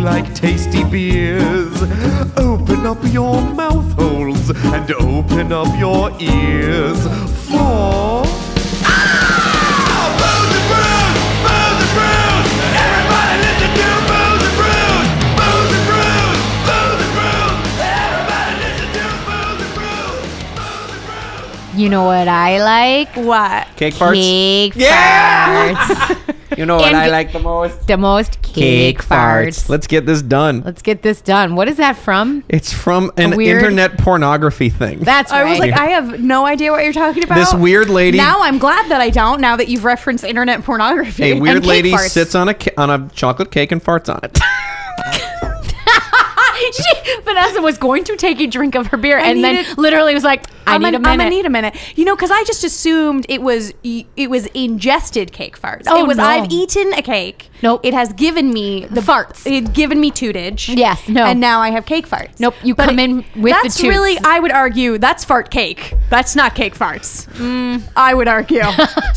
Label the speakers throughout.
Speaker 1: like tasty beers. Open up your mouth holes and open up your ears for.
Speaker 2: You know what I like?
Speaker 3: What?
Speaker 4: Cake farts.
Speaker 2: Cake
Speaker 4: Yeah!
Speaker 2: farts.
Speaker 4: You know what
Speaker 2: And
Speaker 4: I
Speaker 2: g-
Speaker 4: like the most?
Speaker 2: the most cake, farts. Let's,
Speaker 4: Let's get this done.
Speaker 2: get this done. What is that from?
Speaker 4: It's from an
Speaker 2: weird-
Speaker 4: internet pornography thing.
Speaker 2: That's
Speaker 3: I
Speaker 2: right.
Speaker 3: was like, I have no idea what you're talking about.
Speaker 4: This weird lady-
Speaker 3: Now I'm glad that I don't. Now that you've referenced internet pornography,
Speaker 4: a
Speaker 3: And
Speaker 4: weird
Speaker 3: cake
Speaker 4: lady
Speaker 3: farts.
Speaker 4: sits on a ca- on a chocolate cake and farts on it.
Speaker 2: she, Vanessa was going to take a drink of her beer and then
Speaker 3: needed-
Speaker 2: literally was like, I
Speaker 3: I'm
Speaker 2: need a
Speaker 3: gonna- I'm
Speaker 2: minute.
Speaker 3: gonna need a minute. You know, because I just assumed it was it was ingested cake farts.
Speaker 2: Oh,
Speaker 3: it was
Speaker 2: no.
Speaker 3: I've eaten a cake.
Speaker 2: Nope.
Speaker 3: It has given me the
Speaker 2: Farts.
Speaker 3: It had given me tootage.
Speaker 2: Yes, no.
Speaker 3: And now I have cake farts.
Speaker 2: Nope, you come in with the
Speaker 3: that's
Speaker 2: toots.
Speaker 3: really. I would argue that's fart cake. That's not cake farts.
Speaker 2: Mm.
Speaker 3: I would argue
Speaker 4: It-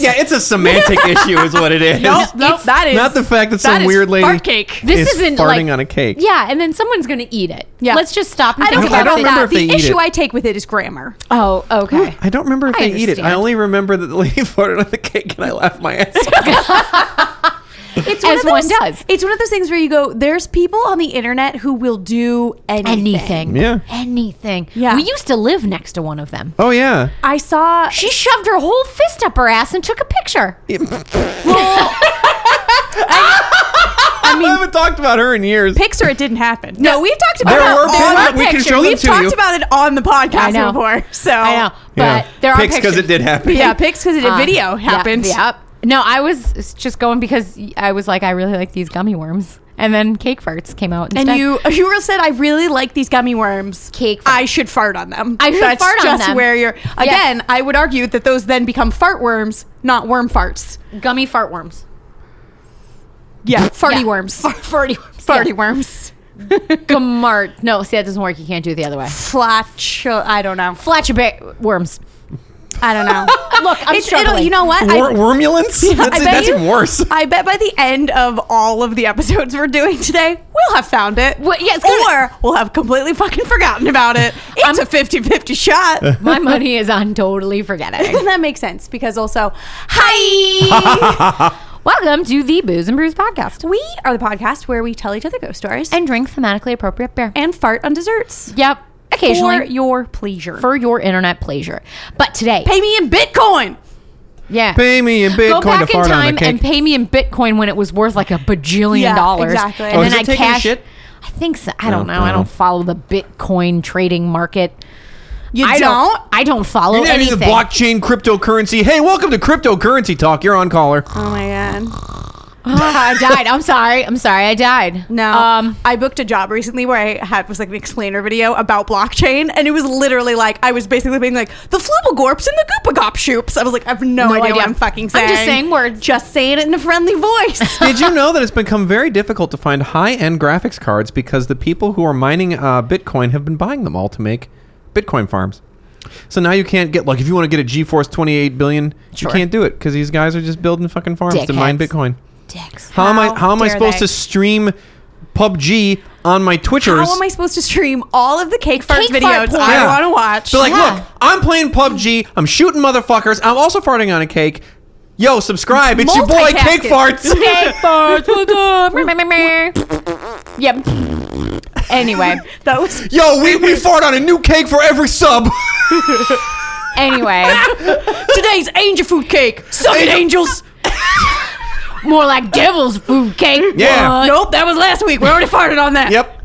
Speaker 4: it- yeah, it's a semantic issue, is what it is.
Speaker 3: Nope, nope, that is
Speaker 4: not the fact that some
Speaker 3: is
Speaker 4: weird lady-
Speaker 3: fart cake.
Speaker 2: this
Speaker 4: is
Speaker 2: isn't
Speaker 4: farting
Speaker 2: like,
Speaker 4: on a cake.
Speaker 2: Yeah, and then someone's gonna eat it.
Speaker 3: Yeah.
Speaker 2: let's just stop. And
Speaker 3: I don't
Speaker 2: think
Speaker 3: care
Speaker 2: about
Speaker 3: about
Speaker 4: remember
Speaker 3: that.
Speaker 4: if they
Speaker 3: the
Speaker 4: eat
Speaker 3: issue
Speaker 4: it.
Speaker 3: I take with it is grammar.
Speaker 2: that. Oh, okay.
Speaker 4: I don't remember if
Speaker 2: I
Speaker 4: they eat it. I
Speaker 2: understand.
Speaker 4: only remember that the lady farted on the cake and I laughed my ass off.
Speaker 3: It's one
Speaker 2: As
Speaker 3: of those,
Speaker 2: one does.
Speaker 3: It's one of those things where you go, there's people on the internet who will do anything.
Speaker 2: Anything.
Speaker 4: Yeah.
Speaker 2: Anything.
Speaker 3: Yeah.
Speaker 2: We used to live next to one of them.
Speaker 4: Oh, yeah.
Speaker 3: I saw.
Speaker 2: She shoved her whole fist up her ass and took a picture.
Speaker 4: I, haven't talked about her in years.
Speaker 3: pics or it didn't happen. No, we've talked about
Speaker 4: There
Speaker 3: it
Speaker 4: were
Speaker 3: on
Speaker 4: pictures.
Speaker 3: our
Speaker 4: We can
Speaker 3: picture.
Speaker 4: show them
Speaker 3: We've
Speaker 4: to
Speaker 3: talked
Speaker 4: you.
Speaker 3: about it on the
Speaker 2: I
Speaker 3: podcast
Speaker 2: know.
Speaker 3: before. So
Speaker 2: I know, but
Speaker 4: Yeah.
Speaker 2: there are
Speaker 4: Pics 'cause
Speaker 2: pictures.
Speaker 4: it did happen.
Speaker 3: Yeah, pics because it
Speaker 2: Oh, Uh,
Speaker 3: video
Speaker 2: yeah,
Speaker 3: happened.
Speaker 2: Yep. No, I was just going because I was like, I really like these gummy worms, and then cake farts came out.
Speaker 3: And
Speaker 2: instead.
Speaker 3: you, you were said, I really like these gummy worms.
Speaker 2: Cake fart.
Speaker 3: I should fart on them.
Speaker 2: I should
Speaker 3: That's
Speaker 2: fart on
Speaker 3: just
Speaker 2: them.
Speaker 3: where you're. Again, I would argue that those then become fart worms, not worm farts.
Speaker 2: gummy fart worms,
Speaker 3: Yeah, farty
Speaker 2: Yeah.
Speaker 3: worms.
Speaker 2: farty worms,
Speaker 3: farty
Speaker 2: yeah.
Speaker 3: worms.
Speaker 2: Gamart. No, see that doesn't work. You can't do it the other way.
Speaker 3: Flatula. I don't know.
Speaker 2: Fletcher ba- worms.
Speaker 3: I don't know.
Speaker 2: Look, I'm
Speaker 3: It's-
Speaker 2: struggling.
Speaker 3: It'll, you know what? I-
Speaker 4: Wor- wormulence? That's,
Speaker 3: bet
Speaker 4: that's
Speaker 3: you-
Speaker 4: even worse.
Speaker 3: I bet by the end of all of the episodes we're doing today, we'll have found it.
Speaker 2: Well, yeah, it's gonna-
Speaker 3: or we'll have completely fucking forgotten about it. It's a 50 50 shot. and
Speaker 2: My money is on totally forgetting.
Speaker 3: that makes sense because also, hi!
Speaker 2: Welcome to the Booze and Brews podcast
Speaker 3: we are the podcast where we tell each other ghost stories and,
Speaker 2: and drink thematically appropriate beer.
Speaker 3: and fart on desserts
Speaker 2: Yep, occasionally
Speaker 3: for your pleasure.
Speaker 2: for your internet pleasure. But today,
Speaker 3: Pay me in Bitcoin!
Speaker 2: yeah,
Speaker 4: Pay me in
Speaker 2: go
Speaker 4: Bitcoin
Speaker 2: back
Speaker 4: to
Speaker 2: in
Speaker 4: fart on a
Speaker 2: time
Speaker 4: cake.
Speaker 2: and pay me in Bitcoin when it was worth like a bajillion
Speaker 3: Yeah,
Speaker 2: dollars.
Speaker 3: exactly.
Speaker 2: And
Speaker 3: Oh,
Speaker 2: then
Speaker 4: is it
Speaker 2: I
Speaker 4: taking a
Speaker 2: cash.
Speaker 4: shit?
Speaker 2: I think so. I don't
Speaker 4: No,
Speaker 2: know. I
Speaker 4: no.
Speaker 2: don't follow the Bitcoin trading market.
Speaker 3: You
Speaker 2: I
Speaker 3: don't?
Speaker 2: I don't follow
Speaker 4: You're not using
Speaker 2: anything.
Speaker 4: the blockchain cryptocurrency. Hey, welcome to cryptocurrency talk. You're on caller.
Speaker 3: Oh my god.
Speaker 2: I died. I'm sorry. I'm sorry. I died.
Speaker 3: No.
Speaker 2: Um.
Speaker 3: I booked a job recently where I had was like an explainer video about blockchain, and it was literally like I was basically being like the flubelgorps and the goopagop shoops. I was like, I have no,
Speaker 2: No
Speaker 3: idea,
Speaker 2: idea.
Speaker 3: what I'm fucking
Speaker 2: I'm
Speaker 3: saying.
Speaker 2: just saying words.
Speaker 3: Just saying it in a friendly voice.
Speaker 4: Did you know that it's become very difficult to find high-end graphics cards because the people who are mining uh, Bitcoin have been buying them all to make Bitcoin farms. So now you can't get like if you want to get a GeForce 28 billion,
Speaker 2: Sure.
Speaker 4: you can't do it because these guys are just building fucking farms to mine
Speaker 2: Dickheads.
Speaker 4: Bitcoin.
Speaker 2: Dicks.
Speaker 4: How, am I
Speaker 3: How
Speaker 4: how am I
Speaker 3: dare
Speaker 4: supposed
Speaker 3: they.
Speaker 4: to stream PUBG on my Twitchers?
Speaker 3: How am I supposed to stream all of the cake fart
Speaker 2: Cake fart
Speaker 3: videos
Speaker 2: porn.
Speaker 3: I
Speaker 4: Yeah.
Speaker 3: want to watch?
Speaker 4: They're like,
Speaker 2: Yeah.
Speaker 4: look, I'm playing PUBG. I'm shooting motherfuckers. I'm also farting on a cake. Yo, subscribe. It's your boy Cake
Speaker 3: Multitasking.
Speaker 4: Farts.
Speaker 2: Cake farts. What's up? Meh, meh, meh, meh. yep. Anyway.
Speaker 3: that was
Speaker 4: Yo, we, we fart on a new cake for every sub.
Speaker 2: Anyway.
Speaker 3: today's angel food cake. Suck it, angels.
Speaker 2: More like devil's food cake.
Speaker 4: Yeah.
Speaker 2: What?
Speaker 3: nope, that was last week. We already farted on that.
Speaker 4: yep.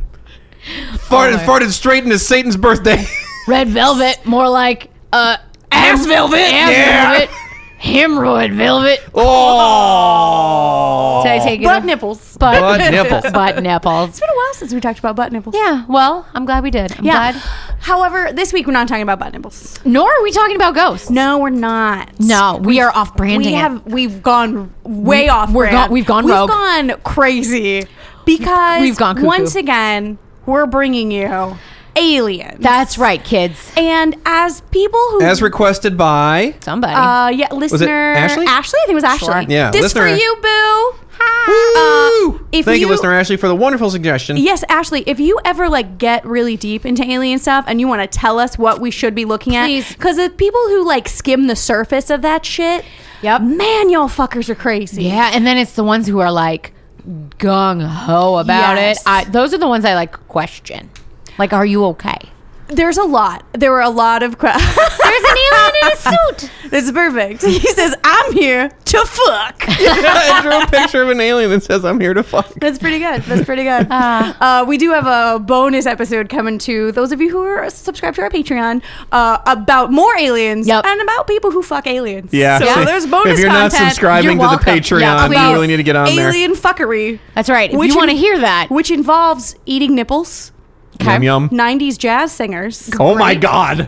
Speaker 4: Oh Farted, farted straight into Satan's birthday.
Speaker 2: Red velvet. More like uh,
Speaker 3: Ass velvet.
Speaker 2: Ass
Speaker 4: Yeah.
Speaker 2: velvet. Hemorrhoid velvet.
Speaker 4: oh.
Speaker 2: Did I take it?
Speaker 3: Butt nipples.
Speaker 2: Butt,
Speaker 4: Butt nipples.
Speaker 2: butt nipples.
Speaker 3: It's been a while since we talked about butt nipples.
Speaker 2: Yeah. Well, I'm glad we did. I'm
Speaker 3: Yeah.
Speaker 2: glad.
Speaker 3: However, this week we're not talking about butt nipples.
Speaker 2: Nor are we talking about ghosts.
Speaker 3: No, we're not.
Speaker 2: No, we are off branding.
Speaker 3: we have we've gone way off.
Speaker 2: we're
Speaker 3: brand.
Speaker 2: go- we've gone rogue.
Speaker 3: We've gone crazy because
Speaker 2: We've gone cuckoo.
Speaker 3: once again. We're bringing you aliens.
Speaker 2: That's right, kids.
Speaker 3: and as people who
Speaker 4: As requested by.
Speaker 2: Somebody.
Speaker 3: uh yeah listener
Speaker 4: Ashley?
Speaker 3: I think it was Ashley.
Speaker 2: Sure.
Speaker 4: Yeah,
Speaker 3: this
Speaker 4: listener-
Speaker 3: for you, boo.
Speaker 4: Woo!
Speaker 3: if
Speaker 4: Thank you,
Speaker 3: you-
Speaker 4: listener Ashley, for the wonderful suggestion.
Speaker 3: Yes, Ashley, if you ever like get really deep into alien stuff and you want to tell us what we should be looking
Speaker 2: Please.
Speaker 3: at, because the people who like skim the surface of that shit,
Speaker 2: Yep.
Speaker 3: man, y'all fuckers are crazy.
Speaker 2: Yeah, and then it's the ones who are like gung ho about
Speaker 3: Yes.
Speaker 2: it. I, those are the ones I like question. Like, are you okay?
Speaker 3: There's a lot. There were a lot of. Cra-
Speaker 2: There's an alien in a suit.
Speaker 3: this is perfect. He says, "I'm here to fuck."
Speaker 4: I drew a picture of an alien that says, I'm here to fuck.
Speaker 3: That's pretty good. That's pretty good.
Speaker 2: Ah.
Speaker 3: Uh, we do have a bonus episode coming to those of you who are subscribed to our Patreon uh, about more aliens
Speaker 2: Yep.
Speaker 3: and about people who fuck aliens.
Speaker 4: Yeah.
Speaker 3: So
Speaker 4: see,
Speaker 3: there's bonus
Speaker 4: If you're
Speaker 3: content.
Speaker 4: not subscribing
Speaker 2: you're
Speaker 4: to the
Speaker 2: welcome.
Speaker 4: Patreon,
Speaker 2: Yeah,
Speaker 4: you
Speaker 2: please.
Speaker 4: really need to get on there.
Speaker 3: alien fuckery.
Speaker 2: That's right. If
Speaker 3: Which
Speaker 2: you want to
Speaker 3: in-
Speaker 2: hear that,
Speaker 3: Which involves eating nipples,
Speaker 4: Yum yum.
Speaker 3: 90s jazz singers,
Speaker 4: Oh my god.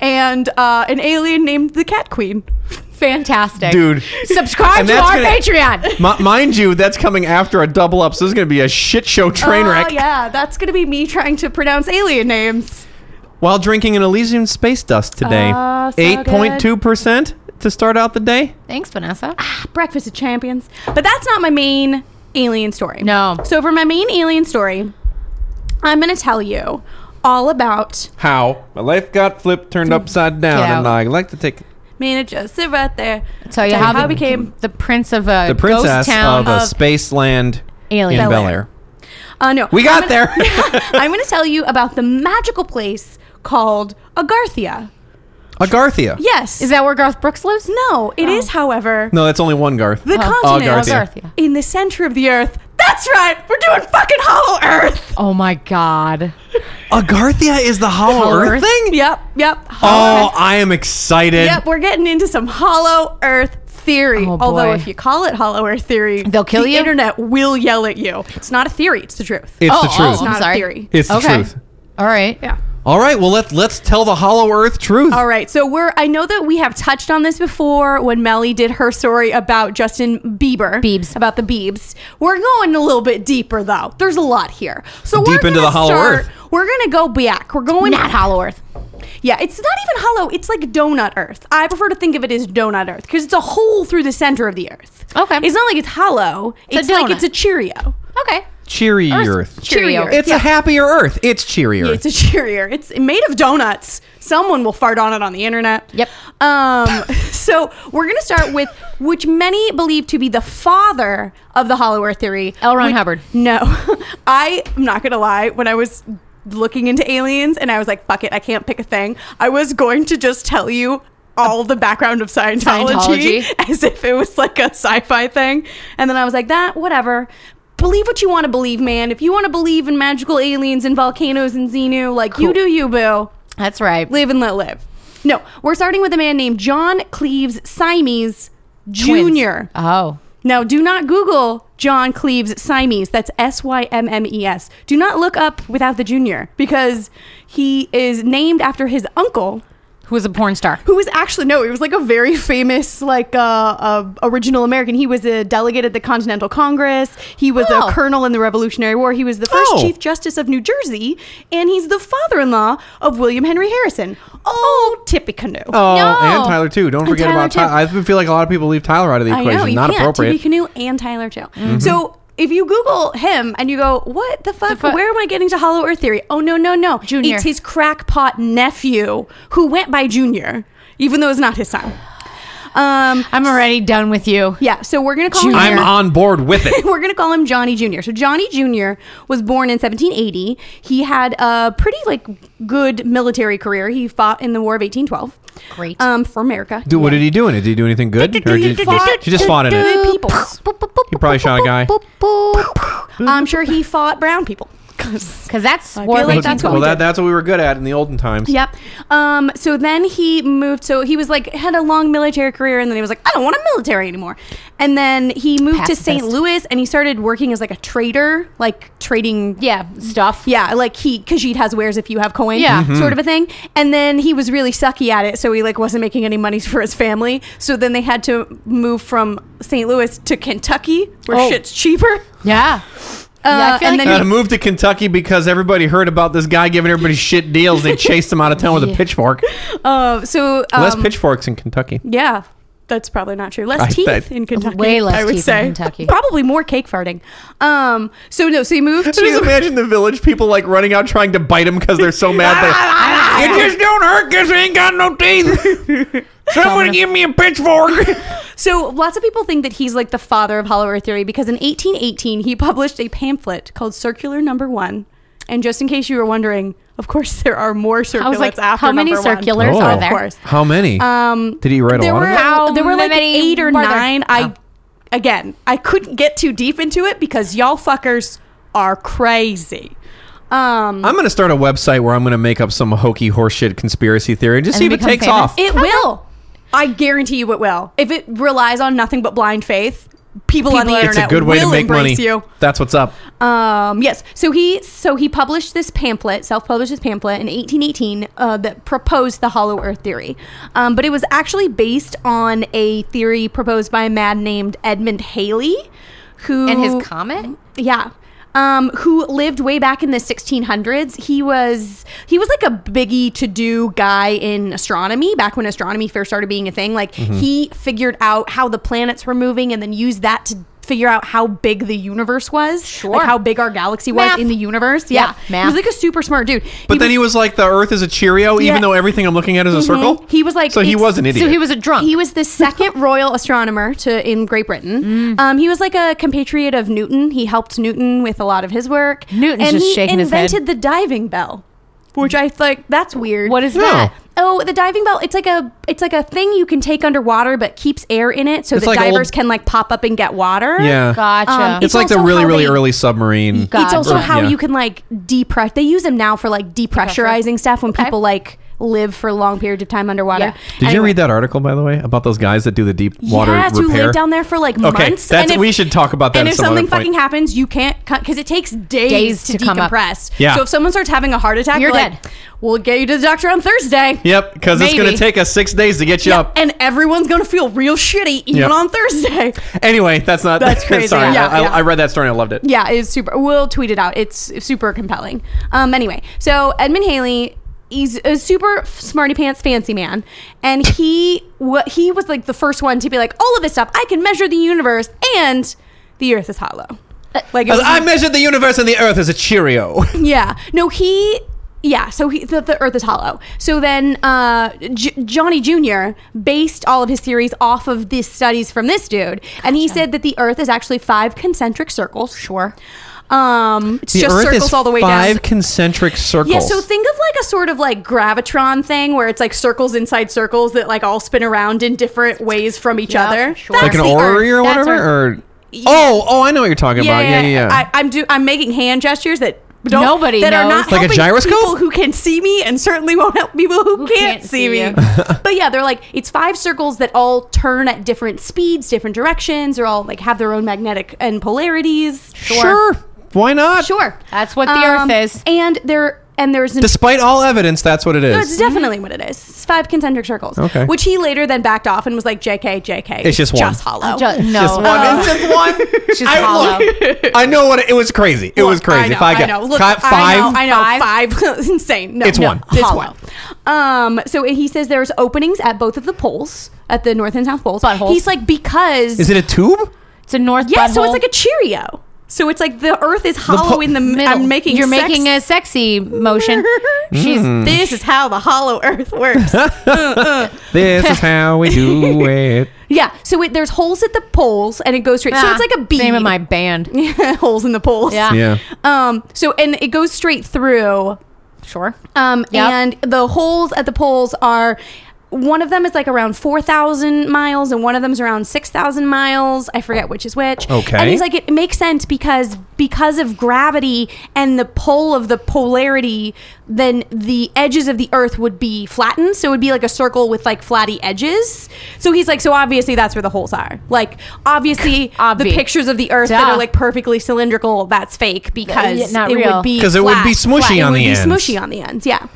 Speaker 3: and uh, an alien named the Cat Queen.
Speaker 2: fantastic,
Speaker 4: Dude.
Speaker 2: Subscribe
Speaker 4: And
Speaker 2: to
Speaker 4: that's
Speaker 2: our
Speaker 4: gonna-
Speaker 2: Patreon.
Speaker 4: M- mind you, that's coming after a double up, so this is going to be a shit show train
Speaker 3: Oh,
Speaker 4: wreck.
Speaker 3: yeah, that's going to be me trying to pronounce alien names.
Speaker 4: While drinking an Elysium space dust today.
Speaker 3: Oh, so good.
Speaker 4: 8.2% to start out the day.
Speaker 2: Thanks, Vanessa.
Speaker 3: Breakfast of Champions. But that's not my main alien story.
Speaker 2: No.
Speaker 3: So, for my main alien story, I'm going to tell you all about.
Speaker 4: How? My life got flipped, turned upside down,
Speaker 2: Get
Speaker 4: and
Speaker 2: out.
Speaker 4: I like to take
Speaker 3: Man, it just sit right there.
Speaker 2: Tell you
Speaker 3: Tell
Speaker 2: how,
Speaker 3: you how
Speaker 2: the-
Speaker 3: I became-
Speaker 2: the prince of a
Speaker 4: the princess
Speaker 2: ghost town
Speaker 4: of a space land
Speaker 2: Alien.
Speaker 4: in
Speaker 2: Bel
Speaker 4: Bel
Speaker 2: Air.
Speaker 4: Air.
Speaker 3: Uh, no.
Speaker 4: We got
Speaker 3: I'm
Speaker 4: there.
Speaker 3: gonna- I'm going to tell you about the magical place called Agarthia.
Speaker 4: Agarthia.
Speaker 3: Yes.
Speaker 2: Is that where Garth Brooks lives?
Speaker 3: No, it is, however,
Speaker 4: No, that's only one Garth.
Speaker 3: the
Speaker 2: Oh.
Speaker 3: continent
Speaker 4: Agarthia.
Speaker 2: Agarthia.
Speaker 3: in the center of the earth. That's right. We're doing fucking Hollow Earth.
Speaker 2: Oh my God.
Speaker 4: Agarthia is the Hollow,
Speaker 2: Hollow
Speaker 4: Earth,
Speaker 2: Earth?
Speaker 4: thing?
Speaker 3: Yep, yep.
Speaker 4: Oh,
Speaker 3: Hollow Earth.
Speaker 4: I am excited.
Speaker 3: Yep, we're getting into some Hollow Earth theory.
Speaker 2: Oh,
Speaker 3: Although
Speaker 2: boy.
Speaker 3: if you call it Hollow Earth theory,
Speaker 2: They'll kill
Speaker 3: the
Speaker 2: you?
Speaker 3: internet will yell at you. It's not a theory, it's the truth.
Speaker 4: It's
Speaker 2: Oh,
Speaker 4: the
Speaker 2: oh,
Speaker 4: truth.
Speaker 3: it's
Speaker 2: I'm
Speaker 3: not
Speaker 2: sorry.
Speaker 3: a theory.
Speaker 4: It's the
Speaker 2: okay.
Speaker 4: truth.
Speaker 2: All right.
Speaker 3: yeah.
Speaker 4: All right, well let's let's tell the Hollow Earth truth.
Speaker 3: All right, so we're I know that we have touched on this before when Melly did her story about Justin Bieber.
Speaker 2: Biebs.
Speaker 3: About the Biebs. We're going a little bit deeper though. There's a lot here. So
Speaker 4: Deep
Speaker 3: we're
Speaker 4: into
Speaker 3: gonna
Speaker 4: the hollow
Speaker 3: start-
Speaker 4: earth.
Speaker 3: We're gonna go back. We're going
Speaker 2: Not Hollow Earth.
Speaker 3: Yeah, it's not even hollow, it's like donut earth. I prefer to think of it as donut earth because it's a hole through the center of the earth.
Speaker 2: Okay.
Speaker 3: It's not like it's hollow.
Speaker 2: a
Speaker 3: It's, like
Speaker 2: donut.
Speaker 3: it's a Cheerio.
Speaker 2: Okay.
Speaker 4: Cheery Earth.
Speaker 2: Cheerio.
Speaker 3: Cheerio.
Speaker 4: It's a happier Earth. It's cheerier.
Speaker 3: Yeah, it's a cheerier. It's made of donuts. Someone will fart on it on the internet.
Speaker 2: Yep.
Speaker 3: Um, so we're gonna start with which many believe to be the father of the Hollow Earth theory.
Speaker 2: L. Ron
Speaker 3: which-
Speaker 2: Hubbard.
Speaker 3: No, I am not gonna lie. When I was looking into aliens and I was like, "Fuck it, I can't pick a thing," I was going to just tell you. All the background of Scientology,
Speaker 2: Scientology.
Speaker 3: as if it was like a sci-fi thing, and then I was like, "That whatever." Believe what you want to believe, man. If you want to believe in magical aliens and volcanoes and Xenu, like you do, you boo.
Speaker 2: That's right.
Speaker 3: Live and let live. No, we're starting with a man named John Cleves Simes
Speaker 2: Twins.
Speaker 3: Jr.
Speaker 2: Oh.
Speaker 3: Now, do not Google John Cleves Simes. That's S Y M M E S. Do not look up without the junior because he is named after his uncle,
Speaker 2: Who was a porn star?
Speaker 3: who was actually no, he was like a very famous like uh, uh, original American. He was a delegate at the Continental Congress. He was
Speaker 2: Oh.
Speaker 3: a colonel in the Revolutionary War. He was the first
Speaker 4: Oh.
Speaker 3: Chief Justice of New Jersey, and he's the father-in-law of William Henry Harrison. Oh, Tippecanoe.
Speaker 4: Oh,
Speaker 2: No.
Speaker 4: and Tyler too. Don't forget
Speaker 3: Tyler,
Speaker 4: about
Speaker 3: too.
Speaker 4: Tyler. I feel like a lot of people leave Tyler out of the
Speaker 3: I
Speaker 4: equation.
Speaker 3: know you
Speaker 4: Not
Speaker 3: can't.
Speaker 4: appropriate. Mm-hmm.
Speaker 3: Tippecanoe and Tyler too. So. If you Google him and you go, what the fuck?
Speaker 2: fu-
Speaker 3: Where am I getting to Hollow Earth theory? Oh no, no, no!
Speaker 2: Junior.
Speaker 3: it's his crackpot nephew who went by Junior, even though it's not his son. Um,
Speaker 2: I'm already done with you.
Speaker 3: Yeah, so we're gonna call
Speaker 2: Junior.
Speaker 4: I'm
Speaker 3: him.
Speaker 4: on board with it.
Speaker 3: we're gonna call him Johnny Jr. So Johnny Jr. was born in 1780. He had a pretty like good military career. He fought in the War of 1812.
Speaker 2: Great.
Speaker 3: Um, for America.
Speaker 4: Dude, what did he do in it? Did he do anything good? Or did he,
Speaker 3: Fought-
Speaker 4: he just fought in it.
Speaker 3: Good peoples.
Speaker 4: He probably shot a guy.
Speaker 3: I'm sure he fought brown people. 'Cause-
Speaker 2: Because that's
Speaker 3: I
Speaker 2: war
Speaker 3: feel
Speaker 2: of
Speaker 3: like that's what
Speaker 4: well,
Speaker 3: we
Speaker 4: that,
Speaker 3: did.
Speaker 4: that's what we were good at in the olden times.
Speaker 3: Yep. Um, so then he moved. So he was like had a long military career, and then he was like, I don't want a military anymore. And then he moved
Speaker 2: Pacifist.
Speaker 3: to St. Louis, and he started working as like a trader, like trading
Speaker 2: Yeah, stuff.
Speaker 3: Yeah, like he Khajiit has wares if you have coin,
Speaker 2: Yeah.
Speaker 4: Mm-hmm.
Speaker 2: Mhm.
Speaker 3: sort of a thing. And then he was really sucky at it, so he like wasn't making any money for his family. So then they had to move from St. Louis to Kentucky, where
Speaker 2: Oh.
Speaker 3: shit's cheaper. Uh,
Speaker 2: Yeah. Yeah, I feel
Speaker 3: and
Speaker 2: like
Speaker 3: then
Speaker 4: Had to
Speaker 3: he-
Speaker 4: move Uh, to Kentucky because everybody heard about this guy giving everybody shit deals. They chased him out of town with a
Speaker 2: Yeah.
Speaker 4: pitchfork.
Speaker 3: uh, so um,
Speaker 4: Less pitchforks in Kentucky.
Speaker 3: yeah, That's probably not true. Less
Speaker 4: I-
Speaker 3: teeth
Speaker 4: that-
Speaker 3: in Kentucky.
Speaker 2: Way less
Speaker 3: I would
Speaker 2: teeth in
Speaker 3: say.
Speaker 2: Kentucky.
Speaker 3: Probably more cake farting. Um. So no. So he moved
Speaker 4: I just
Speaker 3: to.
Speaker 4: imagine the village people like running out trying to bite him because they're so mad. They, it just don't hurt because ain't got no teeth. Someone give me a pitchfork.
Speaker 3: So lots of people think that he's like the father of Hollow Earth theory because in 1818 he published a pamphlet called Circular Number One. And just in case you were wondering, of course there are more circulars
Speaker 2: I was like,
Speaker 3: after
Speaker 2: how many
Speaker 3: number one.
Speaker 2: circulars
Speaker 4: Oh.
Speaker 2: are
Speaker 3: Of
Speaker 2: there?
Speaker 3: course.
Speaker 4: How many?
Speaker 3: Um,
Speaker 4: Did he write a
Speaker 3: there
Speaker 4: lot of
Speaker 3: were,
Speaker 4: them?
Speaker 2: How
Speaker 3: There were like
Speaker 2: many
Speaker 3: eight or
Speaker 2: were there?
Speaker 3: nine. I
Speaker 2: Oh.
Speaker 3: again, I couldn't get too deep into it because y'all fuckers are crazy. Um,
Speaker 4: I'm gonna start a website where I'm gonna make up some hokey horseshit conspiracy theory and just
Speaker 2: And
Speaker 4: see if it
Speaker 2: become
Speaker 4: takes
Speaker 2: famous?
Speaker 4: off.
Speaker 3: it will. I guarantee you it will. If it relies on nothing but blind faith, people, on the
Speaker 2: People-
Speaker 4: it's
Speaker 3: internet
Speaker 4: a good way to
Speaker 3: will
Speaker 4: make money.
Speaker 3: embrace you.
Speaker 4: That's what's up.
Speaker 3: Um, yes. So he so he published this pamphlet, self-published this pamphlet in 1818 uh, that proposed the Hollow Earth theory, um, but it was actually based on a theory proposed by a man named Edmund Haley, who
Speaker 2: And his comet?
Speaker 3: yeah. Um, who lived way back in the 1600s? He was he was like a biggie to do guy in astronomy back when astronomy first started being a thing. Like
Speaker 4: Mm-hmm.
Speaker 3: he figured out how the planets were moving and then used that to figure out how big the universe was,
Speaker 2: Sure.
Speaker 3: like how big our galaxy
Speaker 2: Math.
Speaker 3: was in the universe. Yeah,
Speaker 2: math.
Speaker 3: he was like a super smart dude.
Speaker 4: But then he was like, the Earth is a Cheerio,
Speaker 3: Yeah. Mm-hmm.
Speaker 4: even though everything I'm looking at is a circle.
Speaker 3: He was like-
Speaker 4: so he
Speaker 3: it's-
Speaker 4: was an idiot.
Speaker 2: So he was a drunk.
Speaker 3: He was the second royal astronomer to in Great Britain.
Speaker 2: Mm.
Speaker 3: Um, he was like a compatriot of Newton. He helped Newton with a lot of his work.
Speaker 2: Newton's
Speaker 3: and
Speaker 2: just
Speaker 3: he
Speaker 2: shaking his head.
Speaker 3: invented the diving bell, which I like. That's weird.
Speaker 2: What is
Speaker 4: No.
Speaker 2: that?
Speaker 3: Oh, the diving bell. It's like a it's like a thing you can take underwater, but keeps air in it, so
Speaker 4: It's
Speaker 3: that
Speaker 4: like
Speaker 3: divers
Speaker 4: old-
Speaker 3: can like pop up and get water.
Speaker 4: yeah.
Speaker 2: Gotcha.
Speaker 3: Um,
Speaker 4: It's,
Speaker 3: It's
Speaker 4: like the
Speaker 3: also
Speaker 4: really,
Speaker 3: how
Speaker 4: really
Speaker 3: they-
Speaker 4: early submarine.
Speaker 2: God.
Speaker 3: It's also
Speaker 2: Right,
Speaker 3: how
Speaker 4: yeah.
Speaker 3: you can like depress. They use them now for like depressurizing stuff when people like live for long periods of time underwater.
Speaker 2: Yeah.
Speaker 4: Did you
Speaker 3: Anyway.
Speaker 4: read that article, by the way, about those guys that do the deep water
Speaker 3: yes,
Speaker 4: repair?
Speaker 3: who live down there for like
Speaker 4: Okay,
Speaker 3: months.
Speaker 4: that's- we should talk about that
Speaker 3: And
Speaker 4: at
Speaker 3: if
Speaker 4: some
Speaker 3: something
Speaker 4: other point.
Speaker 3: fucking happens, you can't because it takes days,
Speaker 2: Days
Speaker 3: to,
Speaker 2: to come up.
Speaker 3: decompress.
Speaker 4: Yeah.
Speaker 3: So if someone starts having a heart attack,
Speaker 2: You're
Speaker 3: we're like,
Speaker 2: dead.
Speaker 3: we'll get you to the doctor on Thursday.
Speaker 4: Yep, because it's going to
Speaker 2: Maybe.
Speaker 4: take us six days to get you
Speaker 3: Yeah,
Speaker 4: up.
Speaker 3: and everyone's gonna feel real shitty even
Speaker 4: Yep.
Speaker 3: on Thursday.
Speaker 4: Anyway, that's not.
Speaker 3: That's crazy.
Speaker 4: sorry,
Speaker 3: Yeah,
Speaker 4: I, I-
Speaker 3: yeah.
Speaker 4: I read that story. and I loved it.
Speaker 3: Yeah, it's super. We'll tweet it out. It's super compelling. Um, anyway, so Edmund Haley, he's a super smarty pants fancy man, and he wa he was like the first one to be like, all of this stuff. I can measure the universe, and the Earth is hollow. Like it was-
Speaker 4: I measured the universe and the Earth as a Cheerio.
Speaker 3: yeah. No, he. Yeah, so he, the, the Earth is hollow. So then uh, J- Johnny Jr. based all of his theories off of these studies from this dude, and he said that the Earth is actually five concentric circles. Sure. Um, it's just circles all the way
Speaker 4: five
Speaker 3: down.
Speaker 4: concentric circles.
Speaker 3: Yeah, so think of like a sort of like gravitron thing where it's like circles inside circles that like all spin around in different ways from each
Speaker 2: Yeah,
Speaker 3: other.
Speaker 2: sure.
Speaker 4: like an
Speaker 3: the Earth.
Speaker 4: orrery or
Speaker 2: That's
Speaker 4: whatever, or oh, oh, I know what you're talking about. Yeah, yeah, yeah.
Speaker 3: I, I'm do I'm making hand gestures that don't,
Speaker 2: Nobody
Speaker 3: that are
Speaker 2: knows.
Speaker 4: Like
Speaker 3: not
Speaker 4: a
Speaker 3: helping
Speaker 4: gyroscope?
Speaker 3: People who can see me and certainly won't help people who, can't,
Speaker 2: can't
Speaker 3: see
Speaker 2: see
Speaker 3: me.
Speaker 2: you.
Speaker 3: but yeah, they're like it's five circles that all turn at different speeds, different directions. They're all like have their own magnetic and polarities.
Speaker 4: sure. Why not?
Speaker 3: sure.
Speaker 2: That's what the
Speaker 3: Um,
Speaker 2: Earth is.
Speaker 3: and there and there's an
Speaker 4: Despite all evidence, that's what it
Speaker 3: no,
Speaker 4: is.
Speaker 3: it's definitely what it is. It's five concentric circles.
Speaker 4: Okay.
Speaker 3: Which he later then backed off and was like, JK, JK.
Speaker 4: It's just one.
Speaker 3: Just hollow.
Speaker 2: Ju- no.
Speaker 4: Just one.
Speaker 3: Oh. Uh,
Speaker 4: it's just one.
Speaker 2: It's just
Speaker 4: I,
Speaker 2: hollow.
Speaker 4: look, I know what it, it was. Crazy. It was
Speaker 3: Look, I
Speaker 4: crazy.
Speaker 3: know,
Speaker 4: five.
Speaker 3: I
Speaker 4: guys-
Speaker 3: know. Look,
Speaker 4: five.
Speaker 3: I know. I know. Five. Insane. No,
Speaker 4: It's
Speaker 3: no,
Speaker 4: one.
Speaker 3: It's
Speaker 2: Hollow.
Speaker 3: one. Um. So he says there's openings at both of the poles, at the north and south poles.
Speaker 2: Buttholes.
Speaker 3: He's like because
Speaker 4: Is it a tube?
Speaker 2: It's a north.
Speaker 3: yeah. So
Speaker 2: butthole.
Speaker 3: it's like a Cheerio. So it's like the Earth is hollow
Speaker 4: po-
Speaker 3: in the middle. I'm making.
Speaker 2: You're
Speaker 3: sex-
Speaker 2: making a sexy motion. She's
Speaker 4: Hmm. Mm.
Speaker 3: This is how the hollow Earth works.
Speaker 4: This is how we do it.
Speaker 3: yeah. So it, there's holes at the poles, and it goes straight. so it's like a bead.
Speaker 2: Name of my band.
Speaker 3: holes in the poles.
Speaker 2: Yeah.
Speaker 4: Yeah.
Speaker 3: Um. So and it goes straight through.
Speaker 2: Sure.
Speaker 3: Um,
Speaker 2: Yep.
Speaker 3: And the holes at the poles are one of them is like around 4,000 miles and one of them is around 6,000 miles. I forget which is which.
Speaker 4: Okay.
Speaker 3: And he's like, it makes sense because because of gravity and the pole of the polarity, then the edges of the earth would be flattened. So it would be like a circle with like flatty edges. So he's like, so obviously that's where the holes are. Like, obviously, the
Speaker 2: Obvi.
Speaker 3: pictures of the earth that
Speaker 2: Duh.
Speaker 3: are like perfectly cylindrical, that's fake because
Speaker 2: not
Speaker 3: it
Speaker 2: real.
Speaker 3: would be
Speaker 4: 'Cause it would
Speaker 3: flat,
Speaker 4: be smushy on
Speaker 3: flat. it would
Speaker 4: the
Speaker 3: be
Speaker 4: ends.
Speaker 3: smushy on the ends. Yeah.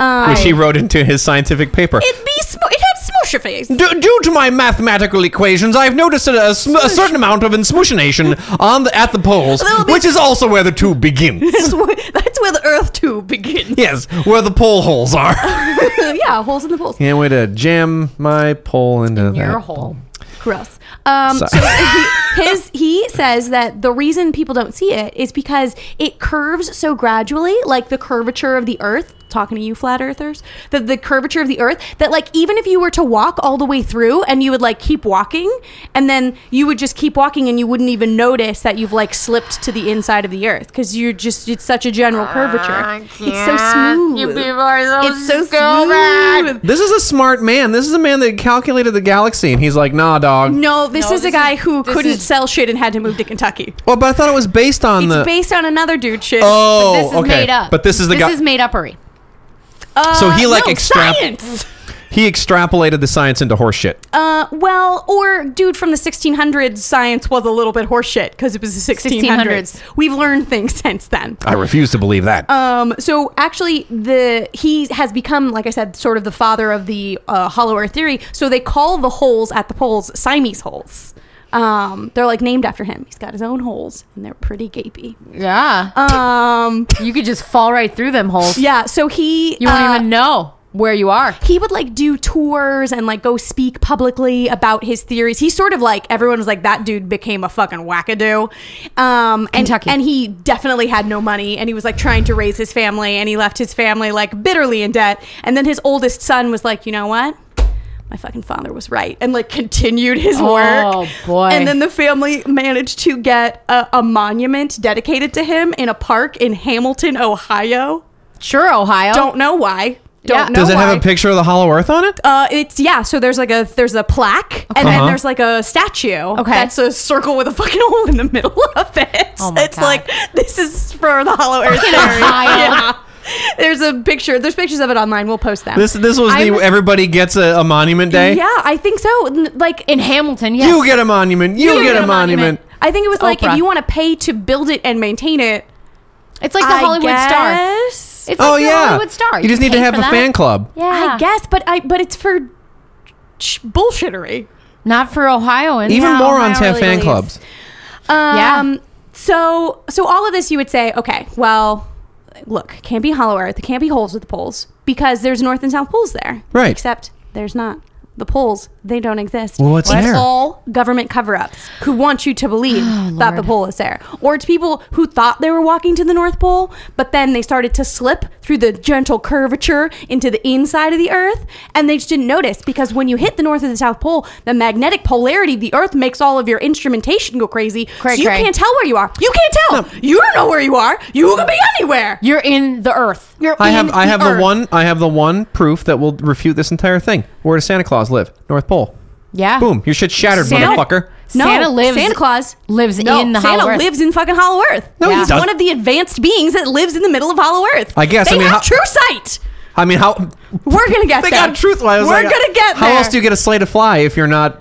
Speaker 3: Um,
Speaker 4: Which he wrote into his scientific paper.
Speaker 3: it'd be smo- it had Smush your face.
Speaker 4: D- due to my mathematical equations, I've noticed a, a, sm- a certain amount of insmushination on the, at the poles,
Speaker 3: Little bit-
Speaker 4: which is also where the tube begins.
Speaker 3: That's where, that's where the Earth tube begins.
Speaker 4: yes, where the pole holes are.
Speaker 3: yeah, holes in the poles.
Speaker 4: Can't wait to jam my pole into that
Speaker 2: Your hole.
Speaker 3: Gross. Um, so he, his he says that the reason people don't see it is because it curves so gradually, like the curvature of the Earth. Talking to you, flat earthers, that the curvature of the Earth that like even if you were to walk all the way through and you would like keep walking, and then you would just keep walking and you wouldn't even notice that you've like slipped to the inside of the Earth because you're just it's such a general
Speaker 2: Ah,
Speaker 3: curvature. It's so smooth. it's so smooth.
Speaker 4: This is a smart man. This is a man that calculated the galaxy, and he's like, nah, dog.
Speaker 3: No, this
Speaker 2: No,
Speaker 3: is a
Speaker 2: this
Speaker 3: guy
Speaker 2: is-
Speaker 3: who
Speaker 2: this
Speaker 3: couldn't
Speaker 2: is-
Speaker 3: sell shit and had to move to Kentucky.
Speaker 4: Well, but I thought it was based on
Speaker 3: It's
Speaker 4: the.
Speaker 3: based on another dude shit.
Speaker 4: oh,
Speaker 2: this is
Speaker 4: okay.
Speaker 2: made up.
Speaker 4: But this is the
Speaker 2: this
Speaker 4: guy.
Speaker 2: is made upery.
Speaker 3: Uh,
Speaker 4: so he, like,
Speaker 3: no,
Speaker 4: extrap-
Speaker 3: science.
Speaker 4: he extrapolated the science into horseshit.
Speaker 3: Uh, well, or dude from the 1600s, science was a little bit horseshit because it was the 1600s.
Speaker 2: 1600s.
Speaker 3: We've learned things since then.
Speaker 4: I refuse to believe that.
Speaker 2: uh,
Speaker 3: Um, so actually, the he has become, like I said, sort of the father of the uh, Hollow Earth theory. So they call the holes at the poles Siamese holes. Um, they're like named after him. He's got his own holes, and they're pretty gapy.
Speaker 2: Yeah.
Speaker 3: Um,
Speaker 2: you could just fall right through them holes.
Speaker 3: yeah. So he
Speaker 2: You won't
Speaker 3: uh,
Speaker 2: even know where you are.
Speaker 3: he would like do tours and like go speak publicly about his theories. He's sort of like everyone was like that dude became a fucking wackadoo. Um, and
Speaker 2: Kentucky.
Speaker 3: and he definitely had no money and he was like trying to raise his family and he left his family like bitterly in debt. And then his oldest son was like, you know what? My fucking father was right, and like continued his
Speaker 2: Oh,
Speaker 3: work.
Speaker 2: boy.
Speaker 3: And then the family managed to get a, a monument dedicated to him in a park in Hamilton, Ohio.
Speaker 2: Sure, Ohio.
Speaker 3: Don't know why. Don't
Speaker 2: Yeah.
Speaker 3: know
Speaker 4: Does it
Speaker 3: why.
Speaker 4: have a picture of the hollow earth on it?
Speaker 3: Uh, it's yeah. So there's like a there's a plaque, and then
Speaker 4: Uh-huh.
Speaker 3: there's like a statue.
Speaker 2: Okay.
Speaker 3: that's a circle with a fucking hole in the middle of it.
Speaker 2: Oh my
Speaker 3: it's
Speaker 2: God.
Speaker 3: like this is for the Hollow Earth theory. yeah. There's a picture. There's pictures of it online. We'll post
Speaker 2: Uh,
Speaker 3: them.
Speaker 4: This this was the
Speaker 3: I'm-
Speaker 4: everybody gets a, a monument day.
Speaker 3: yeah, I think so. N- Like
Speaker 2: in Hamilton, yes.
Speaker 4: You get a monument. You, get, a, monument.
Speaker 3: I think it was like
Speaker 2: Oprah.
Speaker 3: if you want to pay to build it and maintain it.
Speaker 2: it's like the
Speaker 3: I
Speaker 2: Hollywood Star.
Speaker 3: guess.
Speaker 2: It's
Speaker 4: Oh
Speaker 2: like the
Speaker 4: yeah.
Speaker 2: Hollywood Star.
Speaker 4: You, just need to
Speaker 2: pay
Speaker 4: have
Speaker 2: for
Speaker 4: a
Speaker 2: that.
Speaker 4: fan club.
Speaker 2: Yeah.
Speaker 3: I guess, but I but it's for sh- bullshittery.
Speaker 2: Not for Ohioans.
Speaker 4: Even
Speaker 2: Yeah,
Speaker 4: morons
Speaker 2: Ohio
Speaker 4: have
Speaker 2: really
Speaker 4: fan
Speaker 2: leaves.
Speaker 4: clubs.
Speaker 3: Um, So, so all of this, you would say, okay, well, look, can't be hollow earth. It can't be holes with the poles because there's north and south poles there.
Speaker 4: Right.
Speaker 3: Except there's not. The poles, they don't exist.
Speaker 4: Well, what's
Speaker 3: That's
Speaker 4: there? Oh,
Speaker 3: all government cover-ups who want you to believe that the
Speaker 2: Lord.
Speaker 3: pole is there. Or it's people who thought they were walking to the North Pole, but then they started to slip through the gentle curvature into the inside of the Earth, and they just didn't notice because when you hit the North or the South Pole, the magnetic polarity of the Earth makes all of your instrumentation go crazy.
Speaker 2: Cray,
Speaker 3: so you
Speaker 2: cray.
Speaker 3: can't tell where you are. You can't tell. You don't know where you are. You could be anywhere.
Speaker 2: You're in the earth. You're
Speaker 4: I
Speaker 2: in
Speaker 4: have I have the
Speaker 2: earth.
Speaker 4: one I have the one proof that will refute this entire thing. Where does Santa Claus live? North Pole.
Speaker 2: Yeah.
Speaker 4: Boom. Your shit's shattered,
Speaker 2: Ah. Santa-
Speaker 4: motherfucker.
Speaker 3: No,
Speaker 2: Santa lives
Speaker 3: Santa Claus
Speaker 2: lives
Speaker 3: No,
Speaker 2: in the
Speaker 3: Santa
Speaker 2: Hollow Earth.
Speaker 3: lives in fucking Hollow Earth.
Speaker 4: No, he
Speaker 3: he's
Speaker 4: doesn't.
Speaker 3: one of the advanced beings that lives in the middle of Hollow Earth.
Speaker 4: I guess,
Speaker 3: they
Speaker 4: I mean,
Speaker 3: have
Speaker 4: how-
Speaker 3: true sight.
Speaker 4: I mean how
Speaker 3: We're gonna get.
Speaker 4: they
Speaker 3: there.
Speaker 4: got truth wise.
Speaker 3: We're gonna get.
Speaker 4: How
Speaker 3: there.
Speaker 4: else do you get a sleigh to fly if you're not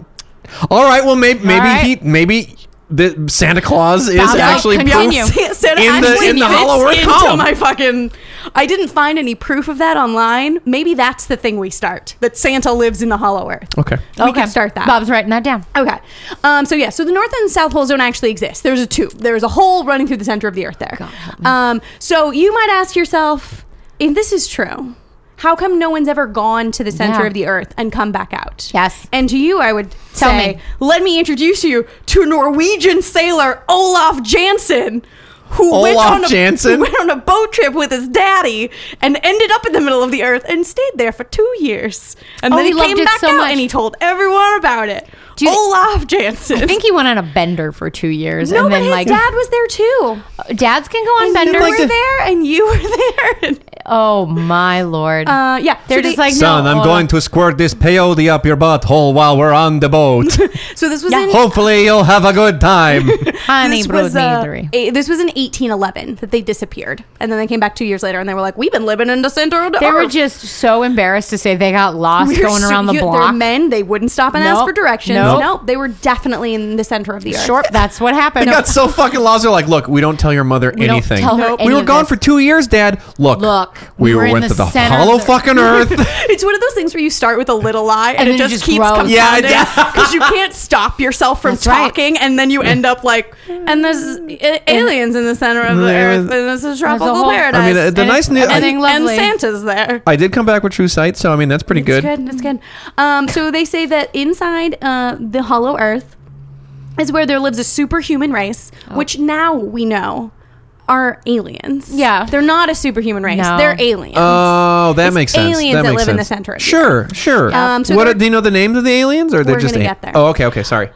Speaker 4: All right, well maybe maybe
Speaker 2: right.
Speaker 4: he maybe the Santa Claus is
Speaker 2: Bob,
Speaker 4: actually proof.
Speaker 2: continue.
Speaker 3: Santa
Speaker 4: In the-
Speaker 3: actually
Speaker 4: in the
Speaker 3: fits
Speaker 4: Hollow Earth
Speaker 3: into
Speaker 4: column.
Speaker 3: my fucking. I didn't find any proof of that online. Maybe that's the thing we start. That Santa lives in the Hollow Earth.
Speaker 4: Okay.
Speaker 3: We can start that.
Speaker 2: Bob's writing that down.
Speaker 3: Okay. Um, so yeah, so the north and south poles don't actually exist. There's a tube. There's a hole running through the center of the earth there.
Speaker 2: God help
Speaker 3: Um, so you might ask yourself, if this is true, how come no one's ever gone to the center
Speaker 2: Yeah.
Speaker 3: of the earth and come back out?
Speaker 2: Yes.
Speaker 3: And to you, I would
Speaker 2: Tell
Speaker 3: say,
Speaker 2: me.
Speaker 3: let me introduce you to Norwegian sailor Olaf Jansen. Who went,
Speaker 4: Olaf
Speaker 3: on a,
Speaker 4: Jansen?
Speaker 3: who went on a boat trip with his daddy and ended up in the middle of the earth and stayed there for two years. And
Speaker 2: Oh,
Speaker 3: then
Speaker 2: he
Speaker 3: he,
Speaker 2: loved
Speaker 3: came
Speaker 2: it
Speaker 3: back
Speaker 2: so
Speaker 3: out
Speaker 2: much.
Speaker 3: and he told everyone about it.
Speaker 2: Do you-
Speaker 3: Olaf Jansen.
Speaker 2: I think he went on a bender for two years,
Speaker 3: no,
Speaker 2: and
Speaker 3: but
Speaker 2: then
Speaker 3: his
Speaker 2: like
Speaker 3: dad was there too.
Speaker 2: dads can go on
Speaker 3: And you
Speaker 2: benders.
Speaker 3: were there, and you were there. And,
Speaker 2: Oh my lord!
Speaker 3: uh, yeah,
Speaker 2: They're
Speaker 3: so
Speaker 2: just
Speaker 3: they-
Speaker 2: like
Speaker 4: Son,
Speaker 2: no,
Speaker 4: I'm
Speaker 2: hold
Speaker 4: going
Speaker 2: on.
Speaker 4: to squirt this peyote up your butthole while we're on the boat.
Speaker 3: so this was
Speaker 2: Yeah.
Speaker 3: in
Speaker 4: Hopefully, you'll have a good time.
Speaker 2: honey
Speaker 3: this
Speaker 2: bro
Speaker 3: was, uh,
Speaker 2: neither.
Speaker 3: a- this was in 1811 that they disappeared, and then they came back two years later, and they were like, "We've been living in the center of the
Speaker 2: They
Speaker 3: earth."
Speaker 2: were just so embarrassed to say they got lost
Speaker 3: We're
Speaker 2: going
Speaker 3: so-
Speaker 2: around the
Speaker 3: you-
Speaker 2: block.
Speaker 3: They're men. They wouldn't stop and ask
Speaker 2: Nope.
Speaker 3: for directions.
Speaker 2: Nope.
Speaker 3: No, they were definitely in the center of the earth.
Speaker 2: Sure, that's what happened.
Speaker 4: They got so fucking lost. They're like, look, we don't tell your mother
Speaker 2: don't
Speaker 4: anything.
Speaker 2: tell her
Speaker 4: we
Speaker 2: any
Speaker 4: were
Speaker 2: of
Speaker 4: gone
Speaker 2: this."
Speaker 4: for two years, Dad. Look,
Speaker 2: Look. rock.
Speaker 4: We,
Speaker 2: were
Speaker 4: were
Speaker 2: in
Speaker 4: went
Speaker 2: the
Speaker 4: to the
Speaker 2: center
Speaker 4: hollow
Speaker 2: of the-
Speaker 4: fucking earth.
Speaker 3: It's one of those things where you start with a little lie and,
Speaker 2: And
Speaker 3: it
Speaker 2: then it
Speaker 3: just,
Speaker 2: just
Speaker 3: keeps
Speaker 2: grows.
Speaker 3: compounding
Speaker 4: Yeah, it
Speaker 3: because you can't stop yourself from
Speaker 2: That's right.
Speaker 3: talking, and then you end up like, and there's a- aliens in the center of the
Speaker 4: There
Speaker 3: earth,
Speaker 4: was-
Speaker 3: and this is tropical
Speaker 2: whole-
Speaker 3: paradise.
Speaker 4: I mean, uh, the
Speaker 2: And
Speaker 4: nice
Speaker 2: it's
Speaker 4: new. I,
Speaker 2: everything-
Speaker 3: and, and
Speaker 2: lovely.
Speaker 3: Santa's there.
Speaker 4: I did come back with True Sight, so I mean that's pretty good.
Speaker 3: It's good. It's good. Um, so they say that inside uh, the Hollow Earth is where there lives a superhuman race, which now we know are aliens.
Speaker 2: Yeah.
Speaker 3: they're not a superhuman race.
Speaker 2: No.
Speaker 3: They're aliens.
Speaker 4: Oh, that
Speaker 3: It's
Speaker 4: makes sense.
Speaker 3: aliens
Speaker 4: that
Speaker 3: that
Speaker 4: makes
Speaker 3: live in the
Speaker 4: sense.
Speaker 3: center of the
Speaker 4: Sure, sure.
Speaker 3: Um, so
Speaker 4: what
Speaker 3: they're-
Speaker 4: are, do you know the names of the aliens, or they're
Speaker 3: We're
Speaker 4: just?
Speaker 3: gonna
Speaker 4: a-
Speaker 3: get there.
Speaker 4: Oh, okay, okay. Sorry.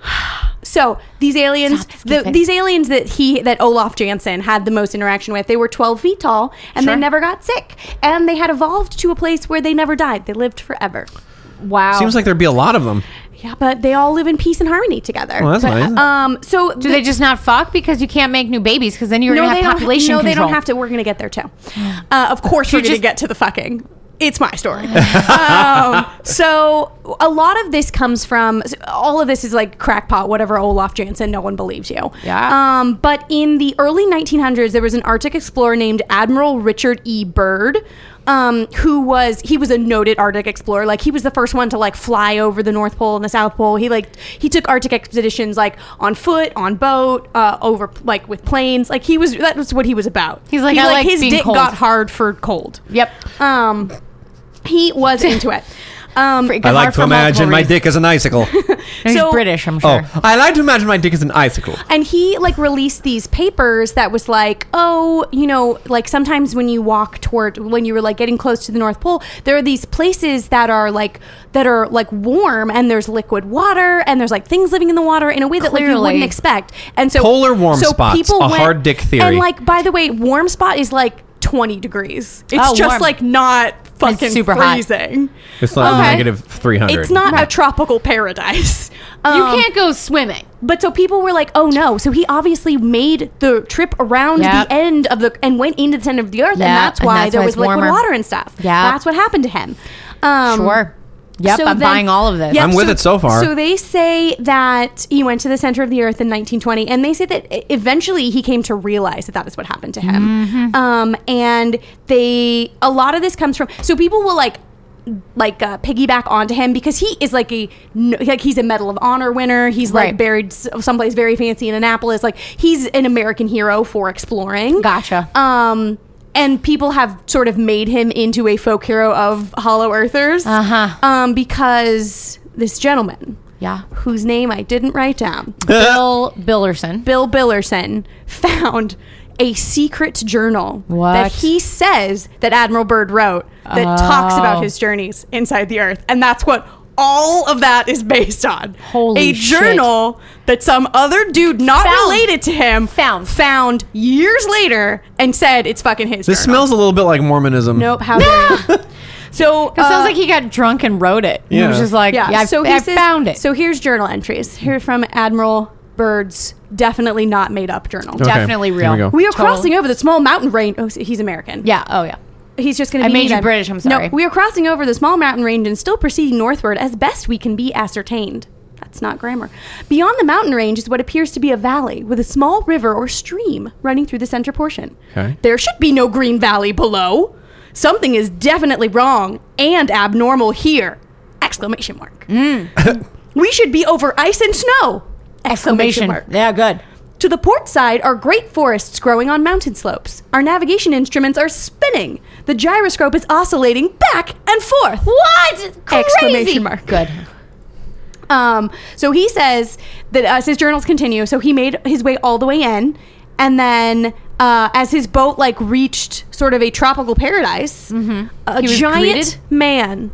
Speaker 3: so these aliens,
Speaker 2: Stop
Speaker 3: the,
Speaker 2: skipping.
Speaker 3: these aliens that he that Olaf Jansen had the most interaction with, they were 12 feet tall and
Speaker 2: Sure.
Speaker 3: they never got sick, and they had evolved to a place where they never died. They lived forever.
Speaker 2: Wow.
Speaker 4: Seems like there'd be a lot of them.
Speaker 3: Yeah, but they all live in peace and harmony together.
Speaker 4: Well, that's nice.
Speaker 3: Um, so
Speaker 2: do they just not fuck because you can't make new babies because then you're gonna have
Speaker 3: they don't-
Speaker 2: population
Speaker 3: No, they
Speaker 2: control.
Speaker 3: don't have to. We're going to get there too. Uh, of course, we're going to
Speaker 2: just-
Speaker 3: get to the fucking. It's my story. um, so a lot of this comes from all of this is like crackpot, whatever Olaf Jansen. No one believes you.
Speaker 2: Yeah.
Speaker 3: Um, but in the early 1900s, there was an Arctic explorer named Admiral Richard E. Byrd. Um, who was he was a noted Arctic explorer. Like he was the first one to like fly over the North Pole and the South Pole. He like he took Arctic expeditions like on foot, on boat, uh, over like with planes. Like he was that was what he was about.
Speaker 2: He's like,
Speaker 3: He,
Speaker 2: "I like
Speaker 3: his
Speaker 2: being
Speaker 3: dick
Speaker 2: cold."
Speaker 3: got hard for cold.
Speaker 2: Yep.
Speaker 3: Um, he was into it. Um,
Speaker 4: I like to imagine my dick as an icicle.
Speaker 2: He's
Speaker 3: so-
Speaker 2: British, I'm sure.
Speaker 4: oh, I like to imagine my dick as an icicle.
Speaker 3: and he like released these papers that was like oh you know like sometimes when you walk toward when you were like getting close to the north pole there are these places that are like that are like warm and there's liquid water and there's like things living in the water in a way that like you
Speaker 2: Clearly.
Speaker 3: wouldn't expect and so
Speaker 4: Polar warm spots, a hard dick theory.
Speaker 3: and like by the way warm spot is like 20 degrees it's
Speaker 2: Oh,
Speaker 3: just
Speaker 2: warm.
Speaker 3: like not fucking
Speaker 2: super hot.
Speaker 3: freezing
Speaker 4: It's like
Speaker 2: Okay.
Speaker 4: negative three hundred.
Speaker 3: it's not a tropical paradise um,
Speaker 2: you can't go swimming.
Speaker 3: but so people were like, "Oh no!" So he obviously made the trip around
Speaker 2: Yep.
Speaker 3: the end of the and went into the center of the earth, and
Speaker 2: Yep,
Speaker 3: that's
Speaker 2: and
Speaker 3: why
Speaker 2: that's
Speaker 3: there
Speaker 2: why
Speaker 3: was
Speaker 2: it's
Speaker 3: liquid
Speaker 2: warmer.
Speaker 3: water and stuff.
Speaker 2: Yeah.
Speaker 3: that's what happened to him. Um,
Speaker 2: Sure. Yep.
Speaker 3: so
Speaker 2: I'm
Speaker 3: then-
Speaker 2: buying all of this.
Speaker 3: Yeah,
Speaker 4: I'm with it so far.
Speaker 3: So they say that he went to the center of the earth in 1920, and they say that e- eventually he came to realize that that is what happened to him.
Speaker 2: Mm-hmm.
Speaker 3: Um, and they a lot of this comes from so people will like like uh, piggyback onto him because he is like a no- like he's a Medal of Honor winner. He's like
Speaker 2: Right.
Speaker 3: buried s- someplace very fancy in Annapolis. Like he's an American hero for exploring.
Speaker 2: Gotcha.
Speaker 3: Um, and people have sort of made him into a folk hero of Hollow Earthers.
Speaker 2: Uh-huh.
Speaker 3: Um, because this gentleman,
Speaker 2: Yeah.
Speaker 3: whose name I didn't write down,
Speaker 2: Bill Billerson.
Speaker 3: Bill Billerson, found a secret journal
Speaker 2: What?
Speaker 3: that he says that Admiral Byrd wrote that talks
Speaker 2: Oh.
Speaker 3: about his journeys inside the Earth, and that's what. All of that is based on
Speaker 2: Holy
Speaker 3: a
Speaker 2: shit.
Speaker 3: journal that some other dude not
Speaker 2: Found.
Speaker 3: related to him
Speaker 2: Found.
Speaker 3: found years later and said it's fucking his.
Speaker 4: This
Speaker 3: journal.
Speaker 4: smells a little bit like Mormonism.
Speaker 3: Nope. How dare you. So uh,
Speaker 2: It sounds like he got drunk and wrote it. He was
Speaker 4: Uh, Yeah.
Speaker 2: just like, yeah. I,
Speaker 3: so he
Speaker 2: I
Speaker 3: says-
Speaker 2: found it.
Speaker 3: So here's journal entries. Here from Admiral Byrd's definitely not made up journal.
Speaker 4: Okay,
Speaker 2: definitely
Speaker 4: here
Speaker 2: real.
Speaker 4: we go.
Speaker 3: We are
Speaker 2: Totally.
Speaker 3: crossing over the small mountain range. Oh, he's American.
Speaker 2: yeah. Oh yeah.
Speaker 3: He's just going
Speaker 2: I
Speaker 3: to be.
Speaker 2: made you
Speaker 3: needed.
Speaker 2: British, I'm sorry.
Speaker 3: No, we are crossing over the small mountain range and still proceeding northward as best we can be ascertained. That's not grammar. Beyond the mountain range is what appears to be a valley with a small river or stream running through the center portion.
Speaker 4: Okay.
Speaker 3: There should be no green valley below. Something is definitely wrong and abnormal here. Exclamation mark.
Speaker 2: Mm.
Speaker 3: we should be over ice and snow. Exclamation mark.
Speaker 2: Yeah. Good.
Speaker 3: To the port side are great forests growing on mountain slopes. Our navigation instruments are spinning. The gyroscope is oscillating back and forth. What?
Speaker 2: Crazy.
Speaker 3: Exclamation mark.
Speaker 2: Good.
Speaker 3: Um, so he says that as his journals continue, so he made his way all the way in, and then uh, as his boat like reached sort of a tropical paradise, a
Speaker 2: Mm-hmm. He was
Speaker 3: giant
Speaker 2: greeted?
Speaker 3: man,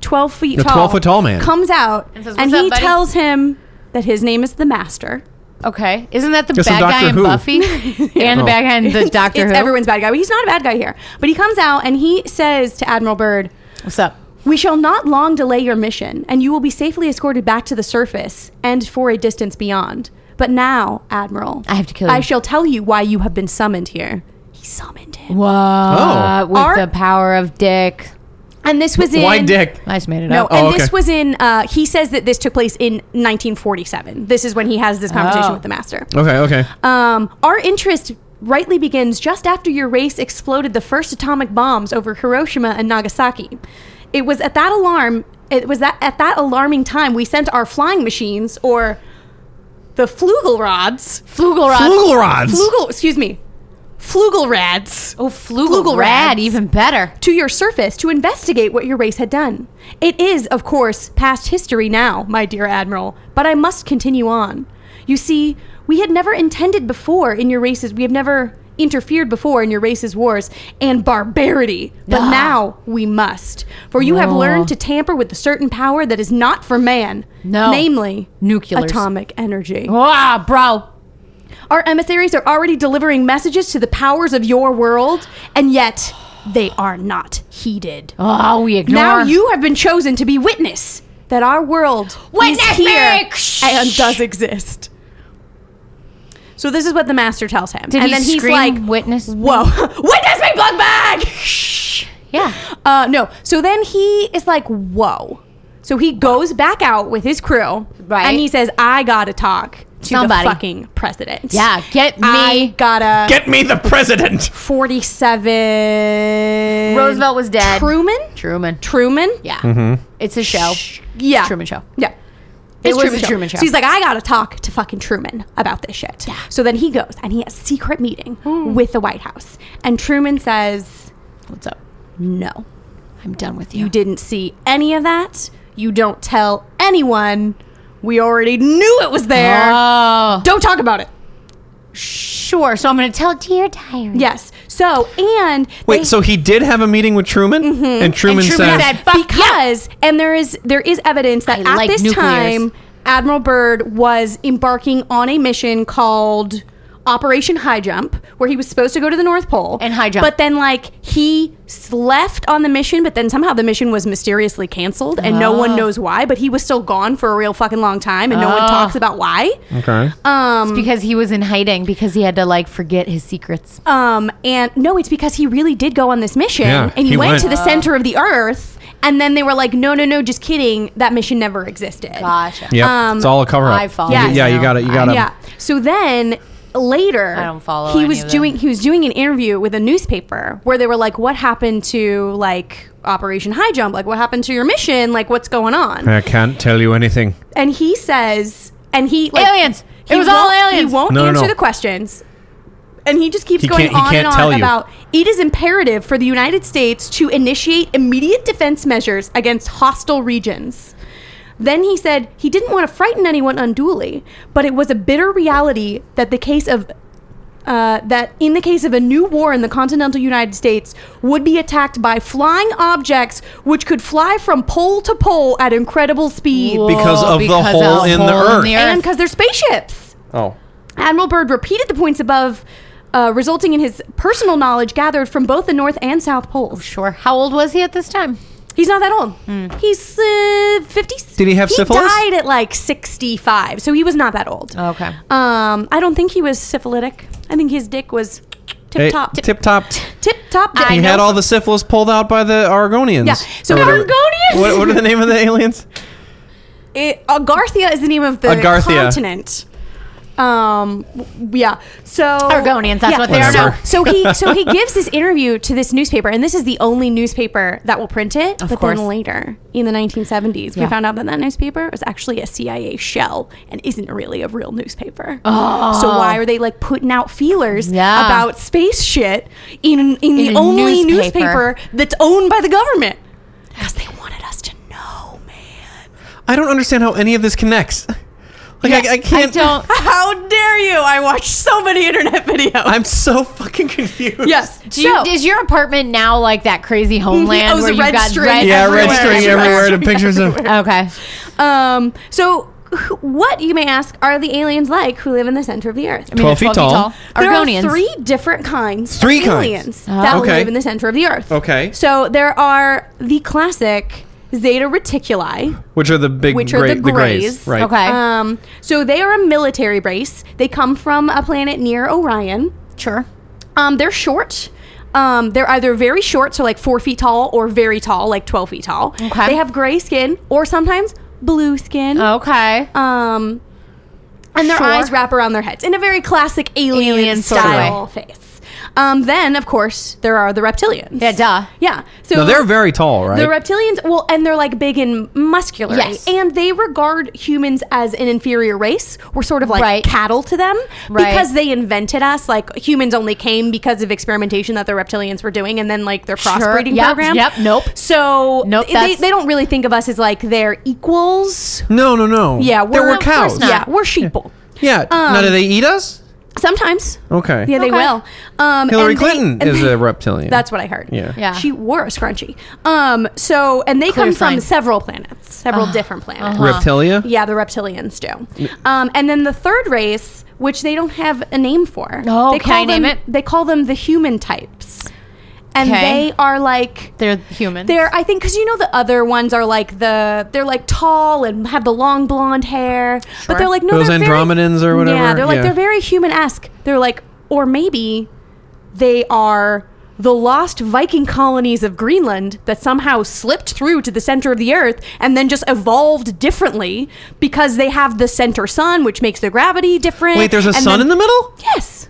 Speaker 3: twelve feet
Speaker 4: A
Speaker 3: tall,
Speaker 4: 12 foot tall man.
Speaker 3: comes out, and,
Speaker 2: says, "What's up,
Speaker 3: he
Speaker 2: buddy?"
Speaker 3: tells him that his name is the Master.
Speaker 2: Okay. Isn't that the
Speaker 4: Guess
Speaker 2: bad
Speaker 4: I'm
Speaker 2: guy
Speaker 4: Doctor
Speaker 2: in
Speaker 4: Who.
Speaker 2: Buffy and the
Speaker 4: Oh.
Speaker 2: bad guy in the
Speaker 3: It's-
Speaker 2: Doctor
Speaker 3: it's
Speaker 2: Who?
Speaker 3: Everyone's bad guy, but he's not a bad guy here. But he comes out and he says to Admiral Byrd,
Speaker 2: What's up?
Speaker 3: "We shall not long delay your mission, and you will be safely escorted back to the surface and for a distance beyond. But now, Admiral,
Speaker 2: I have to kill
Speaker 3: I
Speaker 2: you."
Speaker 3: shall tell you why you have been summoned here." He summoned him,
Speaker 2: What?
Speaker 4: Oh.
Speaker 2: With
Speaker 3: Our-
Speaker 2: the power of dick.
Speaker 3: and this was in
Speaker 4: Why dick?
Speaker 2: I just made it
Speaker 3: No,
Speaker 2: up.
Speaker 4: Oh,
Speaker 3: and
Speaker 4: okay.
Speaker 3: this was in. Uh, he says that this took place in 1947. This is when he has this conversation
Speaker 2: Oh.
Speaker 3: with the master.
Speaker 4: Okay, okay.
Speaker 3: Um, our interest rightly begins just after your race exploded the first atomic bombs over Hiroshima and Nagasaki. It was at that alarm. It was that at that alarming time we sent our flying machines or the flugelrods.
Speaker 2: Flugelrad.
Speaker 4: Flugelrods.
Speaker 3: Flugel. Excuse me. Flugelrads.
Speaker 2: oh, Flugelrad,
Speaker 3: Flugelrads.
Speaker 2: even better.
Speaker 3: to your surface to investigate what your race had done. It is, of course, past history now, my dear Admiral, but I must continue on. You see, we had never intended before in your races, we have never interfered before in your race's wars and barbarity, but
Speaker 2: Ah.
Speaker 3: now we must. For you have
Speaker 2: No.
Speaker 3: learned to tamper with a certain power that is not for man,
Speaker 2: No.
Speaker 3: namely
Speaker 2: Nuclears. Oh.
Speaker 3: atomic energy.
Speaker 2: Wow, bro.
Speaker 3: Our emissaries are already delivering messages to the powers of your world, and yet they are not heeded.
Speaker 2: Oh, we ignore.
Speaker 3: Now you have been chosen to be witness that our world
Speaker 2: Witness
Speaker 3: is here
Speaker 2: me!
Speaker 3: and does exist. So this is what the master tells him,
Speaker 2: Did
Speaker 3: and
Speaker 2: he
Speaker 3: then he's
Speaker 2: scream,
Speaker 3: like,
Speaker 2: "Witness me"?
Speaker 3: Whoa, witness me, bug bag!"
Speaker 2: Yeah.
Speaker 3: Uh, no. So then he is like, "Whoa." So he goes back out with his crew,
Speaker 2: Right.
Speaker 3: And he says, "I gotta talk to
Speaker 2: Somebody.
Speaker 3: the fucking president.
Speaker 2: Yeah, get
Speaker 3: I
Speaker 2: me.
Speaker 3: gotta
Speaker 4: Get me the president.
Speaker 3: 47.
Speaker 2: Roosevelt was dead.
Speaker 3: Truman?
Speaker 2: Truman.
Speaker 3: Truman?
Speaker 2: Yeah.
Speaker 4: Mm-hmm.
Speaker 2: It's a show.
Speaker 3: Yeah.
Speaker 2: Truman Show.
Speaker 3: Yeah.
Speaker 2: It
Speaker 3: It's
Speaker 2: was the Truman Show.
Speaker 3: So he's like, I gotta talk to fucking Truman about this shit. Yeah. So then he goes and he has a secret meeting
Speaker 2: Hmm.
Speaker 3: with the White House. And Truman says,
Speaker 2: What's up?
Speaker 3: No,
Speaker 2: I'm done with
Speaker 3: you
Speaker 2: you.
Speaker 3: didn't see any of that. You don't tell anyone. We already knew it was there.
Speaker 2: Oh,
Speaker 3: don't talk about it.
Speaker 2: sure. So I'm going to tell Dear Diary.
Speaker 3: Yes. So, and.
Speaker 4: Wait,
Speaker 3: they-
Speaker 4: so he did have a meeting with Truman, and Truman,
Speaker 2: And
Speaker 4: said,
Speaker 2: Truman said, "Fuck
Speaker 3: because and there is there is evidence that
Speaker 2: I
Speaker 3: at
Speaker 2: like
Speaker 3: this
Speaker 2: nuclears.
Speaker 3: time Admiral Byrd was embarking on a mission called Operation High Jump, where he was supposed to go to the North Pole
Speaker 2: And high jump.
Speaker 3: But then, like, he s- left on the mission, but then somehow the mission was mysteriously canceled, and no one knows why. But he was still gone for a real fucking long time, and no one
Speaker 2: Oh.
Speaker 3: talks about why.
Speaker 4: "Okay,
Speaker 3: Um,
Speaker 2: Because he was in hiding because he had to like forget his secrets.
Speaker 3: Um, and no, it's because he really did go on this mission
Speaker 4: Yeah,
Speaker 3: and he,
Speaker 4: he
Speaker 3: went,
Speaker 4: went.
Speaker 3: to the
Speaker 2: Uh.
Speaker 3: center of the earth. And then they were like, no, no, no, just kidding. That mission never existed.
Speaker 2: Gotcha.
Speaker 4: yep,
Speaker 3: um,
Speaker 4: it's all a cover up."
Speaker 2: I follow
Speaker 4: Yeah,
Speaker 3: you
Speaker 4: yeah, you
Speaker 2: now.
Speaker 4: got it. You
Speaker 2: I-
Speaker 4: got it.
Speaker 3: Yeah. So then later,
Speaker 2: I don't follow
Speaker 3: He
Speaker 2: any
Speaker 3: was
Speaker 2: of them.
Speaker 3: doing he was doing an interview with a newspaper where they were like, "What happened to like Operation High Jump? Like, what happened to your mission? Like, what's going on?"
Speaker 4: I can't tell you anything.
Speaker 3: And he says, and he like,
Speaker 2: Aliens. It
Speaker 3: he
Speaker 2: was all
Speaker 3: won't-
Speaker 2: aliens.
Speaker 3: He won't
Speaker 4: No, no,
Speaker 3: answer
Speaker 4: no.
Speaker 3: the questions. And he just keeps
Speaker 4: He
Speaker 3: going
Speaker 4: can't- he
Speaker 3: on and
Speaker 4: can't
Speaker 3: on
Speaker 4: tell you.
Speaker 3: about it is imperative for the United States to initiate immediate defense measures against hostile regions. Then he said he didn't want to frighten anyone unduly, but it was a bitter reality that the case of uh, that in the case of a new war in the continental United States would be attacked by flying objects which could fly from pole to pole at incredible speed.
Speaker 4: Because
Speaker 2: Whoa,
Speaker 4: of the
Speaker 2: because
Speaker 4: hole
Speaker 2: of
Speaker 4: in the earth.
Speaker 3: And because they're spaceships.
Speaker 4: Oh,
Speaker 3: Admiral Byrd repeated the points above, uh, resulting in his personal knowledge gathered from both the North and South Poles.
Speaker 2: sure. How old was he at this time?
Speaker 3: He's not that old. He's uh, 50s.
Speaker 4: Hmm. Did he have syphilis?
Speaker 3: He died at like 65, so he was not that old.
Speaker 2: Okay.
Speaker 3: Um, I don't think he was syphilitic. I think his dick was tip top.
Speaker 4: tip top.
Speaker 3: Tip top dick.
Speaker 2: I
Speaker 4: He had all the syphilis pulled out by the Argonians.
Speaker 3: Yeah. So
Speaker 4: Or whatever.
Speaker 3: Argonians!
Speaker 4: What, what are the name of the aliens?
Speaker 3: it, Agarthia is the name of the
Speaker 4: Agarthia.
Speaker 3: continent. Um, w- yeah. So
Speaker 2: Argonians, that's what they
Speaker 4: are
Speaker 3: So,
Speaker 4: now.
Speaker 3: so he so he gives this interview to this newspaper, and this is the only newspaper that will print it.
Speaker 2: Of
Speaker 3: but
Speaker 2: course.
Speaker 3: then later in the 1970s, we
Speaker 2: Yeah.
Speaker 3: found out that that newspaper was actually a CIA shell and isn't really a real newspaper. Oh. So why are they like putting out feelers
Speaker 2: Yeah.
Speaker 3: about space shit in in, the
Speaker 2: a
Speaker 3: only
Speaker 2: newspaper.
Speaker 3: newspaper that's owned by the government? Because they wanted us to know, man.
Speaker 4: I don't understand how any of this connects. Like I, I can't.
Speaker 2: don't.
Speaker 3: How dare you? I watch so many internet videos.
Speaker 4: I'm so fucking confused.
Speaker 3: yes.
Speaker 2: Do you, is your apartment now like that crazy homeland
Speaker 3: Oh, it's
Speaker 2: where
Speaker 3: a
Speaker 2: you've
Speaker 3: red
Speaker 2: got
Speaker 3: string
Speaker 2: red?
Speaker 4: Yeah,
Speaker 3: everywhere.
Speaker 4: red string
Speaker 3: Everywhere.
Speaker 4: everywhere to pictures of.
Speaker 2: Okay.
Speaker 3: um, so wh- what you may ask are the aliens like who live in the center of the earth?
Speaker 2: I mean,
Speaker 4: 12 feet
Speaker 2: they're
Speaker 4: tall.
Speaker 2: Argonians.
Speaker 3: There are Ah. three different kinds. of
Speaker 4: Three kinds.
Speaker 3: aliens that
Speaker 4: Okay.
Speaker 3: live in the center of the earth.
Speaker 4: Okay.
Speaker 3: So there are the classic Zeta Reticuli.
Speaker 4: Which are the big
Speaker 3: Which are
Speaker 4: gray,
Speaker 3: the
Speaker 4: the grays.
Speaker 3: grays.
Speaker 4: Right.
Speaker 2: Okay.
Speaker 3: Um, so they are a military race. They come from a planet near Orion.
Speaker 2: sure.
Speaker 3: Um, they're short. Um, they're either very short, so like four feet tall, or very tall, like twelve feet tall.
Speaker 2: Okay. Uh,
Speaker 3: They have gray skin, or sometimes blue skin.
Speaker 2: Okay.
Speaker 3: Um, and their
Speaker 2: Sure.
Speaker 3: eyes wrap around their heads in a very classic alien,
Speaker 2: Alien sort of
Speaker 3: style face. Um, then, of course, there are the reptilians.
Speaker 2: Yeah, duh.
Speaker 3: Yeah. So
Speaker 4: Now they're very tall, right?
Speaker 3: the reptilians, well, and they're like big and muscular.
Speaker 2: Yes.
Speaker 3: And they regard humans as an inferior race. We're sort of like
Speaker 2: Right.
Speaker 3: cattle to them
Speaker 2: Right.
Speaker 3: because they invented us. Like humans only came because of experimentation that the reptilians were doing and then like their crossbreeding
Speaker 2: Yep,
Speaker 3: program.
Speaker 2: yep, nope.
Speaker 3: So
Speaker 2: Nope,
Speaker 3: they,
Speaker 2: that's-
Speaker 3: they don't really think of us as like their equals.
Speaker 4: no, no, no.
Speaker 3: Yeah,
Speaker 4: there were
Speaker 3: of course
Speaker 4: cows.
Speaker 3: not. Yeah, we're sheeple.
Speaker 4: Yeah. now
Speaker 3: Um,
Speaker 4: do they eat us?
Speaker 3: Sometimes.
Speaker 4: Okay.
Speaker 3: Yeah, they
Speaker 2: Okay.
Speaker 3: will. Um,
Speaker 4: Hillary
Speaker 3: and they-
Speaker 4: Clinton
Speaker 3: and
Speaker 4: is
Speaker 3: they-
Speaker 4: a reptilian.
Speaker 3: That's what I heard.
Speaker 4: Yeah.
Speaker 2: Yeah.
Speaker 3: She wore a scrunchie. Um, so, and they
Speaker 2: Clear Uh-huh.
Speaker 3: come
Speaker 2: sign.
Speaker 3: from several planets, several different planets.
Speaker 4: Reptilia.
Speaker 3: Yeah, the reptilians do. Um, and then the third race, which they don't have a name for.
Speaker 2: Oh,
Speaker 3: they
Speaker 2: can I name
Speaker 3: them,
Speaker 2: it?
Speaker 3: They call them the human types. And
Speaker 2: Okay.
Speaker 3: they are like
Speaker 2: They're human.
Speaker 3: they're, I think, because you know the other ones are like the they're like tall and have the long blonde hair,
Speaker 2: Sure.
Speaker 3: but they're like no,
Speaker 4: Those
Speaker 3: they're very-
Speaker 4: Andromedans or whatever,
Speaker 3: Yeah, they're like
Speaker 4: yeah.
Speaker 3: they're very human esque. They're like, or maybe they are the lost Viking colonies of Greenland that somehow slipped through to the center of the earth and then just evolved differently because they have the center sun, which makes their gravity different.
Speaker 4: Wait, there's a
Speaker 3: and
Speaker 4: sun
Speaker 3: then-
Speaker 4: in the middle.
Speaker 3: Yes.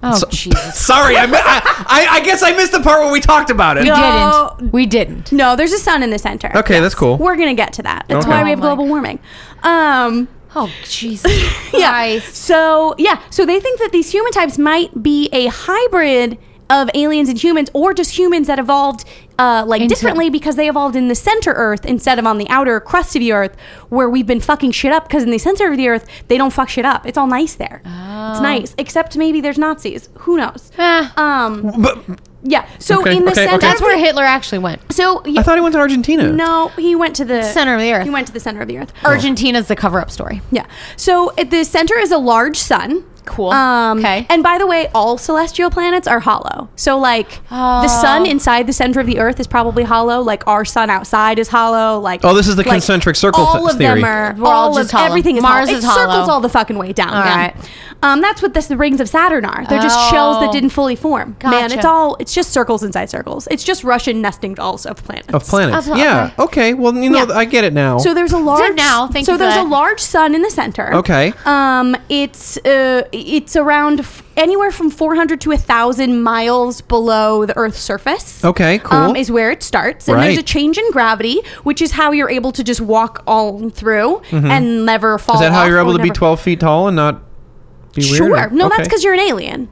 Speaker 2: oh
Speaker 4: So-
Speaker 2: Jesus.
Speaker 4: Sorry, I, mi- I, I I guess I missed the part where we talked about it.
Speaker 2: We
Speaker 3: No.
Speaker 2: didn't. We didn't.
Speaker 3: No, there's a sun in the center.
Speaker 4: Okay, that's cool.
Speaker 3: We're gonna get to that. That's
Speaker 4: Okay.
Speaker 3: why we
Speaker 2: Oh
Speaker 3: have
Speaker 2: my
Speaker 3: global
Speaker 2: God.
Speaker 3: warming. Um,
Speaker 2: Oh Jesus.
Speaker 3: yeah.
Speaker 2: Christ.
Speaker 3: So yeah, so they think that these human types might be a hybrid of aliens and humans, or just humans that evolved uh, like
Speaker 2: Into-
Speaker 3: differently because they evolved in the center Earth instead of on the outer crust of the Earth, where we've been fucking shit up. Because in the center of the Earth, they don't fuck shit up. It's all nice there.
Speaker 2: Oh.
Speaker 3: It's nice, except maybe there's Nazis. Who knows?
Speaker 2: Ah.
Speaker 3: Um,
Speaker 4: But
Speaker 3: yeah. So
Speaker 4: Okay,
Speaker 3: in the
Speaker 4: okay,
Speaker 3: center,
Speaker 4: okay.
Speaker 2: That's
Speaker 3: of
Speaker 2: where
Speaker 3: the-
Speaker 2: Hitler actually went.
Speaker 3: So yeah,
Speaker 4: I thought he went to Argentina.
Speaker 3: no, he went to the
Speaker 2: Center of the Earth.
Speaker 3: He went to the center of the Earth.
Speaker 2: Argentina's the cover-up story.
Speaker 3: Yeah. So at the center is a large sun.
Speaker 2: Cool.
Speaker 3: Um,
Speaker 2: Okay.
Speaker 3: And by the way, all celestial planets are hollow. So like
Speaker 2: Oh.
Speaker 3: the sun inside the center of the Earth is probably hollow. Like our sun outside is hollow. Like
Speaker 4: Oh, this is the
Speaker 3: like,
Speaker 4: concentric circle
Speaker 3: All
Speaker 4: th-
Speaker 3: of
Speaker 4: theory.
Speaker 3: them are.
Speaker 2: We're all
Speaker 3: all
Speaker 2: just
Speaker 3: of
Speaker 2: hollow.
Speaker 3: everything is
Speaker 2: Mars
Speaker 3: hollow.
Speaker 2: is
Speaker 3: it circles
Speaker 2: hollow.
Speaker 3: all the fucking way down.
Speaker 2: All
Speaker 3: yeah.
Speaker 2: right.
Speaker 3: Um, that's what this, the rings of Saturn are. They're just shells that
Speaker 2: Oh.
Speaker 3: didn't fully form. Man,
Speaker 2: Gotcha.
Speaker 3: it's all it's just circles inside circles. It's just Russian nesting dolls of planets.
Speaker 4: Of planets.
Speaker 2: Of-
Speaker 4: yeah. Okay. Well, you know,
Speaker 3: Yeah.
Speaker 4: I get it now.
Speaker 3: So there's a large
Speaker 2: now. Thank
Speaker 3: so
Speaker 2: you for
Speaker 3: there's
Speaker 2: that.
Speaker 3: a large sun in the center.
Speaker 4: Okay.
Speaker 3: Um, it's uh, it's around f- anywhere from 400 to 1,000 miles below the Earth's surface.
Speaker 4: Okay, cool.
Speaker 3: Um, is where it starts, and there's
Speaker 4: Right.
Speaker 3: a change in gravity, which is how you're able to just walk all through and never fall.
Speaker 4: Mm-hmm. is that how
Speaker 3: off
Speaker 4: you're
Speaker 3: or
Speaker 4: able to be
Speaker 3: never-
Speaker 4: 12 feet tall and not be
Speaker 3: Sure.
Speaker 4: weird?
Speaker 3: No, that's because you're an alien.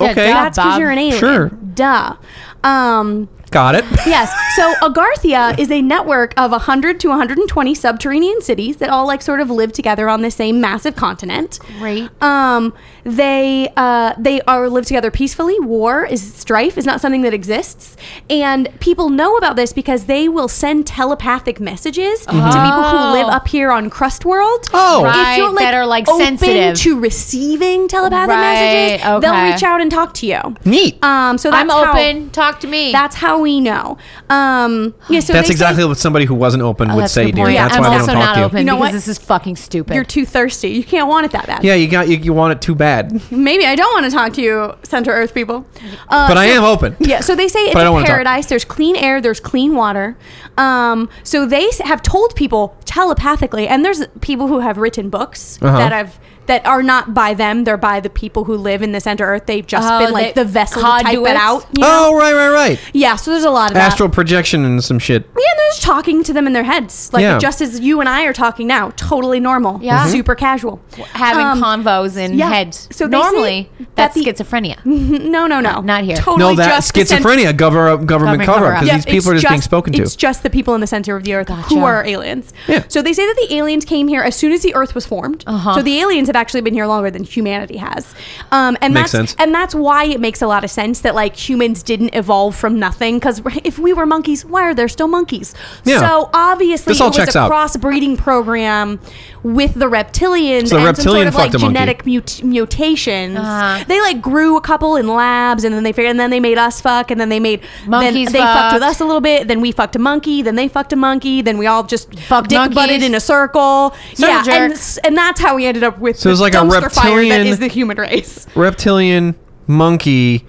Speaker 4: Okay.
Speaker 2: Yeah,
Speaker 3: That's because
Speaker 2: Bob.
Speaker 3: you're an alien.
Speaker 4: Sure.
Speaker 3: Duh. Um,
Speaker 4: Got it.
Speaker 3: Yes. So Agarthia is a network of 100 to 120 subterranean cities that all like sort of live together on the same massive continent.
Speaker 2: Great.
Speaker 3: Um, they uh, they are live together peacefully. War is strife is not something that exists, and people know about this because they will send telepathic messages
Speaker 2: Uh-huh.
Speaker 3: to people who live up here on Crust World.
Speaker 4: Oh.
Speaker 2: Oh. Right, that are, like,
Speaker 3: open
Speaker 2: sensitive.
Speaker 3: to receiving telepathic
Speaker 2: Right,
Speaker 3: messages, they'll
Speaker 2: okay.
Speaker 3: reach out and talk to you.
Speaker 4: Neat.
Speaker 3: Um, so
Speaker 2: I'm
Speaker 3: that's how-
Speaker 2: open. Talk to me.
Speaker 3: that's how we know. Um, yeah, so
Speaker 4: that's
Speaker 3: they say- Oh,
Speaker 4: exactly what somebody who wasn't open would
Speaker 2: That's a
Speaker 4: say,
Speaker 2: good
Speaker 4: dear.
Speaker 2: point.
Speaker 4: That's
Speaker 2: I'm
Speaker 4: why I
Speaker 2: also
Speaker 4: don't talk
Speaker 2: not
Speaker 4: to you.
Speaker 2: open
Speaker 3: You know
Speaker 2: because
Speaker 3: what?
Speaker 2: this is fucking stupid.
Speaker 3: You're too thirsty. You can't want it that bad.
Speaker 4: Yeah, you got you, you want it too bad,
Speaker 3: Maybe I don't want to talk to you, Center Earth people. Uh,
Speaker 4: but I
Speaker 3: so-
Speaker 4: am open.
Speaker 3: Yeah, so they say it's
Speaker 4: But I don't
Speaker 3: a
Speaker 4: wanna talk.
Speaker 3: paradise. There's clean air. There's clean water. Um, so they s- have told people telepathically, and there's people who have written books
Speaker 4: Uh-huh.
Speaker 3: that have that are not by them. They're by the people who live in the Center Earth. They've just
Speaker 2: Oh,
Speaker 3: been like
Speaker 2: they-
Speaker 3: the vessel to type it
Speaker 2: conduits?
Speaker 3: out. You know?
Speaker 4: Oh, right, right, right.
Speaker 3: yeah. So there's a lot of that.
Speaker 4: Astral projection and some shit.
Speaker 3: Yeah, and they're just talking to them in their heads, like
Speaker 4: Yeah.
Speaker 3: just as you and I are talking now, totally normal,
Speaker 2: Yeah. Mhm.
Speaker 3: super casual,
Speaker 2: having
Speaker 3: Um,
Speaker 2: convos in
Speaker 3: yeah.
Speaker 2: heads.
Speaker 3: So
Speaker 2: So
Speaker 3: they say
Speaker 2: normally
Speaker 3: that
Speaker 2: that's
Speaker 3: the-
Speaker 2: schizophrenia.
Speaker 3: No, no, no,
Speaker 2: Not here.
Speaker 3: Totally
Speaker 4: No, that
Speaker 3: just the cent-
Speaker 4: schizophrenia uh, government government cover
Speaker 2: Government
Speaker 4: up
Speaker 2: cover-up.
Speaker 4: because
Speaker 2: Yeah,
Speaker 4: these people are
Speaker 3: it's
Speaker 4: just being spoken to.
Speaker 3: It's just the people in the center of the earth who
Speaker 2: Gotcha.
Speaker 3: are aliens.
Speaker 4: Yeah.
Speaker 3: So they say that the aliens came here as soon as the earth was formed.
Speaker 2: Uh-huh.
Speaker 3: So the aliens have actually been here longer than humanity has. Um, and
Speaker 4: Makes
Speaker 3: that's
Speaker 4: sense.
Speaker 3: and that's why it makes a lot of sense that like humans didn't evolve from nothing because if we were monkeys, why are there still monkeys?
Speaker 4: Yeah.
Speaker 3: So obviously
Speaker 4: This all
Speaker 3: it was
Speaker 4: checks
Speaker 3: a
Speaker 4: out.
Speaker 3: crossbreeding program with the reptilians
Speaker 4: So the
Speaker 3: and
Speaker 4: reptilian
Speaker 3: some
Speaker 4: fucked
Speaker 3: sort
Speaker 4: a
Speaker 3: of like
Speaker 4: monkey.
Speaker 3: genetic mut- mutations.
Speaker 2: Uh-huh.
Speaker 3: They like grew a couple in labs and then they figured and then they made us fuck and then they made
Speaker 2: Monkeys
Speaker 3: then they fucked with
Speaker 2: fucked.
Speaker 3: us a little bit. Then we fucked a monkey. Then they fucked a monkey. Then we all just
Speaker 2: Fucked
Speaker 3: dick butted
Speaker 2: monkeys.
Speaker 3: in a circle.
Speaker 2: Circle
Speaker 3: yeah, and,
Speaker 2: jerks.
Speaker 3: s- and that's how we ended up with
Speaker 4: So
Speaker 3: the
Speaker 4: it's like a
Speaker 3: dumpster fire that
Speaker 4: reptilian-
Speaker 3: is the human race.
Speaker 4: reptilian monkey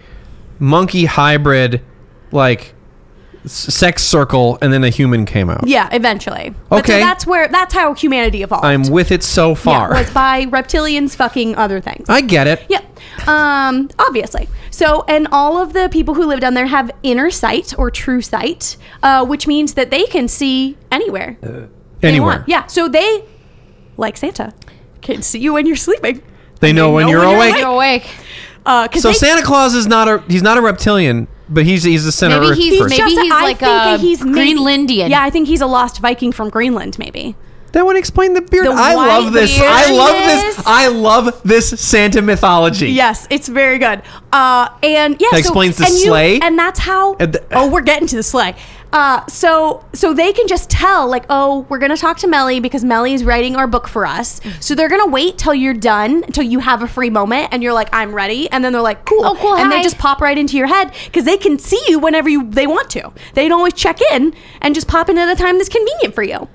Speaker 4: monkey hybrid like s- sex circle, and then a human came out.
Speaker 3: Yeah, eventually. But so
Speaker 4: Okay.
Speaker 3: that's where that's how humanity evolved.
Speaker 4: I'm with it so far. Ah.
Speaker 3: Yeah, was by reptilians fucking other things.
Speaker 4: I get it.
Speaker 3: Yep. Um, obviously. So, and all of the people who live down there have inner sight or true sight, uh, which means that they can see anywhere. they
Speaker 4: Anywhere.
Speaker 3: want. Yeah. So they, like Santa, can see you when you're sleeping.
Speaker 4: They know when you're awake.
Speaker 2: You're awake.
Speaker 3: Uh, 'cause
Speaker 4: So
Speaker 3: they-
Speaker 4: Santa Claus is not a he's not a reptilian, but he's he's the center
Speaker 2: Maybe
Speaker 4: Earth
Speaker 2: he's-
Speaker 4: person.
Speaker 2: maybe-
Speaker 3: just- I
Speaker 2: like
Speaker 3: think
Speaker 2: a
Speaker 3: he's maybe-
Speaker 2: Greenlandian.
Speaker 3: yeah, I think he's a lost Viking from Greenland, maybe.
Speaker 4: That would explain the beard.
Speaker 3: The
Speaker 4: I
Speaker 3: white
Speaker 4: love this.
Speaker 3: beard.
Speaker 4: I love
Speaker 3: Yes.
Speaker 4: this. I love this Santa mythology.
Speaker 3: Yes, it's very good. Uh, and yeah,
Speaker 4: That
Speaker 3: so-
Speaker 4: explains the
Speaker 3: and you-
Speaker 4: sleigh.
Speaker 3: and that's how.
Speaker 4: And the-
Speaker 3: oh, we're getting to the sleigh. Uh, so so they can just tell like, oh, we're gonna talk to Melly because Melly is writing our book for us. So they're gonna wait till you're done, till you have a free moment, and you're like, I'm ready. And then they're like, cool,
Speaker 2: Oh, cool,
Speaker 3: and they
Speaker 2: hi.
Speaker 3: just pop right into your head because they can see you whenever you, they want to. They can always check in and just pop in at a time that's convenient for you.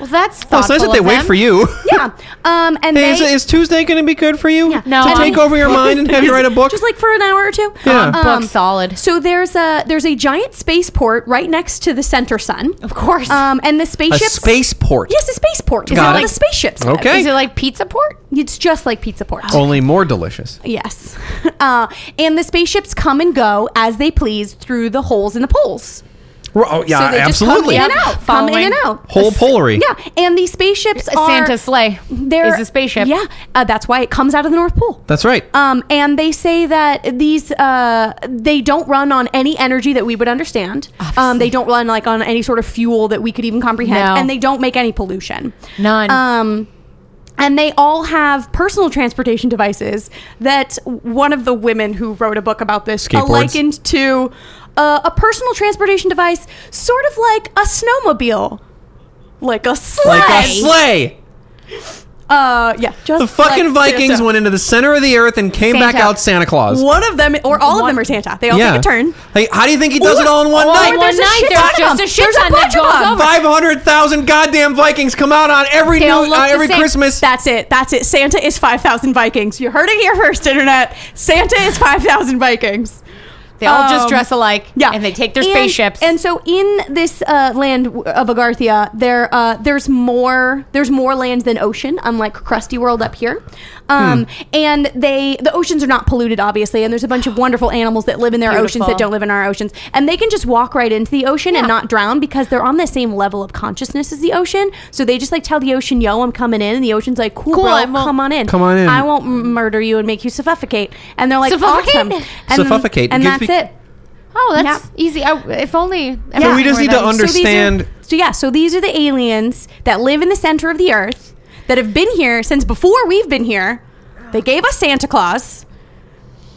Speaker 2: Well, that's
Speaker 4: Oh,
Speaker 2: thoughtful.
Speaker 4: so that's that they
Speaker 2: of
Speaker 4: wait
Speaker 2: them.
Speaker 4: for you.
Speaker 3: Yeah. Um, and
Speaker 4: Hey,
Speaker 3: they,
Speaker 4: is, is Tuesday going to be good for you?
Speaker 2: No,
Speaker 4: To
Speaker 2: I'm-
Speaker 4: take over your mind and have you write a book?
Speaker 3: just like for an hour or two.
Speaker 4: Yeah.
Speaker 2: Um, book solid.
Speaker 3: So there's a there's a giant spaceport right next to the center sun.
Speaker 2: Of course.
Speaker 3: Um, and the
Speaker 4: a
Speaker 3: spaceships.
Speaker 4: spaceport.
Speaker 3: Yes, a spaceport. Is
Speaker 4: Got
Speaker 3: all
Speaker 4: it.
Speaker 3: the spaceships. live.
Speaker 4: Okay. Oh.
Speaker 2: Is it like pizza port?
Speaker 3: It's just like pizza port.
Speaker 4: Only more delicious.
Speaker 3: Yes. Uh, and the spaceships come and go as they please through the holes in the poles.
Speaker 4: Oh yeah,
Speaker 3: they
Speaker 4: absolutely.
Speaker 3: just come in and
Speaker 2: Yep.
Speaker 3: out. Come in and out.
Speaker 4: Whole
Speaker 3: Yes.
Speaker 4: Polary.
Speaker 3: Yeah. And the spaceships are
Speaker 2: Santa sleigh
Speaker 3: they're-
Speaker 2: is a spaceship.
Speaker 3: Yeah. Uh, that's why it comes out of the North Pole.
Speaker 4: That's right.
Speaker 3: Um, and they say that these uh, they don't run on any energy that we would understand. Um, they don't run like on any sort of fuel that we could even comprehend,
Speaker 2: No.
Speaker 3: and they don't make any pollution.
Speaker 2: None.
Speaker 3: Um, and they all have personal transportation devices that one of the women who wrote a book about this uh,
Speaker 4: Skateboards.
Speaker 3: likened to uh, a personal transportation device, sort of like a snowmobile, like a sleigh.
Speaker 4: like a sleigh.
Speaker 3: Uh, yeah, just
Speaker 4: The fucking
Speaker 3: like
Speaker 4: Vikings
Speaker 3: Santa.
Speaker 4: went into the center of the earth and came back
Speaker 2: Santa.
Speaker 4: out Santa Claus.
Speaker 3: One of them, or all of them, are Santa. They all take a turn.
Speaker 4: Hey, how do you think he does it all in one
Speaker 3: Or
Speaker 4: night?
Speaker 3: there's a
Speaker 2: night,
Speaker 3: shit
Speaker 2: there's
Speaker 3: ton of
Speaker 2: just
Speaker 3: them.
Speaker 2: a shit
Speaker 3: There's a
Speaker 2: ton that
Speaker 3: bunch of
Speaker 2: goes
Speaker 3: them.
Speaker 2: over.
Speaker 4: Five hundred thousand goddamn Vikings come out on every
Speaker 2: They
Speaker 4: new,
Speaker 2: all look
Speaker 4: on
Speaker 2: the
Speaker 4: every
Speaker 2: same.
Speaker 4: Christmas.
Speaker 3: That's it. That's it. Santa is 5,000 Vikings. You heard it here first, internet. Santa is 5,000 Vikings.
Speaker 2: They all just
Speaker 3: Um,
Speaker 2: dress alike.
Speaker 3: Yeah.
Speaker 2: And they take their
Speaker 3: And-
Speaker 2: spaceships.
Speaker 3: And so in this uh, land w- of Agarthia, there uh, there's more there's more land than ocean, unlike Krusty World up here. Um,
Speaker 2: Hmm.
Speaker 3: And they the oceans are not polluted, obviously, and there's a bunch of wonderful animals that live in their oceans that
Speaker 2: Beautiful.
Speaker 3: don't live in our oceans. And they can just walk right into the ocean and
Speaker 2: Yeah.
Speaker 3: not drown because they're on the same level of consciousness as the ocean. So they just like tell the ocean, yo, I'm coming in. And the ocean's like, cool,
Speaker 2: Cool,
Speaker 3: bro,
Speaker 2: I won't-
Speaker 3: come on in.
Speaker 4: Come on in.
Speaker 3: I won't m- murder you and make you suffocate. And they're like,
Speaker 2: Suffocate?
Speaker 3: awesome. And,
Speaker 4: Suffocate.
Speaker 3: And
Speaker 4: Gives
Speaker 3: that's
Speaker 4: me-
Speaker 3: it.
Speaker 2: oh, that's
Speaker 3: yeah.
Speaker 2: easy. I, if only.
Speaker 4: So
Speaker 2: everyone
Speaker 4: we just
Speaker 2: were
Speaker 4: need to
Speaker 2: that easy.
Speaker 3: So these are-
Speaker 4: understand.
Speaker 3: So, yeah, so these are the aliens that live in the center of the earth that have been here since before we've been here. They gave us Santa Claus.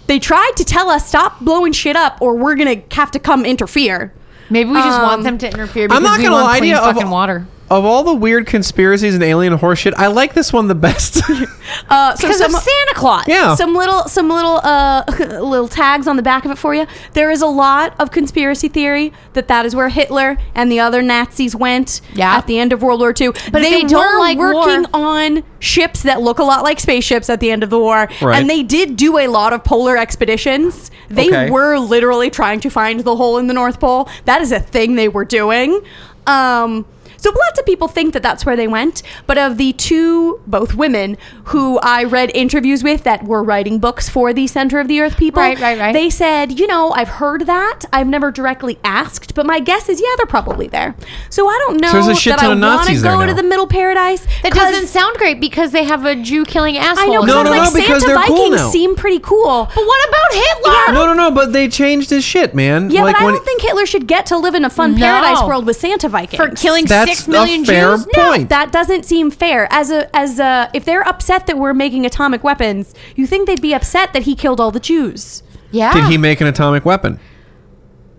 Speaker 3: They tried to tell us stop blowing shit up or we're gonna have to come interfere.
Speaker 2: Maybe we just
Speaker 3: Um,
Speaker 2: want them to interfere because
Speaker 4: I'm not
Speaker 2: we
Speaker 4: gonna
Speaker 2: want
Speaker 4: lie to
Speaker 2: clean
Speaker 4: you.
Speaker 2: fucking
Speaker 4: Of,
Speaker 2: water.
Speaker 4: of all the weird conspiracies and alien horseshit, I like this one the best.
Speaker 3: Uh, so
Speaker 2: 'Cause of Santa Claus.
Speaker 4: Yeah.
Speaker 3: Some little some little uh, little tags on the back of it for you. There is a lot of conspiracy theory that that is where Hitler and the other Nazis went
Speaker 2: Yeah.
Speaker 3: at the end of World War II. But
Speaker 2: if they don't like war-
Speaker 3: working on ships that look a lot like spaceships at the end of the war,
Speaker 4: Right.
Speaker 3: and they did do a lot of polar expeditions. They
Speaker 4: Okay.
Speaker 3: were literally trying to find the hole in the North Pole. That is a thing they were doing. Um, so lots of people think that that's where they went. But of the two, both women who I read interviews with that were writing books for the Center of the Earth people,
Speaker 2: Right, right, right.
Speaker 3: They said, you know, I've heard that. I've never directly asked, but my guess is, yeah, they're probably there. So I don't know
Speaker 4: there's a shit
Speaker 3: that
Speaker 4: ton
Speaker 3: I
Speaker 4: of
Speaker 3: want to
Speaker 4: Nazis there
Speaker 3: go
Speaker 4: now.
Speaker 3: to the middle paradise.
Speaker 2: That
Speaker 3: 'cause-
Speaker 2: doesn't sound great because they have a Jew killing
Speaker 3: I
Speaker 2: asshole.
Speaker 3: know, 'cause
Speaker 4: No,
Speaker 3: I was
Speaker 4: no,
Speaker 3: like,
Speaker 4: no, because
Speaker 3: Santa
Speaker 4: they're cool
Speaker 3: Vikings
Speaker 4: now.
Speaker 3: seem pretty cool.
Speaker 2: But what about Hitler?
Speaker 4: no, no, no. But they changed his shit, man.
Speaker 3: Yeah,
Speaker 4: Like,
Speaker 3: but I
Speaker 4: when-
Speaker 3: don't think Hitler should get to live in a fun
Speaker 2: No.
Speaker 3: paradise world with Santa Vikings
Speaker 2: For killing
Speaker 4: That's
Speaker 2: six million
Speaker 4: a fair
Speaker 2: Jews?
Speaker 4: point.
Speaker 3: That doesn't seem fair. As a as a, if they're upset that we're making atomic weapons, you think they'd be upset that he killed all the Jews?
Speaker 2: Yeah.
Speaker 4: Did he make an atomic weapon?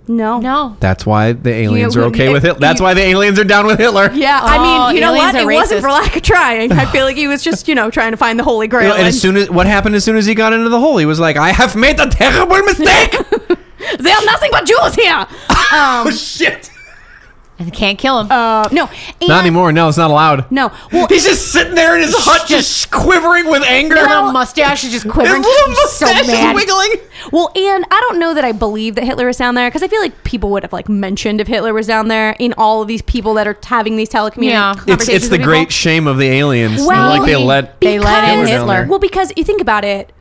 Speaker 3: No,
Speaker 2: No.
Speaker 4: That's why the aliens
Speaker 3: You-
Speaker 4: are okay
Speaker 3: you-
Speaker 4: with Hitler. That's
Speaker 3: you-
Speaker 4: why the aliens are down with Hitler.
Speaker 3: Yeah, I
Speaker 2: Oh,
Speaker 3: mean, you know
Speaker 2: aliens
Speaker 3: what? It
Speaker 2: are
Speaker 3: wasn't
Speaker 2: racist.
Speaker 3: for lack of trying. I feel like he was just, you know, trying to find the Holy
Speaker 4: You
Speaker 3: Grail.
Speaker 4: know, and as soon as what happened, as soon as he got into the hole, he was like, "I have made a terrible mistake." Oh,
Speaker 3: they are nothing but Jews here. Um,
Speaker 4: shit.
Speaker 2: I can't kill him.
Speaker 3: Uh, no, and-
Speaker 4: Not anymore. No, it's not allowed.
Speaker 3: No, well,
Speaker 4: He's just sitting there in his hut, just quivering with anger.
Speaker 2: His little mustache is just quivering.
Speaker 4: Oh,
Speaker 2: He's so mad.
Speaker 4: wiggling.
Speaker 3: well, and I don't know that I believe that Hitler is down there because I feel like people would have like mentioned if Hitler was down there in all of these people that are having these telecommuni-
Speaker 2: Yeah. It's-
Speaker 4: It's,
Speaker 3: conversations.
Speaker 4: it's the
Speaker 3: with
Speaker 4: great
Speaker 3: people.
Speaker 4: shame of the aliens. like they let
Speaker 2: they let in
Speaker 3: because-
Speaker 2: Hitler.
Speaker 3: Well, because you think about it,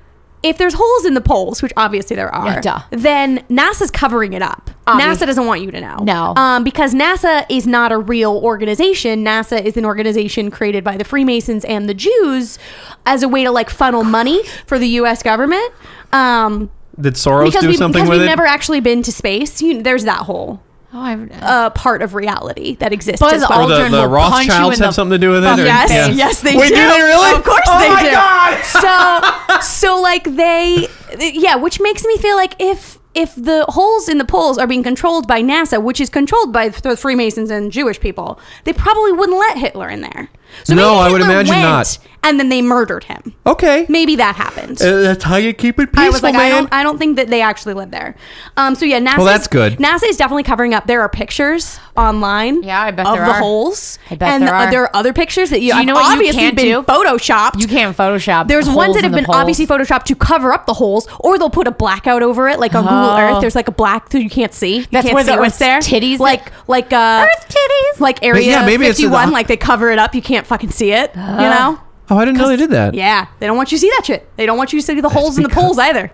Speaker 3: if there's holes in the poles, which obviously there are,
Speaker 2: Yeah, duh.
Speaker 3: then NASA's covering it up.
Speaker 2: Obvi-
Speaker 3: NASA doesn't want you to know.
Speaker 2: No.
Speaker 3: Um, because NASA is not a real organization. NASA is an organization created by the Freemasons and the Jews as a way to like funnel money for the U.S. government. Um,
Speaker 4: did Soros
Speaker 3: because
Speaker 4: do
Speaker 3: we,
Speaker 4: something
Speaker 3: because
Speaker 4: with
Speaker 3: we've
Speaker 4: it?
Speaker 3: never actually been to space. You, there's that whole
Speaker 2: Oh, I've,
Speaker 3: uh, part of reality that exists.
Speaker 2: Buzz
Speaker 3: as well.
Speaker 4: or the,
Speaker 2: Aldrin
Speaker 4: the
Speaker 2: will punch you
Speaker 4: Rothschilds
Speaker 2: in the
Speaker 4: have something to do with it?
Speaker 2: fucking
Speaker 4: or-
Speaker 3: Yes,
Speaker 2: Yeah.
Speaker 3: yes, they
Speaker 4: Wait, do
Speaker 3: do.
Speaker 4: they really?
Speaker 3: Of course
Speaker 4: Oh
Speaker 3: they
Speaker 4: my
Speaker 3: do.
Speaker 4: God!
Speaker 3: So, so like they, yeah, which makes me feel like if if the holes in the poles are being controlled by NASA, which is controlled by the Freemasons and Jewish people, they probably wouldn't let Hitler in there. So
Speaker 4: No,
Speaker 3: maybe
Speaker 4: I would
Speaker 3: Hitler
Speaker 4: imagine
Speaker 3: went,
Speaker 4: not. Oh.
Speaker 3: And then they murdered him.
Speaker 4: Okay.
Speaker 3: Maybe that happened.
Speaker 4: Uh, that's how you keep it peaceful,
Speaker 3: I was like, I
Speaker 4: man.
Speaker 3: don't, I don't think that they actually live there. Um, so yeah, NASA.
Speaker 4: that's good.
Speaker 3: NASA is definitely covering up. There are pictures online.
Speaker 2: Yeah, I bet
Speaker 3: of
Speaker 2: there
Speaker 3: the
Speaker 2: are.
Speaker 3: holes.
Speaker 2: I bet
Speaker 3: and uh,
Speaker 2: there are.
Speaker 3: there are other pictures that you,
Speaker 2: Do you
Speaker 3: have
Speaker 2: know what you
Speaker 3: obviously
Speaker 2: can't
Speaker 3: been
Speaker 2: do?
Speaker 3: photoshopped.
Speaker 2: you can't Photoshop.
Speaker 3: There's
Speaker 2: holes
Speaker 3: ones that
Speaker 2: in
Speaker 3: have
Speaker 2: the
Speaker 3: been
Speaker 2: poles.
Speaker 3: obviously photoshopped to cover up the holes, or they'll put a blackout over it, like on Google
Speaker 2: Oh.
Speaker 3: Earth. There's like a black so you can't see. You
Speaker 2: That's
Speaker 3: can't
Speaker 2: where
Speaker 3: see
Speaker 2: the
Speaker 3: what's
Speaker 2: Earth's
Speaker 3: there.
Speaker 2: titties-
Speaker 3: like like uh, Earth titties, like Area
Speaker 4: yeah, maybe it's the-
Speaker 3: 51. like they cover it up, you can't fucking see it. you know?
Speaker 4: oh, I didn't know they did that.
Speaker 3: Yeah, they don't want you to see that shit. They don't want you to see the holes in the
Speaker 4: because-
Speaker 3: poles either.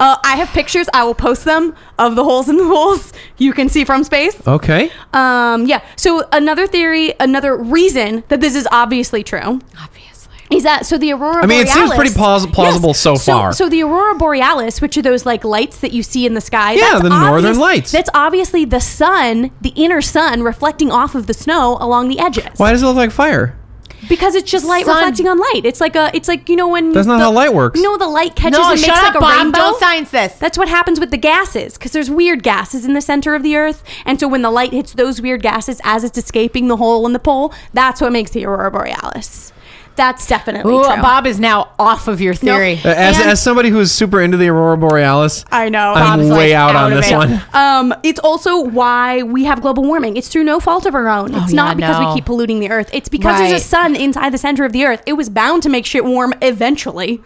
Speaker 3: Uh, I have pictures. I will post them of the holes in the poles you can see from space.
Speaker 4: Okay.
Speaker 3: Um, yeah. So another theory, another reason that this is obviously true
Speaker 2: Obviously.
Speaker 3: is that so the aurora.
Speaker 4: I mean, it
Speaker 3: borealis,
Speaker 4: seems pretty plaus- plausible so far.
Speaker 3: So the aurora borealis, which are those like lights that you see in the sky.
Speaker 4: Yeah,
Speaker 3: that's
Speaker 4: the northern lights.
Speaker 3: That's obviously the sun, the inner sun, reflecting off of the snow along the edges.
Speaker 4: Why does it look like fire?
Speaker 3: Because it's just light
Speaker 2: Sun.
Speaker 3: reflecting on light. It's like a, it's like you know when
Speaker 4: That's not
Speaker 3: the-
Speaker 4: how light works.
Speaker 3: You know the light catches
Speaker 2: No,
Speaker 3: and
Speaker 2: shut
Speaker 3: makes
Speaker 2: up,
Speaker 3: like a
Speaker 2: Bob.
Speaker 3: rainbow.
Speaker 2: Don't science this.
Speaker 3: That's what happens with the gases because there's weird gases in the center of the Earth, and so when the light hits those weird gases as it's escaping the hole in the pole, that's what makes the aurora borealis. That's definitely
Speaker 2: Ooh,
Speaker 3: true.
Speaker 2: Bob is now off of your theory.
Speaker 4: Uh, As,
Speaker 3: And-
Speaker 4: as somebody who is super into the aurora borealis,
Speaker 3: I know.
Speaker 4: I'm
Speaker 2: Bob's, like,
Speaker 4: way out,
Speaker 2: out
Speaker 4: on
Speaker 2: of
Speaker 4: this
Speaker 2: it.
Speaker 4: one.
Speaker 3: Um, it's also why we have global warming. It's through no fault of our own. It's
Speaker 2: Oh, yeah,
Speaker 3: not because
Speaker 2: no.
Speaker 3: we keep polluting the earth. It's because
Speaker 2: Right.
Speaker 3: there's a sun inside the center of the earth. It was bound to make shit warm eventually.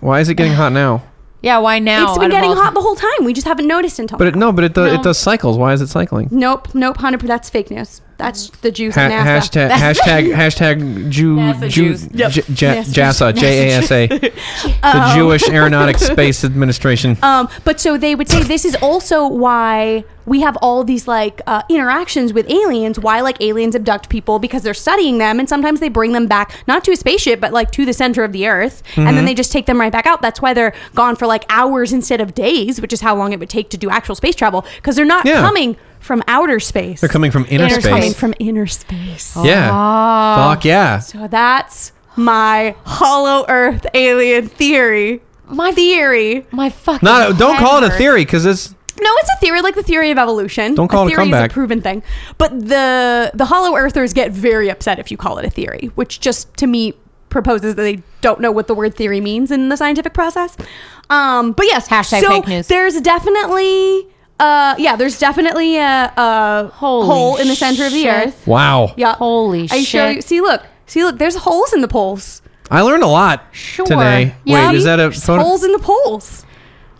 Speaker 4: Why is it getting hot now?
Speaker 2: yeah, why now?
Speaker 3: it's
Speaker 2: out
Speaker 3: been
Speaker 2: of
Speaker 3: getting
Speaker 2: all-
Speaker 3: hot the whole time. We just haven't noticed until.
Speaker 4: But it, no, but it does,
Speaker 2: No.
Speaker 4: it does cycles. Why is it cycling?
Speaker 3: nope, nope, hundred. That's fake news. That's
Speaker 2: Mm.
Speaker 3: the Jews
Speaker 4: Ha-
Speaker 3: and NASA.
Speaker 4: hashtag hashtag hashtag Jew
Speaker 2: NASA
Speaker 4: Jew
Speaker 2: Jews.
Speaker 4: J- J-
Speaker 3: NASA Oh.
Speaker 4: JASA J A S A the Jewish Aeronautics Space Administration.
Speaker 3: Um, but so they would say this is also why we have all these like uh, interactions with aliens. Why like aliens abduct people because they're studying them, and sometimes they bring them back not to a spaceship, but like to the center of the Earth, and
Speaker 4: Mm-hmm.
Speaker 3: then they just take them right back out. That's why they're gone for like hours instead of days, which is how long it would take to do actual space travel because they're not
Speaker 4: Yeah.
Speaker 3: coming from outer space.
Speaker 4: They're coming from inner,
Speaker 2: Inner
Speaker 4: space.
Speaker 3: coming from inner
Speaker 2: Oh,
Speaker 3: space.
Speaker 4: Yeah. Fuck yeah.
Speaker 3: So that's my hollow Earth alien theory.
Speaker 2: My
Speaker 3: Theory.
Speaker 2: My fucking.
Speaker 4: Not don't
Speaker 2: head
Speaker 4: call it a
Speaker 2: hurts.
Speaker 4: theory because it's
Speaker 3: No, it's a theory, like the theory of evolution.
Speaker 4: Don't call
Speaker 3: a
Speaker 4: it a
Speaker 3: theory
Speaker 4: comeback.
Speaker 3: Is a proven thing, but the the Hollow Earthers get very upset if you call it a theory, which just to me proposes that they don't know what the word theory means in the scientific process. Um, but yes,
Speaker 2: Hashtag
Speaker 3: so
Speaker 2: fake news.
Speaker 3: There's definitely, uh, yeah, there's definitely a, a
Speaker 2: Holy
Speaker 3: hole in the center of the
Speaker 2: shit.
Speaker 3: earth.
Speaker 4: wow.
Speaker 3: Yeah,
Speaker 2: Holy
Speaker 3: I show
Speaker 2: shit.
Speaker 3: you. See, look, see, look. There's holes in the poles.
Speaker 4: I learned a lot today.
Speaker 2: Yeah.
Speaker 4: Wait, is that a
Speaker 3: There's
Speaker 4: photo?
Speaker 3: holes in the poles?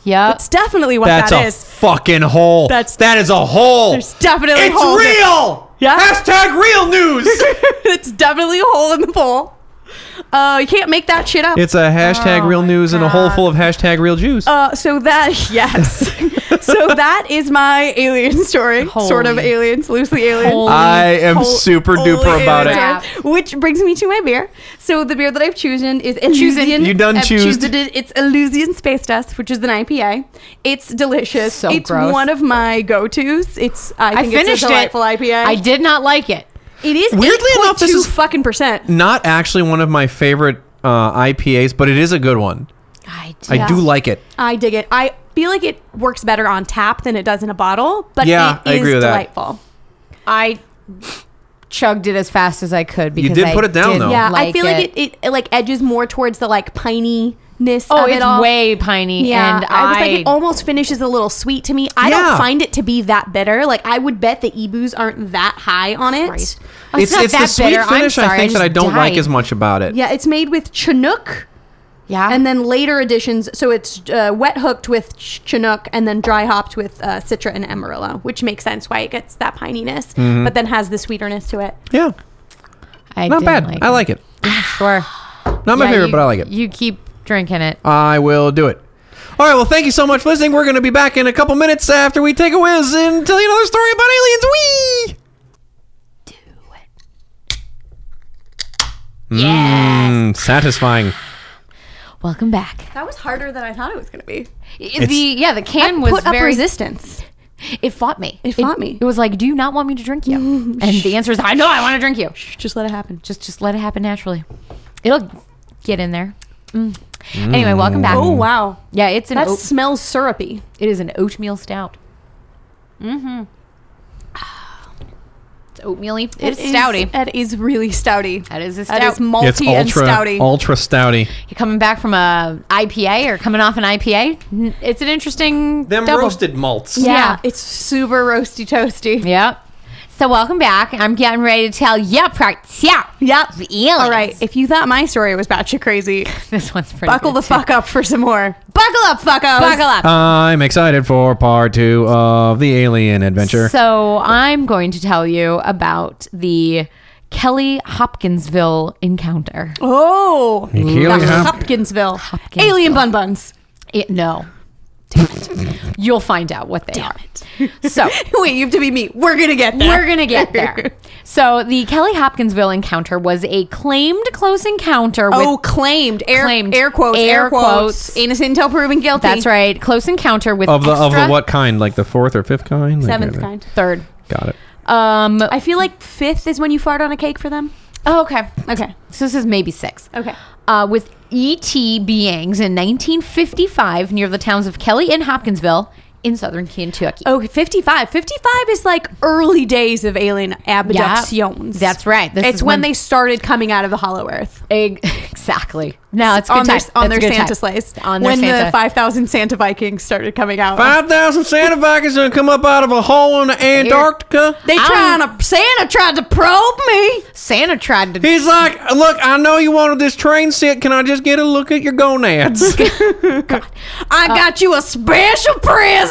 Speaker 2: Yep.
Speaker 3: That's definitely what
Speaker 4: That's
Speaker 3: that
Speaker 4: a
Speaker 3: is.
Speaker 4: fucking hole.
Speaker 3: That's-
Speaker 4: That's that is a hole.
Speaker 3: There's definitely
Speaker 4: it's
Speaker 3: holes in-
Speaker 4: real.
Speaker 3: Yeah.
Speaker 4: Hashtag real news.
Speaker 3: it's definitely a hole in the pole. Uh, you can't make that shit up.
Speaker 4: It's a
Speaker 3: Oh
Speaker 4: hashtag real news and a hole full of hashtag real Jews.
Speaker 3: uh, so that yes, so that is my alien story, sort of
Speaker 2: Holy.
Speaker 3: aliens, loosely alien.
Speaker 2: Holy
Speaker 4: I am
Speaker 3: Hol-
Speaker 4: super
Speaker 3: holy
Speaker 4: duper about
Speaker 3: alien
Speaker 2: crap.
Speaker 3: story. Which brings me to my beer. So the beer that I've chosen is
Speaker 2: Choosin'.
Speaker 3: Illusion.
Speaker 4: You done
Speaker 3: I've
Speaker 4: choosed.
Speaker 3: choosed it. It's Illusion Space Dust, which is an IPA. It's delicious.
Speaker 2: So
Speaker 3: it's
Speaker 2: gross.
Speaker 3: one of my go-tos. It's I
Speaker 2: I
Speaker 3: think
Speaker 2: finished
Speaker 3: it's a delightful
Speaker 2: it.
Speaker 3: IPA.
Speaker 2: I did not like it.
Speaker 3: It is
Speaker 4: Weirdly enough, this
Speaker 3: 8.2
Speaker 4: is-
Speaker 3: fucking percent.
Speaker 4: Not actually one of my favorite uh, IPAs, but it is a good one.
Speaker 2: I did.
Speaker 4: I do like it.
Speaker 3: I dig it. I feel like it works better on tap than it does in a bottle, but
Speaker 4: Yeah,
Speaker 3: it
Speaker 4: I
Speaker 3: is
Speaker 4: agree with that.
Speaker 3: delightful.
Speaker 2: I chugged it as fast as I could because
Speaker 4: did
Speaker 2: I
Speaker 4: put it down,
Speaker 2: didn't
Speaker 4: though.
Speaker 3: Yeah, I
Speaker 2: like
Speaker 3: feel like
Speaker 2: it.
Speaker 3: it. It, it like edges more towards the like piney ness
Speaker 2: Oh,
Speaker 3: of it
Speaker 2: it's
Speaker 3: all.
Speaker 2: way piney.
Speaker 3: Yeah,
Speaker 2: and
Speaker 3: I,
Speaker 2: I,
Speaker 3: was like, it almost finishes a little sweet to me. I
Speaker 4: Yeah.
Speaker 3: don't find it to be that bitter. Like I would bet the ebus aren't that high on it.
Speaker 2: Christ. Oh,
Speaker 4: It's,
Speaker 2: not
Speaker 4: it's the
Speaker 2: that
Speaker 4: sweet
Speaker 2: bitter. I'm
Speaker 4: finish,
Speaker 2: sorry,
Speaker 4: I think, that
Speaker 2: just
Speaker 4: I don't like
Speaker 2: died.
Speaker 4: as much about it.
Speaker 3: Yeah, it's made with Chinook
Speaker 2: Yeah.
Speaker 3: and then later additions. So it's uh, wet hooked with ch- Chinook and then dry hopped with uh, Citra and Amarillo, which makes sense why it gets that pininess,
Speaker 2: Mm-hmm.
Speaker 3: but then has the sweeterness to it.
Speaker 4: Yeah.
Speaker 2: I
Speaker 4: Not
Speaker 2: didn't
Speaker 4: bad.
Speaker 2: Like
Speaker 4: I like it.
Speaker 2: it. Sure.
Speaker 4: Not my
Speaker 2: Yeah,
Speaker 4: favorite,
Speaker 2: you-
Speaker 4: but I like it.
Speaker 2: You keep drinking it.
Speaker 4: I will do it. All right. Well, thank you so much for listening. We're going to be back in a couple minutes after we take a whiz and tell you another story about aliens. Wee. Mm, satisfying.
Speaker 2: Welcome back.
Speaker 3: That was harder than I thought it was going to be.
Speaker 2: the yeah, the can was
Speaker 3: Put up
Speaker 2: very.
Speaker 3: resistance.
Speaker 2: it fought me.
Speaker 3: It fought me.
Speaker 2: It was like, do you not want me to drink you? and the answer is, I know I want to drink you.
Speaker 3: Just let it happen.
Speaker 2: Just just let it happen naturally. It'll get in there. Mm. Anyway, welcome back.
Speaker 3: Oh wow,
Speaker 2: Yeah, it's an
Speaker 3: that
Speaker 2: oat,
Speaker 3: smells syrupy.
Speaker 2: it is an oatmeal stout. Mm-hmm.
Speaker 3: Mm-hmm.
Speaker 2: It's oatmeally. It's
Speaker 3: is-
Speaker 2: stouty.
Speaker 3: That is really stouty.
Speaker 2: That is a
Speaker 3: That is
Speaker 2: stout.
Speaker 3: malty
Speaker 4: it's
Speaker 3: and
Speaker 4: ultra,
Speaker 3: stouty.
Speaker 4: ultra stouty.
Speaker 2: You're coming back from a IPA or coming off an IPA. N- It's an interesting
Speaker 4: Them
Speaker 2: double.
Speaker 4: roasted malts.
Speaker 3: yeah.
Speaker 2: yeah.
Speaker 3: it's super roasty toasty.
Speaker 2: Yep. So welcome back. I'm getting ready to tell you part yeah.
Speaker 3: Yep.
Speaker 2: of aliens.
Speaker 3: All right. If you thought my story was batshit crazy,
Speaker 2: This one's pretty
Speaker 3: buckle the
Speaker 2: good,
Speaker 3: fuck up for some more.
Speaker 2: too. Buckle up, fuckos. Buckle up.
Speaker 4: I'm excited for part two of the alien adventure.
Speaker 2: So I'm going to tell you about the Kelly Hopkinsville encounter.
Speaker 3: Oh,
Speaker 4: Keely
Speaker 3: That's
Speaker 4: Hop-
Speaker 3: Hopkinsville.
Speaker 2: Hopkinsville.
Speaker 3: alien bun buns.
Speaker 2: It, no. Damn it. You'll find out what they are. So
Speaker 3: Wait, you have to be me. We're gonna get there.
Speaker 2: We're going to get there. So, the Kelly Hopkinsville encounter was a claimed close encounter with
Speaker 3: Oh, claimed air
Speaker 2: Claimed.
Speaker 3: air quotes air,
Speaker 2: Air
Speaker 3: quotes.
Speaker 2: quotes.
Speaker 3: innocent until proven guilty.
Speaker 2: That's right. Close encounter with
Speaker 4: of the of the
Speaker 2: extra-
Speaker 4: what kind? Like the fourth or fifth kind? Like,
Speaker 3: Seventh
Speaker 4: uh,
Speaker 3: kind.
Speaker 2: Third.
Speaker 4: Got it.
Speaker 2: Um.
Speaker 3: I feel like fifth is when you fart on a cake for them.
Speaker 2: oh, okay.
Speaker 3: Okay.
Speaker 2: So this is maybe six.
Speaker 3: Okay.
Speaker 2: Uh, with E.T. beings in 1955 near the towns of Kelly and Hopkinsville in southern Kentucky.
Speaker 3: Okay, 55. 55 Oh, is like early days of alien abductions.
Speaker 2: That's right. This
Speaker 3: it's
Speaker 2: is
Speaker 3: when,
Speaker 2: when-
Speaker 3: they started coming out of the hollow earth.
Speaker 2: Eg- exactly. No, it's a good
Speaker 3: on their,
Speaker 2: time.
Speaker 3: on
Speaker 2: Oh, That's
Speaker 3: their
Speaker 2: a good
Speaker 3: Santa
Speaker 2: time.
Speaker 3: sleighs.
Speaker 2: On their
Speaker 3: when the
Speaker 2: Santa.
Speaker 3: 5,000 Santa Vikings started coming out.
Speaker 4: Five thousand Santa Vikings gonna come up out of a hole in Antarctica.
Speaker 3: They
Speaker 2: I
Speaker 3: trying
Speaker 2: don't-
Speaker 3: to Santa tried to probe me.
Speaker 2: Santa tried to.
Speaker 4: He's like, look, I know you wanted this train set. Can I just get a look at your gonads?
Speaker 3: I got you a special present.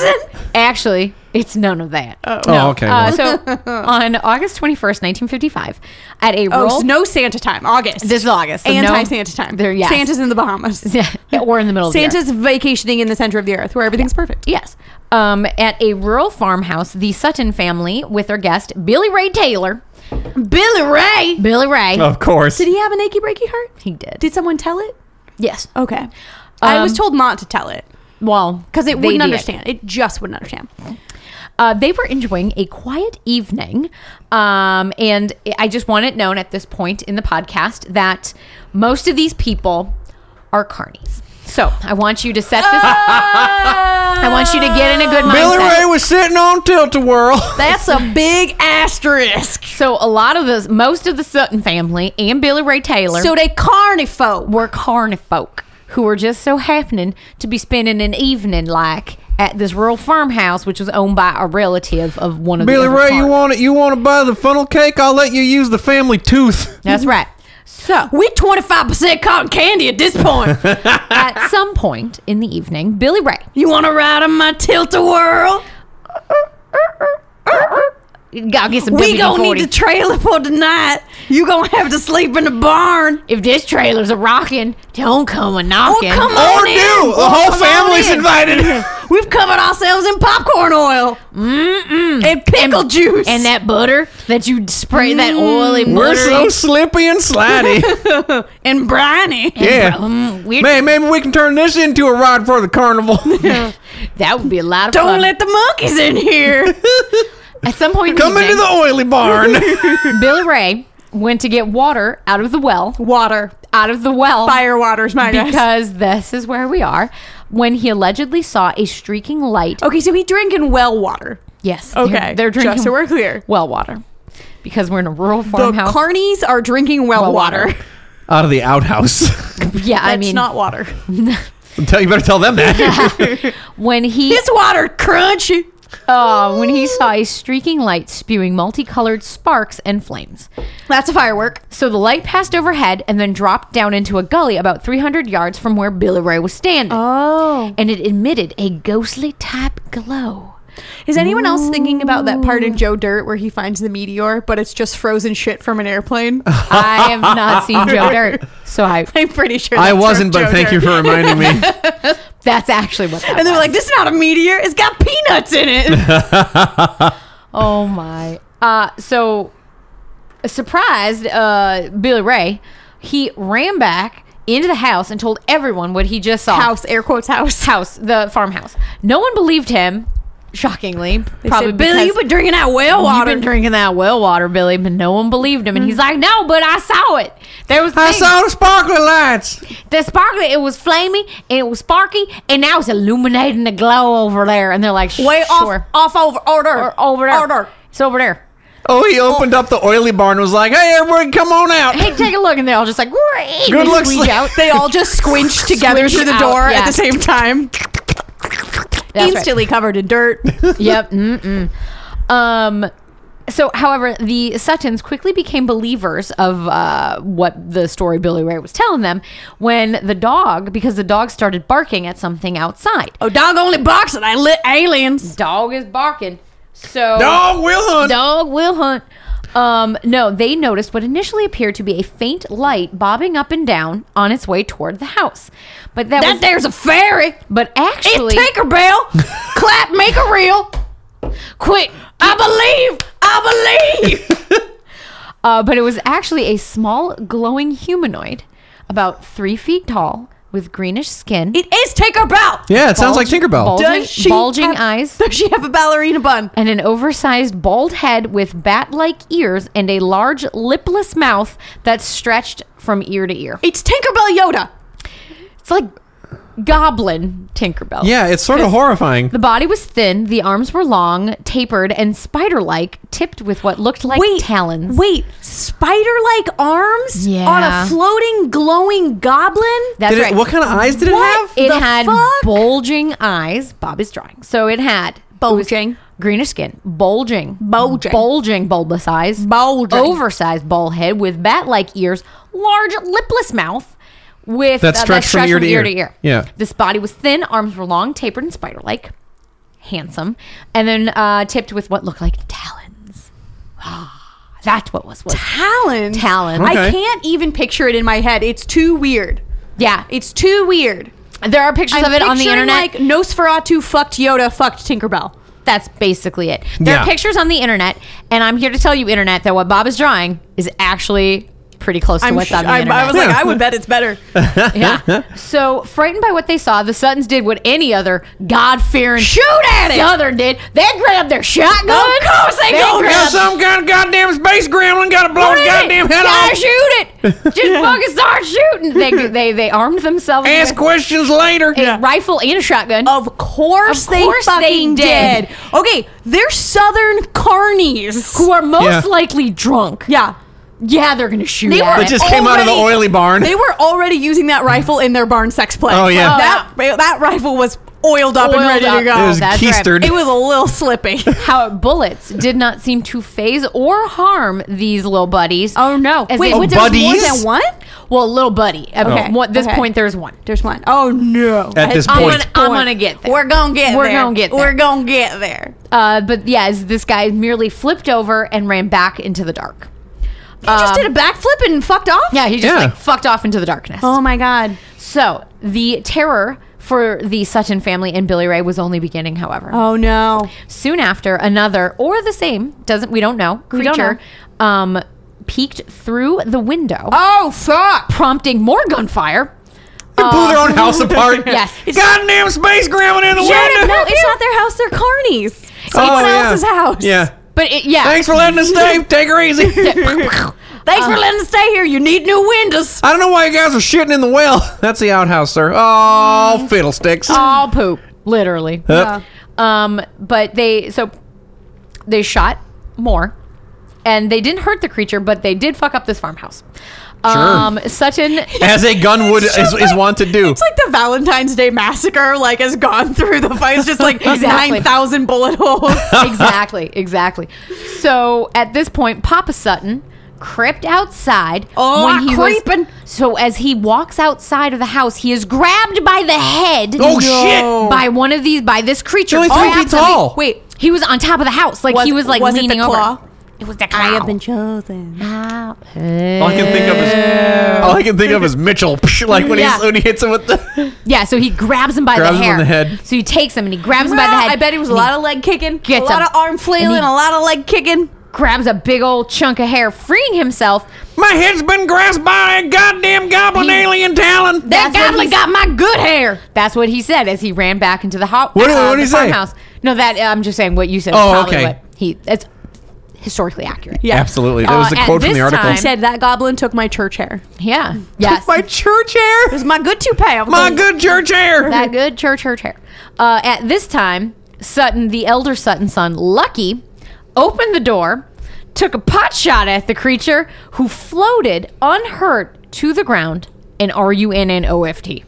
Speaker 2: Actually, it's none of that.
Speaker 4: Oh, okay.
Speaker 2: Uh,
Speaker 4: well,
Speaker 2: so on August 21st, 1955, at a
Speaker 3: Oh,
Speaker 2: rural.
Speaker 3: it's no Santa time. August.
Speaker 2: This is August. so no-
Speaker 3: Anti-Santa time.
Speaker 2: There, yes.
Speaker 3: Santa's in the Bahamas.
Speaker 2: Yeah, or in the middle of the year.
Speaker 3: Santa's vacationing in the center of the earth where everything's perfect.
Speaker 2: Yes. Um, at a rural farmhouse, the Sutton family, with their guest, Billy Ray Taylor.
Speaker 3: Billy Ray.
Speaker 2: Billy Ray.
Speaker 4: of course.
Speaker 3: Did he have an achy breaky heart?
Speaker 2: He did.
Speaker 3: Oh. Did Oh. someone tell it?
Speaker 2: Yes.
Speaker 3: Okay. I was told not to tell it
Speaker 2: Well,
Speaker 3: because it
Speaker 2: they
Speaker 3: wouldn't
Speaker 2: did.
Speaker 3: understand. It just wouldn't understand.
Speaker 2: Uh, they were enjoying a quiet evening. Um, and I just want it known at this point in the podcast that most of these people are carnies. So I want you to set this
Speaker 3: Oh, Ah!
Speaker 2: I want you to get in a good
Speaker 4: Billy
Speaker 2: mindset.
Speaker 4: Ray was sitting on tilt a whirl.
Speaker 3: That's a big asterisk.
Speaker 2: So a lot of the most of the Sutton family and Billy Ray Taylor
Speaker 3: So they carnifo.
Speaker 2: were carnifolk who were just so happening to be spending an evening like at this rural farmhouse, which was owned by a relative of one of
Speaker 4: Billy
Speaker 2: the other
Speaker 4: Ray, you
Speaker 2: carnies.
Speaker 4: want it? You want to buy the funnel cake? I'll let you use the family tooth.
Speaker 2: That's right. So
Speaker 3: We twenty five percent cotton candy at this point.
Speaker 2: at some point in the evening, Billy Ray
Speaker 3: you want to ride on my tilt a whirl?
Speaker 2: gotta get some.
Speaker 3: We gonna
Speaker 2: WD-40.
Speaker 3: need the trailer for tonight. You gonna have to sleep in the barn.
Speaker 2: if this trailer's a rocking, don't come a knocking.
Speaker 3: Oh, come
Speaker 4: Or
Speaker 3: on
Speaker 4: do
Speaker 3: in.
Speaker 4: the
Speaker 3: Oh,
Speaker 4: whole
Speaker 3: come on
Speaker 4: family's
Speaker 3: in.
Speaker 4: invited?
Speaker 3: We've covered ourselves in popcorn oil and pickle juice.
Speaker 2: And that butter that you spray that oily
Speaker 3: Mm,
Speaker 4: We're
Speaker 2: butter.
Speaker 4: so slippy and slidey.
Speaker 3: and briny.
Speaker 4: yeah.
Speaker 2: Mm, weird.
Speaker 4: Man, maybe we can turn this into a ride for the carnival.
Speaker 2: That would be a lot of
Speaker 3: Don't
Speaker 2: fun.
Speaker 3: let the monkeys in here.
Speaker 2: At some point, in
Speaker 4: Come into
Speaker 2: evening,
Speaker 4: the oily barn.
Speaker 2: Billy Ray went to get water out of the well.
Speaker 3: Water.
Speaker 2: Out of the well.
Speaker 3: Fire waters, my guys.
Speaker 2: Because this is where we are. When he allegedly saw a streaking light.
Speaker 3: Okay, so he drinking well water.
Speaker 2: yes.
Speaker 3: Oh, Okay,
Speaker 2: They're, they're
Speaker 3: just
Speaker 2: drinking
Speaker 3: so we're clear.
Speaker 2: well water. Because we're in a rural
Speaker 3: The
Speaker 2: farmhouse.
Speaker 3: carnies are drinking well,
Speaker 2: well
Speaker 3: water.
Speaker 4: out of the outhouse.
Speaker 2: Yeah, I
Speaker 3: That's
Speaker 2: mean,
Speaker 3: not water.
Speaker 4: tell you better tell them that.
Speaker 2: when he
Speaker 3: It's water, crunch.
Speaker 2: oh, when he saw a streaking light spewing multicolored sparks and flames.
Speaker 3: That's a firework.
Speaker 2: So the light passed overhead and then dropped down into a gully about 300 yards from where Billy Ray was standing,
Speaker 3: Oh.
Speaker 2: and it emitted a ghostly type glow.
Speaker 3: Is anyone else thinking about that part in Joe Dirt where he finds the meteor, but it's just frozen shit from an airplane?
Speaker 2: I have not seen Joe Dirt, so I
Speaker 3: I'm pretty sure.
Speaker 4: I
Speaker 3: that's
Speaker 4: wasn't,
Speaker 3: from
Speaker 4: but
Speaker 3: Joe
Speaker 4: thank you
Speaker 3: Dirt.
Speaker 4: for reminding me.
Speaker 2: that's actually what. That
Speaker 3: And they're
Speaker 2: was.
Speaker 3: like, "This is not a meteor. It's got peanuts in it."
Speaker 2: Oh my. Uh, so surprised, uh, Billy Ray, he ran back into the house and told everyone what he just saw.
Speaker 3: house, air quotes, house.
Speaker 2: house, the farmhouse. No one believed him. Shockingly, probably
Speaker 3: Billy,
Speaker 2: because
Speaker 3: you've been drinking that whale
Speaker 2: you've
Speaker 3: water. Mm-hmm.
Speaker 2: been drinking that well water, Billy, but no one believed him. And he's like, "No, but I saw it. There was things.
Speaker 4: the sparkling lights.
Speaker 2: the sparkly. It was flaming and it was sparky, and now it's illuminating the glow over there." And they're like,
Speaker 3: Way
Speaker 2: sure.
Speaker 3: off, off over, order,
Speaker 2: Or over there.
Speaker 3: order.
Speaker 2: It's over there."
Speaker 4: Oh, he opened up the oily barn and was like, hey, everybody, come on out.
Speaker 2: hey, take a look, and they're all just like, great.
Speaker 4: Good
Speaker 2: They
Speaker 4: luck,
Speaker 2: squeeze
Speaker 4: Slim.
Speaker 2: out.
Speaker 3: They all just squinched together
Speaker 2: Squinched
Speaker 3: through the
Speaker 2: out,
Speaker 3: door
Speaker 2: yeah.
Speaker 3: at the same time.
Speaker 2: That's right.
Speaker 3: Instantly covered in dirt.
Speaker 2: yep. Mm-mm. Um. So, however, the Suttons quickly became believers of uh, what the story Billy Ray was telling them when the dog, because the dog started barking at something outside.
Speaker 3: oh, dog only box and I lit aliens.
Speaker 2: Dog is barking. So
Speaker 4: Dog will hunt.
Speaker 2: Dog will hunt. Um, no, they noticed what initially appeared to be a faint light bobbing up and down on its way toward the house, but that, was,
Speaker 3: That there's a fairy.
Speaker 2: but actually
Speaker 3: It Tinkerbell. Clap, make a reel.
Speaker 2: quick
Speaker 3: I believe. I believe.
Speaker 2: Uh, but it was actually a small glowing humanoid, about three feet tall, with greenish skin.
Speaker 3: it is Tinkerbell.
Speaker 4: Yeah, it sounds
Speaker 2: bulge-
Speaker 4: like Tinkerbell.
Speaker 2: bulging,
Speaker 3: Does she
Speaker 2: bulging
Speaker 3: have-
Speaker 2: eyes
Speaker 3: Does she have a ballerina bun?
Speaker 2: and an oversized bald head with bat-like ears and a large lipless mouth that's stretched from ear to ear.
Speaker 3: It's Tinkerbell Yoda.
Speaker 2: It's like goblin Tinkerbell.
Speaker 4: Yeah, it's sort of horrifying.
Speaker 2: The body was thin, the arms were long, tapered, and spider-like, tipped with what looked like talons.
Speaker 3: Wait, spider-like arms
Speaker 2: Yeah.
Speaker 3: on a floating, glowing goblin.
Speaker 2: That's
Speaker 4: Did it,
Speaker 2: right.
Speaker 4: What kind of eyes did it
Speaker 3: What?
Speaker 4: have?
Speaker 2: It
Speaker 3: The
Speaker 2: had
Speaker 3: fuck?
Speaker 2: bulging eyes. Bob is drawing. So it had
Speaker 3: Bulging.
Speaker 2: it was greenish skin, bulging,
Speaker 3: Bulging.
Speaker 2: bulging, bulbous eyes,
Speaker 3: Bulging.
Speaker 2: oversized bald head with bat-like ears, large lipless mouth. With uh,
Speaker 4: That stretched from ear to ear. Yeah.
Speaker 2: This body was thin, arms were long, tapered, and spider-like, handsome, and then uh, tipped with what looked like talons. Ah, That's what was was.
Speaker 3: talons.
Speaker 2: Talons.
Speaker 4: Okay.
Speaker 3: I can't even picture it in my head. It's too weird.
Speaker 2: Yeah,
Speaker 3: It's too weird.
Speaker 2: there are pictures of it on the
Speaker 3: picturing,
Speaker 2: internet.
Speaker 3: Like Nosferatu fucked Yoda, fucked Tinkerbell.
Speaker 2: That's basically it. There
Speaker 4: Yeah.
Speaker 2: are pictures on the internet, and I'm here to tell you, internet, that what Bob is drawing is actually pretty close to
Speaker 3: I'm
Speaker 2: what's
Speaker 3: sh-
Speaker 2: on the
Speaker 3: I,
Speaker 2: internet.
Speaker 3: I was like,
Speaker 4: Yeah.
Speaker 3: I would bet it's better.
Speaker 2: yeah. So frightened by what they saw, the Suttons did what any other God-fearing
Speaker 3: Shoot at it!
Speaker 2: Southern did. They grabbed their shotgun.
Speaker 3: Of course they gonna
Speaker 2: grabbed-
Speaker 4: some kind of goddamn space gremlin got to blow
Speaker 2: Shoot it! Gotta shoot it! Just fucking start shooting. They they they armed themselves with
Speaker 4: questions later.
Speaker 2: a rifle and a shotgun.
Speaker 3: Of course,
Speaker 2: Of course
Speaker 3: they
Speaker 2: they
Speaker 3: fucking
Speaker 2: did.
Speaker 3: did. Okay, they're Southern carnies.
Speaker 2: who are most
Speaker 4: Yeah.
Speaker 2: likely drunk.
Speaker 3: Yeah.
Speaker 2: Yeah, they're gonna shoot.
Speaker 3: They
Speaker 2: at
Speaker 3: were
Speaker 4: That
Speaker 2: it.
Speaker 4: just came out of the
Speaker 3: already-
Speaker 4: oily barn.
Speaker 3: They were already using that rifle in their barn sex play.
Speaker 4: Oh, yeah. Oh,
Speaker 3: That, that rifle was oiled up and
Speaker 2: Oiled
Speaker 3: ready
Speaker 2: up.
Speaker 3: to go.
Speaker 4: it was
Speaker 2: that's right.
Speaker 4: keistered.
Speaker 3: it was a little slippy.
Speaker 2: how bullets did not seem to phase or harm these little buddies. As
Speaker 3: Wait,
Speaker 2: they-
Speaker 3: what,
Speaker 4: Oh,
Speaker 3: there's more
Speaker 4: buddies?
Speaker 3: than one?
Speaker 2: well, little buddy. At
Speaker 3: Okay.
Speaker 2: one- this
Speaker 3: Okay.
Speaker 2: point, there's one.
Speaker 3: There's one. Oh no.
Speaker 4: At this
Speaker 2: I'm
Speaker 4: point.
Speaker 2: gonna, I'm gonna get there.
Speaker 3: We're gonna get
Speaker 2: We're
Speaker 3: there.
Speaker 2: gonna get there.
Speaker 3: We're gonna get there.
Speaker 2: uh, but yeah, as this guy merely flipped over and ran back into the dark.
Speaker 3: He just did a backflip and fucked off?
Speaker 2: Yeah, he just
Speaker 4: Yeah.
Speaker 2: like fucked off into the darkness.
Speaker 3: Oh my god.
Speaker 2: So the terror for the Sutton family and Billy Ray was only beginning, however.
Speaker 3: Oh no.
Speaker 2: Soon after, another or the same doesn't we don't know
Speaker 3: We don't
Speaker 2: creature um, peeked through the window,
Speaker 3: Oh fuck.
Speaker 2: prompting more gunfire.
Speaker 4: They blew their own house apart.
Speaker 2: Yes.
Speaker 4: Goddamn space gremlin in the window.
Speaker 3: no, it's not their house. They're carnies. It's
Speaker 4: Oh,
Speaker 3: someone
Speaker 4: yeah.
Speaker 3: else's house.
Speaker 4: Yeah.
Speaker 2: But it, yeah,
Speaker 4: Thanks for letting us stay. Take her easy.
Speaker 3: Thanks for letting us stay here. You need new windows.
Speaker 4: I don't know why you guys are shitting in the well. That's the outhouse, sir. Oh, fiddlesticks.
Speaker 2: all poop, literally.
Speaker 3: Uh,
Speaker 4: Huh.
Speaker 2: Um, but they so they shot more, and they didn't hurt the creature, but they did fuck up this farmhouse.
Speaker 4: Sure.
Speaker 2: Um, Sutton
Speaker 4: As a gun would is, is wont to do.
Speaker 3: It's like the Valentine's Day massacre, like has gone through the fight. It's just like
Speaker 2: Exactly.
Speaker 3: nine thousand bullet holes.
Speaker 2: exactly, exactly. So at this point, Papa Sutton crept outside.
Speaker 3: Oh,
Speaker 2: was-
Speaker 3: creepin'.
Speaker 2: so as he walks outside of the house, he is grabbed by the head.
Speaker 4: Oh, shit.
Speaker 2: By one of these, by this creature.
Speaker 4: Only three
Speaker 2: Grabs
Speaker 4: feet
Speaker 2: him.
Speaker 4: tall.
Speaker 2: Wait, he was on top of the house, like he was like
Speaker 3: it the
Speaker 2: leaning
Speaker 3: claw?
Speaker 2: over. It was the claw. I have been
Speaker 3: chosen.
Speaker 4: all I can think of is all I can think of is Mitchell. like when
Speaker 2: Yeah.
Speaker 4: he's when he hits him with the.
Speaker 2: yeah, so he grabs him by
Speaker 4: Grabs
Speaker 2: the
Speaker 4: him
Speaker 2: hair.
Speaker 4: on the head.
Speaker 2: So he takes him and he grabs him by the head.
Speaker 3: I bet it was a
Speaker 2: and he
Speaker 3: lot of leg kicking, a
Speaker 2: Gets
Speaker 3: lot
Speaker 2: him.
Speaker 3: of arm flailing,
Speaker 2: And he-
Speaker 3: a lot of leg kicking.
Speaker 2: grabs a big old chunk of hair, freeing himself.
Speaker 4: My head's been grasped by a goddamn goblin
Speaker 2: He-
Speaker 4: alien talon.
Speaker 2: That
Speaker 3: That's what
Speaker 2: goblin
Speaker 3: he's-
Speaker 2: got my good hair. That's what he said as he ran back into the hot.
Speaker 4: What- what
Speaker 2: uh,
Speaker 4: did
Speaker 2: the
Speaker 4: he say?
Speaker 2: farmhouse. No, that I'm just saying what you said. is
Speaker 4: Oh,
Speaker 2: probably
Speaker 4: okay.
Speaker 2: What he it's historically accurate.
Speaker 3: Yeah.
Speaker 4: Absolutely, that was
Speaker 2: Uh,
Speaker 4: the
Speaker 2: at
Speaker 4: quote from
Speaker 2: this
Speaker 4: the article.
Speaker 2: time-
Speaker 3: He said that goblin took my church hair.
Speaker 2: Yeah. Yes.
Speaker 4: My church hair.
Speaker 3: It's my good toupee. I'm
Speaker 4: My
Speaker 3: going-
Speaker 4: good church hair.
Speaker 2: that good church church hair. Uh, at this time, Sutton, the elder Sutton son, Lucky, opened the door, took a pot shot at the creature, who floated unhurt to the ground. And are you in an OFT?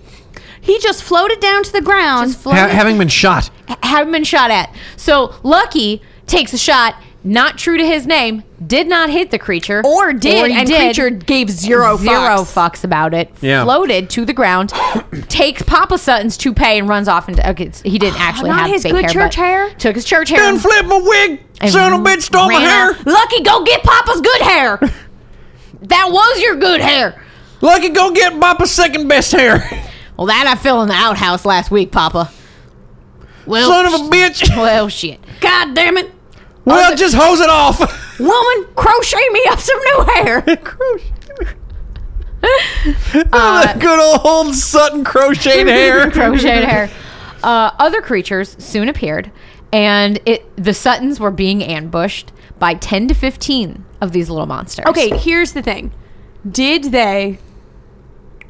Speaker 3: He just floated down to the ground.
Speaker 4: Ha- having been shot.
Speaker 2: haven't been shot at. So Lucky takes a shot, not true to his name, did not hit the creature,
Speaker 3: or did,
Speaker 2: he
Speaker 3: and creature gave zero
Speaker 2: zero
Speaker 3: fucks.
Speaker 2: fucks about it.
Speaker 4: Yeah.
Speaker 2: floated to the ground, takes Papa Sutton's toupee and runs off. And okay, it's- he didn't actually
Speaker 3: Not
Speaker 2: have
Speaker 3: his
Speaker 2: fake
Speaker 3: good
Speaker 2: hair,
Speaker 3: church
Speaker 2: but
Speaker 3: hair?
Speaker 2: Took his church hair. and-
Speaker 4: flip my wig.
Speaker 2: and ran out. Lucky, go get Papa's good hair. that was your good hair.
Speaker 4: Lucky, go get Papa's second best hair.
Speaker 2: Well, that I fell in the outhouse last week, Papa. Well,
Speaker 4: bitch.
Speaker 2: well, shit.
Speaker 3: God damn it.
Speaker 4: Well, just hose it off.
Speaker 3: Woman, crochet me up some new hair.
Speaker 2: Uh,
Speaker 4: good old Sutton crocheted hair.
Speaker 2: crocheted hair. Uh, other creatures soon appeared, and it the Suttons were being ambushed by ten to fifteen of these little monsters.
Speaker 3: Okay, here's the thing. Did they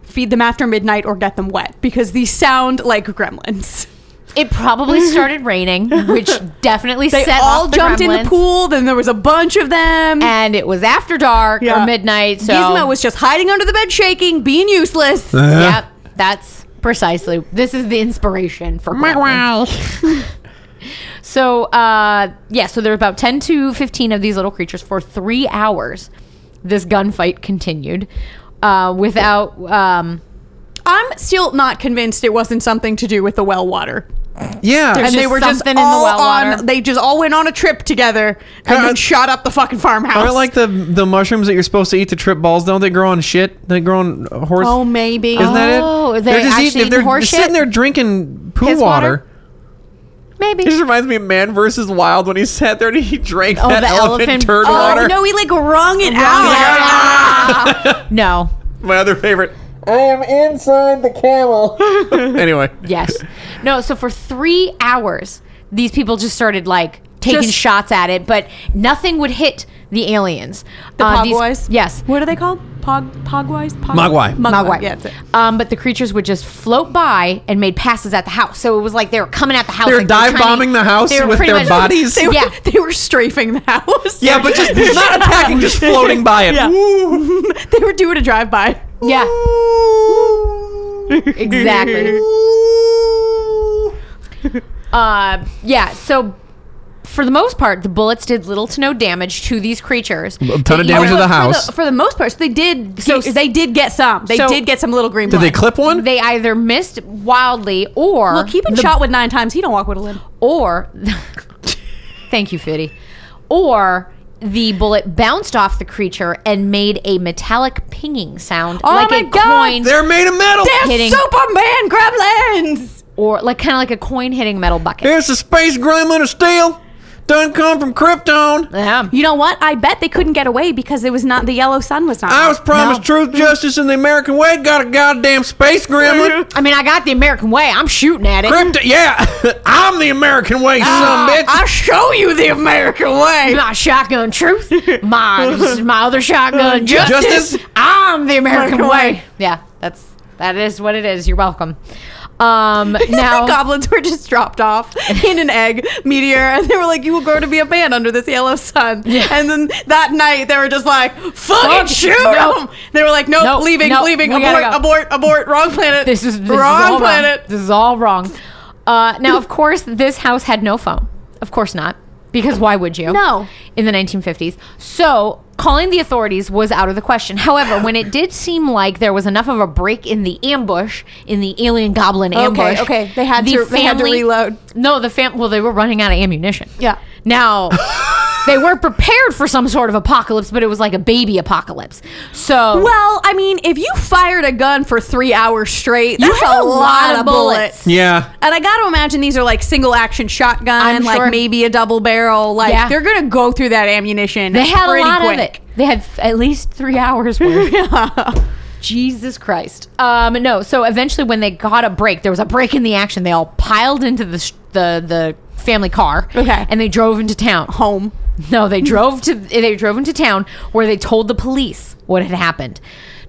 Speaker 3: feed them after midnight or get them wet? Because these sound like gremlins.
Speaker 2: it probably started raining, which definitely
Speaker 3: They
Speaker 2: set
Speaker 3: all
Speaker 2: off
Speaker 3: jumped in
Speaker 2: gremlins,
Speaker 3: the pool, then there was a bunch of them.
Speaker 2: and it was after dark
Speaker 3: Yeah.
Speaker 2: or midnight. So
Speaker 3: Gizmo was just hiding under the bed shaking, being useless.
Speaker 4: Uh-huh.
Speaker 2: Yep, that's precisely. This is the inspiration for Gremlins. so, uh, yeah, so there were about 10 to 15 of these little creatures for three hours. This gunfight continued uh, without. Um,
Speaker 3: I'm still not convinced it wasn't something to do with the well water.
Speaker 4: Yeah.
Speaker 3: And they
Speaker 2: just
Speaker 3: were just
Speaker 2: something in the
Speaker 3: all
Speaker 2: well
Speaker 3: on.
Speaker 2: water.
Speaker 3: They just all went on a trip together and
Speaker 4: Uh,
Speaker 3: then shot up the fucking farmhouse.
Speaker 4: Aren't like the the mushrooms that you're supposed to eat to trip balls? Don't they grow on shit? They grow on uh, horse.
Speaker 3: oh, maybe.
Speaker 4: Isn't that it?
Speaker 2: Oh, they actually eating
Speaker 4: they're
Speaker 2: horse
Speaker 4: just
Speaker 2: shit?
Speaker 4: sitting there drinking poo
Speaker 2: Piss water?
Speaker 4: water.
Speaker 2: maybe.
Speaker 4: It just reminds me of Man versus Wild when he sat there and he drank
Speaker 2: Oh,
Speaker 4: that
Speaker 2: the
Speaker 4: elephant,
Speaker 2: elephant-
Speaker 4: turd
Speaker 2: Oh,
Speaker 4: water.
Speaker 3: Oh, no, he like wrung
Speaker 2: it
Speaker 3: it out.
Speaker 2: No.
Speaker 4: My other favorite.
Speaker 5: I am inside the camel.
Speaker 4: Anyway.
Speaker 2: Yes. No, so for three hours, these people just started like taking
Speaker 3: Just-
Speaker 2: shots at it, but nothing would hit the aliens.
Speaker 3: The
Speaker 2: Uh, these-
Speaker 3: Pogwise?
Speaker 2: Yes.
Speaker 3: What are they called? Pog, Pogwise? Pog-
Speaker 4: Mogwai.
Speaker 2: Mogwai.
Speaker 3: Yeah, that's it.
Speaker 2: Um, but the creatures would just float by and made passes at the house. So it was like they were coming at the house.
Speaker 4: They were
Speaker 2: like, were
Speaker 4: dive
Speaker 2: trying to-
Speaker 4: bombing the house
Speaker 2: they were
Speaker 4: with
Speaker 2: pretty
Speaker 4: their
Speaker 2: much-
Speaker 4: bodies?
Speaker 3: They were,
Speaker 2: yeah.
Speaker 3: they were strafing the house.
Speaker 4: Yeah, but just he's not attacking, just floating by it.
Speaker 3: Yeah.
Speaker 4: Ooh.
Speaker 3: they were doing a drive by.
Speaker 2: Yeah. Exactly. Uh, yeah. So for the most part, the bullets did little to no damage to these creatures.
Speaker 4: A ton of
Speaker 2: They-
Speaker 4: damage to
Speaker 2: Oh,
Speaker 4: the
Speaker 2: for
Speaker 4: house.
Speaker 3: For the most part, so they did.
Speaker 2: So-
Speaker 3: So they did get some. They
Speaker 2: So-
Speaker 3: did get some little green.
Speaker 4: Did they
Speaker 3: blood.
Speaker 4: clip one?
Speaker 2: They either missed wildly or
Speaker 3: Look, he been
Speaker 2: the-
Speaker 3: shot with nine times. He don't walk with a limp.
Speaker 2: or thank you, Fiddy, or the bullet bounced off the creature and made a metallic pinging sound,
Speaker 3: Oh
Speaker 2: like
Speaker 3: my
Speaker 2: a
Speaker 3: God.
Speaker 2: coin
Speaker 4: They're made of metal.
Speaker 2: Hitting-
Speaker 3: Superman gremlins.
Speaker 2: or like kind of like a coin hitting a metal bucket.
Speaker 4: Here's the space gremlin of steel. Done come from Krypton.
Speaker 2: Yeah.
Speaker 3: You know what? I bet they couldn't get away because it was not the yellow sun was not.
Speaker 4: I
Speaker 3: out.
Speaker 4: was promised
Speaker 2: No.
Speaker 4: truth, justice, and the American way. Got a goddamn space gremlin.
Speaker 2: I mean, I got the American way. I'm shooting at it.
Speaker 4: Krypton. Yeah, I'm the American way, son
Speaker 2: Uh,
Speaker 4: of a bitch.
Speaker 3: I'll show you the American way.
Speaker 2: My shotgun truth. My this is my other shotgun justice.
Speaker 4: Justice.
Speaker 2: I'm the American
Speaker 3: American
Speaker 2: way.
Speaker 3: way.
Speaker 2: Yeah, that's that is what it is. You're welcome. Um, now,
Speaker 3: goblins were just dropped off in an egg meteor, and they were like, "You will grow to be a man under this yellow sun." And then that night, they were just like, "Fucking
Speaker 2: Fuck,
Speaker 3: shoot
Speaker 2: no.
Speaker 3: 'em!" They were like, "Nope,
Speaker 2: No,
Speaker 3: leaving,
Speaker 2: no,
Speaker 3: leaving,
Speaker 2: we gotta
Speaker 3: abort,
Speaker 2: go.
Speaker 3: abort, abort, wrong planet.
Speaker 2: this is this
Speaker 3: wrong
Speaker 2: is all
Speaker 3: planet."
Speaker 2: Wrong. This is all wrong. Uh, now, of course, this house had no phone. Of course not, because why would you?
Speaker 3: No.
Speaker 2: in the 1950s. So calling the authorities was out of the question. However, when it did seem like there was enough of a break in the ambush, in the alien goblin ambush,
Speaker 3: okay. They had
Speaker 2: the
Speaker 3: to- they had to reload.
Speaker 2: No, the fam. Well, they were running out of ammunition.
Speaker 3: Yeah.
Speaker 2: Now. They were prepared for some sort of apocalypse, but it was like a baby apocalypse. So
Speaker 3: Well, I mean, if you fired a gun for three hours straight, that's
Speaker 2: have
Speaker 3: a lot of bullets.
Speaker 4: Yeah.
Speaker 3: And I got to imagine these are like single action shotgun,
Speaker 2: I'm
Speaker 3: like
Speaker 2: sure.
Speaker 3: maybe a double barrel. Like
Speaker 2: Yeah.
Speaker 3: they're gonna go through that ammunition.
Speaker 2: They had a
Speaker 3: pretty
Speaker 2: lot
Speaker 3: quick.
Speaker 2: of it. They had f- at least three hours worth. Jesus Christ. Um, no. So eventually, when they got a break, there was a break in the action. They all piled into the sh- the the family car.
Speaker 3: Okay.
Speaker 2: And they drove into town.
Speaker 3: Home.
Speaker 2: No, they drove to they drove into town where they told the police what had happened.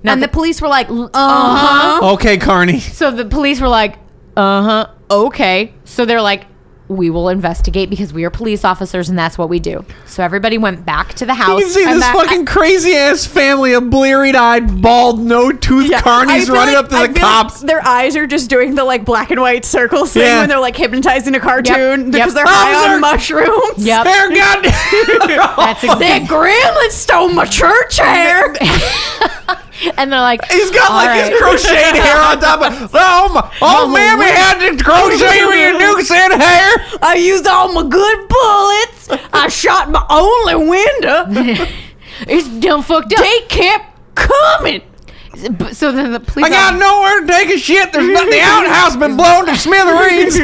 Speaker 2: Now
Speaker 3: And the
Speaker 2: the-
Speaker 3: police were like, uh huh.
Speaker 2: Uh-huh.
Speaker 4: Okay, Carney.
Speaker 2: so the police were like, uh huh, okay. So they're like, we will investigate because we are police officers and that's what we do. So everybody went back to the house.
Speaker 4: You see
Speaker 2: and
Speaker 4: this
Speaker 2: that-
Speaker 4: fucking crazy ass family of bleary eyed, bald, no tooth carnies running up to the cops.
Speaker 3: their eyes are just doing the like black and white circles thing
Speaker 4: Yeah. Oh,
Speaker 3: when they're like hypnotizing a cartoon
Speaker 2: Yep. Yep.
Speaker 3: because they're high
Speaker 4: Officer!
Speaker 3: on mushrooms.
Speaker 2: Yep.
Speaker 4: Fair God.
Speaker 2: That's exactly.
Speaker 3: That gremlin stole my church hair.
Speaker 2: And they're like,
Speaker 4: He's got like
Speaker 2: "All
Speaker 4: his
Speaker 2: right."
Speaker 4: crocheted hair on top of. Oh, my, oh mammy had to crochet with your nukes and hair.
Speaker 3: I used all my good bullets. I shot my only window.
Speaker 2: It's dumb fucked up.
Speaker 3: they kept coming.
Speaker 2: But- So then the police.
Speaker 4: I got nowhere to take a shit. There's not, the outhouse been blown to smithereens.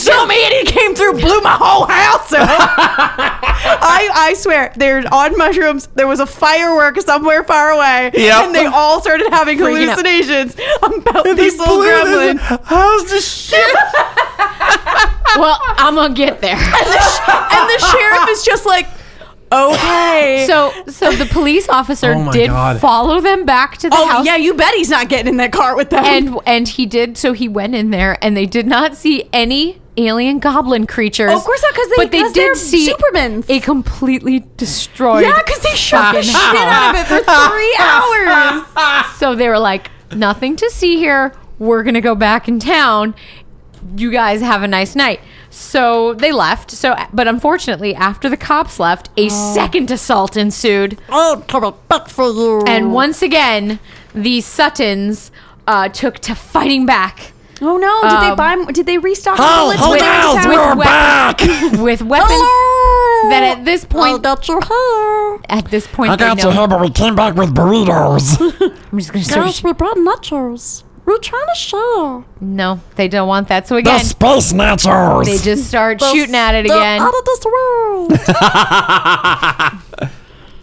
Speaker 3: Some idiot came through, blew my whole house up. I, I swear, they're on mushrooms. There was a firework somewhere far away,
Speaker 4: Yep.
Speaker 3: and they all started having
Speaker 2: Freaking out.
Speaker 3: hallucinations about these little
Speaker 4: Blew this-
Speaker 3: gremlins.
Speaker 4: How's the shit?
Speaker 2: well, I'm gonna get there.
Speaker 3: and the sheriff is just like, okay.
Speaker 2: So, so the police officer
Speaker 4: Oh my
Speaker 2: did
Speaker 4: God.
Speaker 2: follow them back to the
Speaker 3: oh
Speaker 2: house.
Speaker 3: yeah, you bet he's not getting in that car with them.
Speaker 2: and and he did. So he went in there, and they did not see any alien goblin creatures.
Speaker 3: Oh, Of course not, 'cause they-
Speaker 2: but they
Speaker 3: 'cause they're
Speaker 2: did see
Speaker 3: Supermans.
Speaker 2: a completely destroyed.
Speaker 3: yeah, because they shot
Speaker 2: fucking
Speaker 3: the shit
Speaker 2: house.
Speaker 3: out of it for three hours.
Speaker 2: So they were like, nothing to see here. We're going to go back in town. You guys have a nice night. So they left. So, but unfortunately, after the cops left, a second assault ensued.
Speaker 3: Oh, trouble back for you.
Speaker 2: And once again, the Suttons uh, took to fighting back
Speaker 3: oh no, did
Speaker 2: Um,
Speaker 3: they buy? m- Did they restock the bullets?
Speaker 2: hold
Speaker 3: when they
Speaker 2: on,
Speaker 3: went to
Speaker 2: we're
Speaker 3: town?
Speaker 2: weapons. back. with weapons that at this
Speaker 3: I
Speaker 2: point,
Speaker 3: got Oh, your hair.
Speaker 2: at this point,
Speaker 6: I
Speaker 2: they
Speaker 6: got
Speaker 2: know,
Speaker 6: you here, but we came back with burritos.
Speaker 2: I'm just going to
Speaker 7: Guys,
Speaker 2: start.
Speaker 7: we brought nachos. We're trying to show.
Speaker 2: No, they don't want that. So
Speaker 6: the
Speaker 2: again,
Speaker 6: space nachos.
Speaker 2: they just start shooting at it
Speaker 7: They're
Speaker 2: again.
Speaker 7: Out of this world.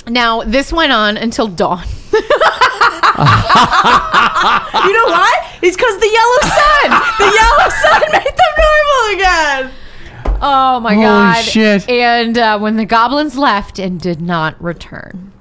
Speaker 2: Now, this went on until dawn.
Speaker 3: You know why? It's because the yellow sun. The yellow sun made them normal again.
Speaker 2: Oh my god!
Speaker 4: shit.
Speaker 2: And uh, when the goblins left and did not return,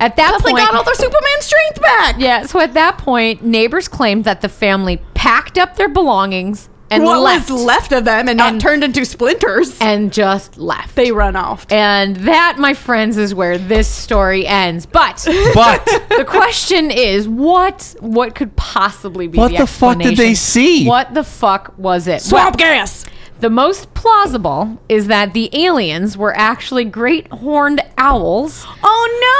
Speaker 2: at that
Speaker 3: They
Speaker 2: point,
Speaker 3: got all their Superman strength back.
Speaker 2: yeah. So at that point, neighbors claimed that the family packed up their belongings and
Speaker 3: what
Speaker 2: left,
Speaker 3: was left of them and not
Speaker 2: And-
Speaker 3: turned into splinters?
Speaker 2: and just left.
Speaker 3: they run off.
Speaker 2: and that, my friends, is where this story ends. But
Speaker 4: But
Speaker 2: the question is, what what could possibly be?
Speaker 4: What
Speaker 2: the,
Speaker 4: the fuck did they
Speaker 2: explanation?
Speaker 4: see?
Speaker 2: What the fuck was it?
Speaker 3: Swamp gas.
Speaker 2: The most plausible is that the aliens were actually great horned owls,
Speaker 3: Oh no.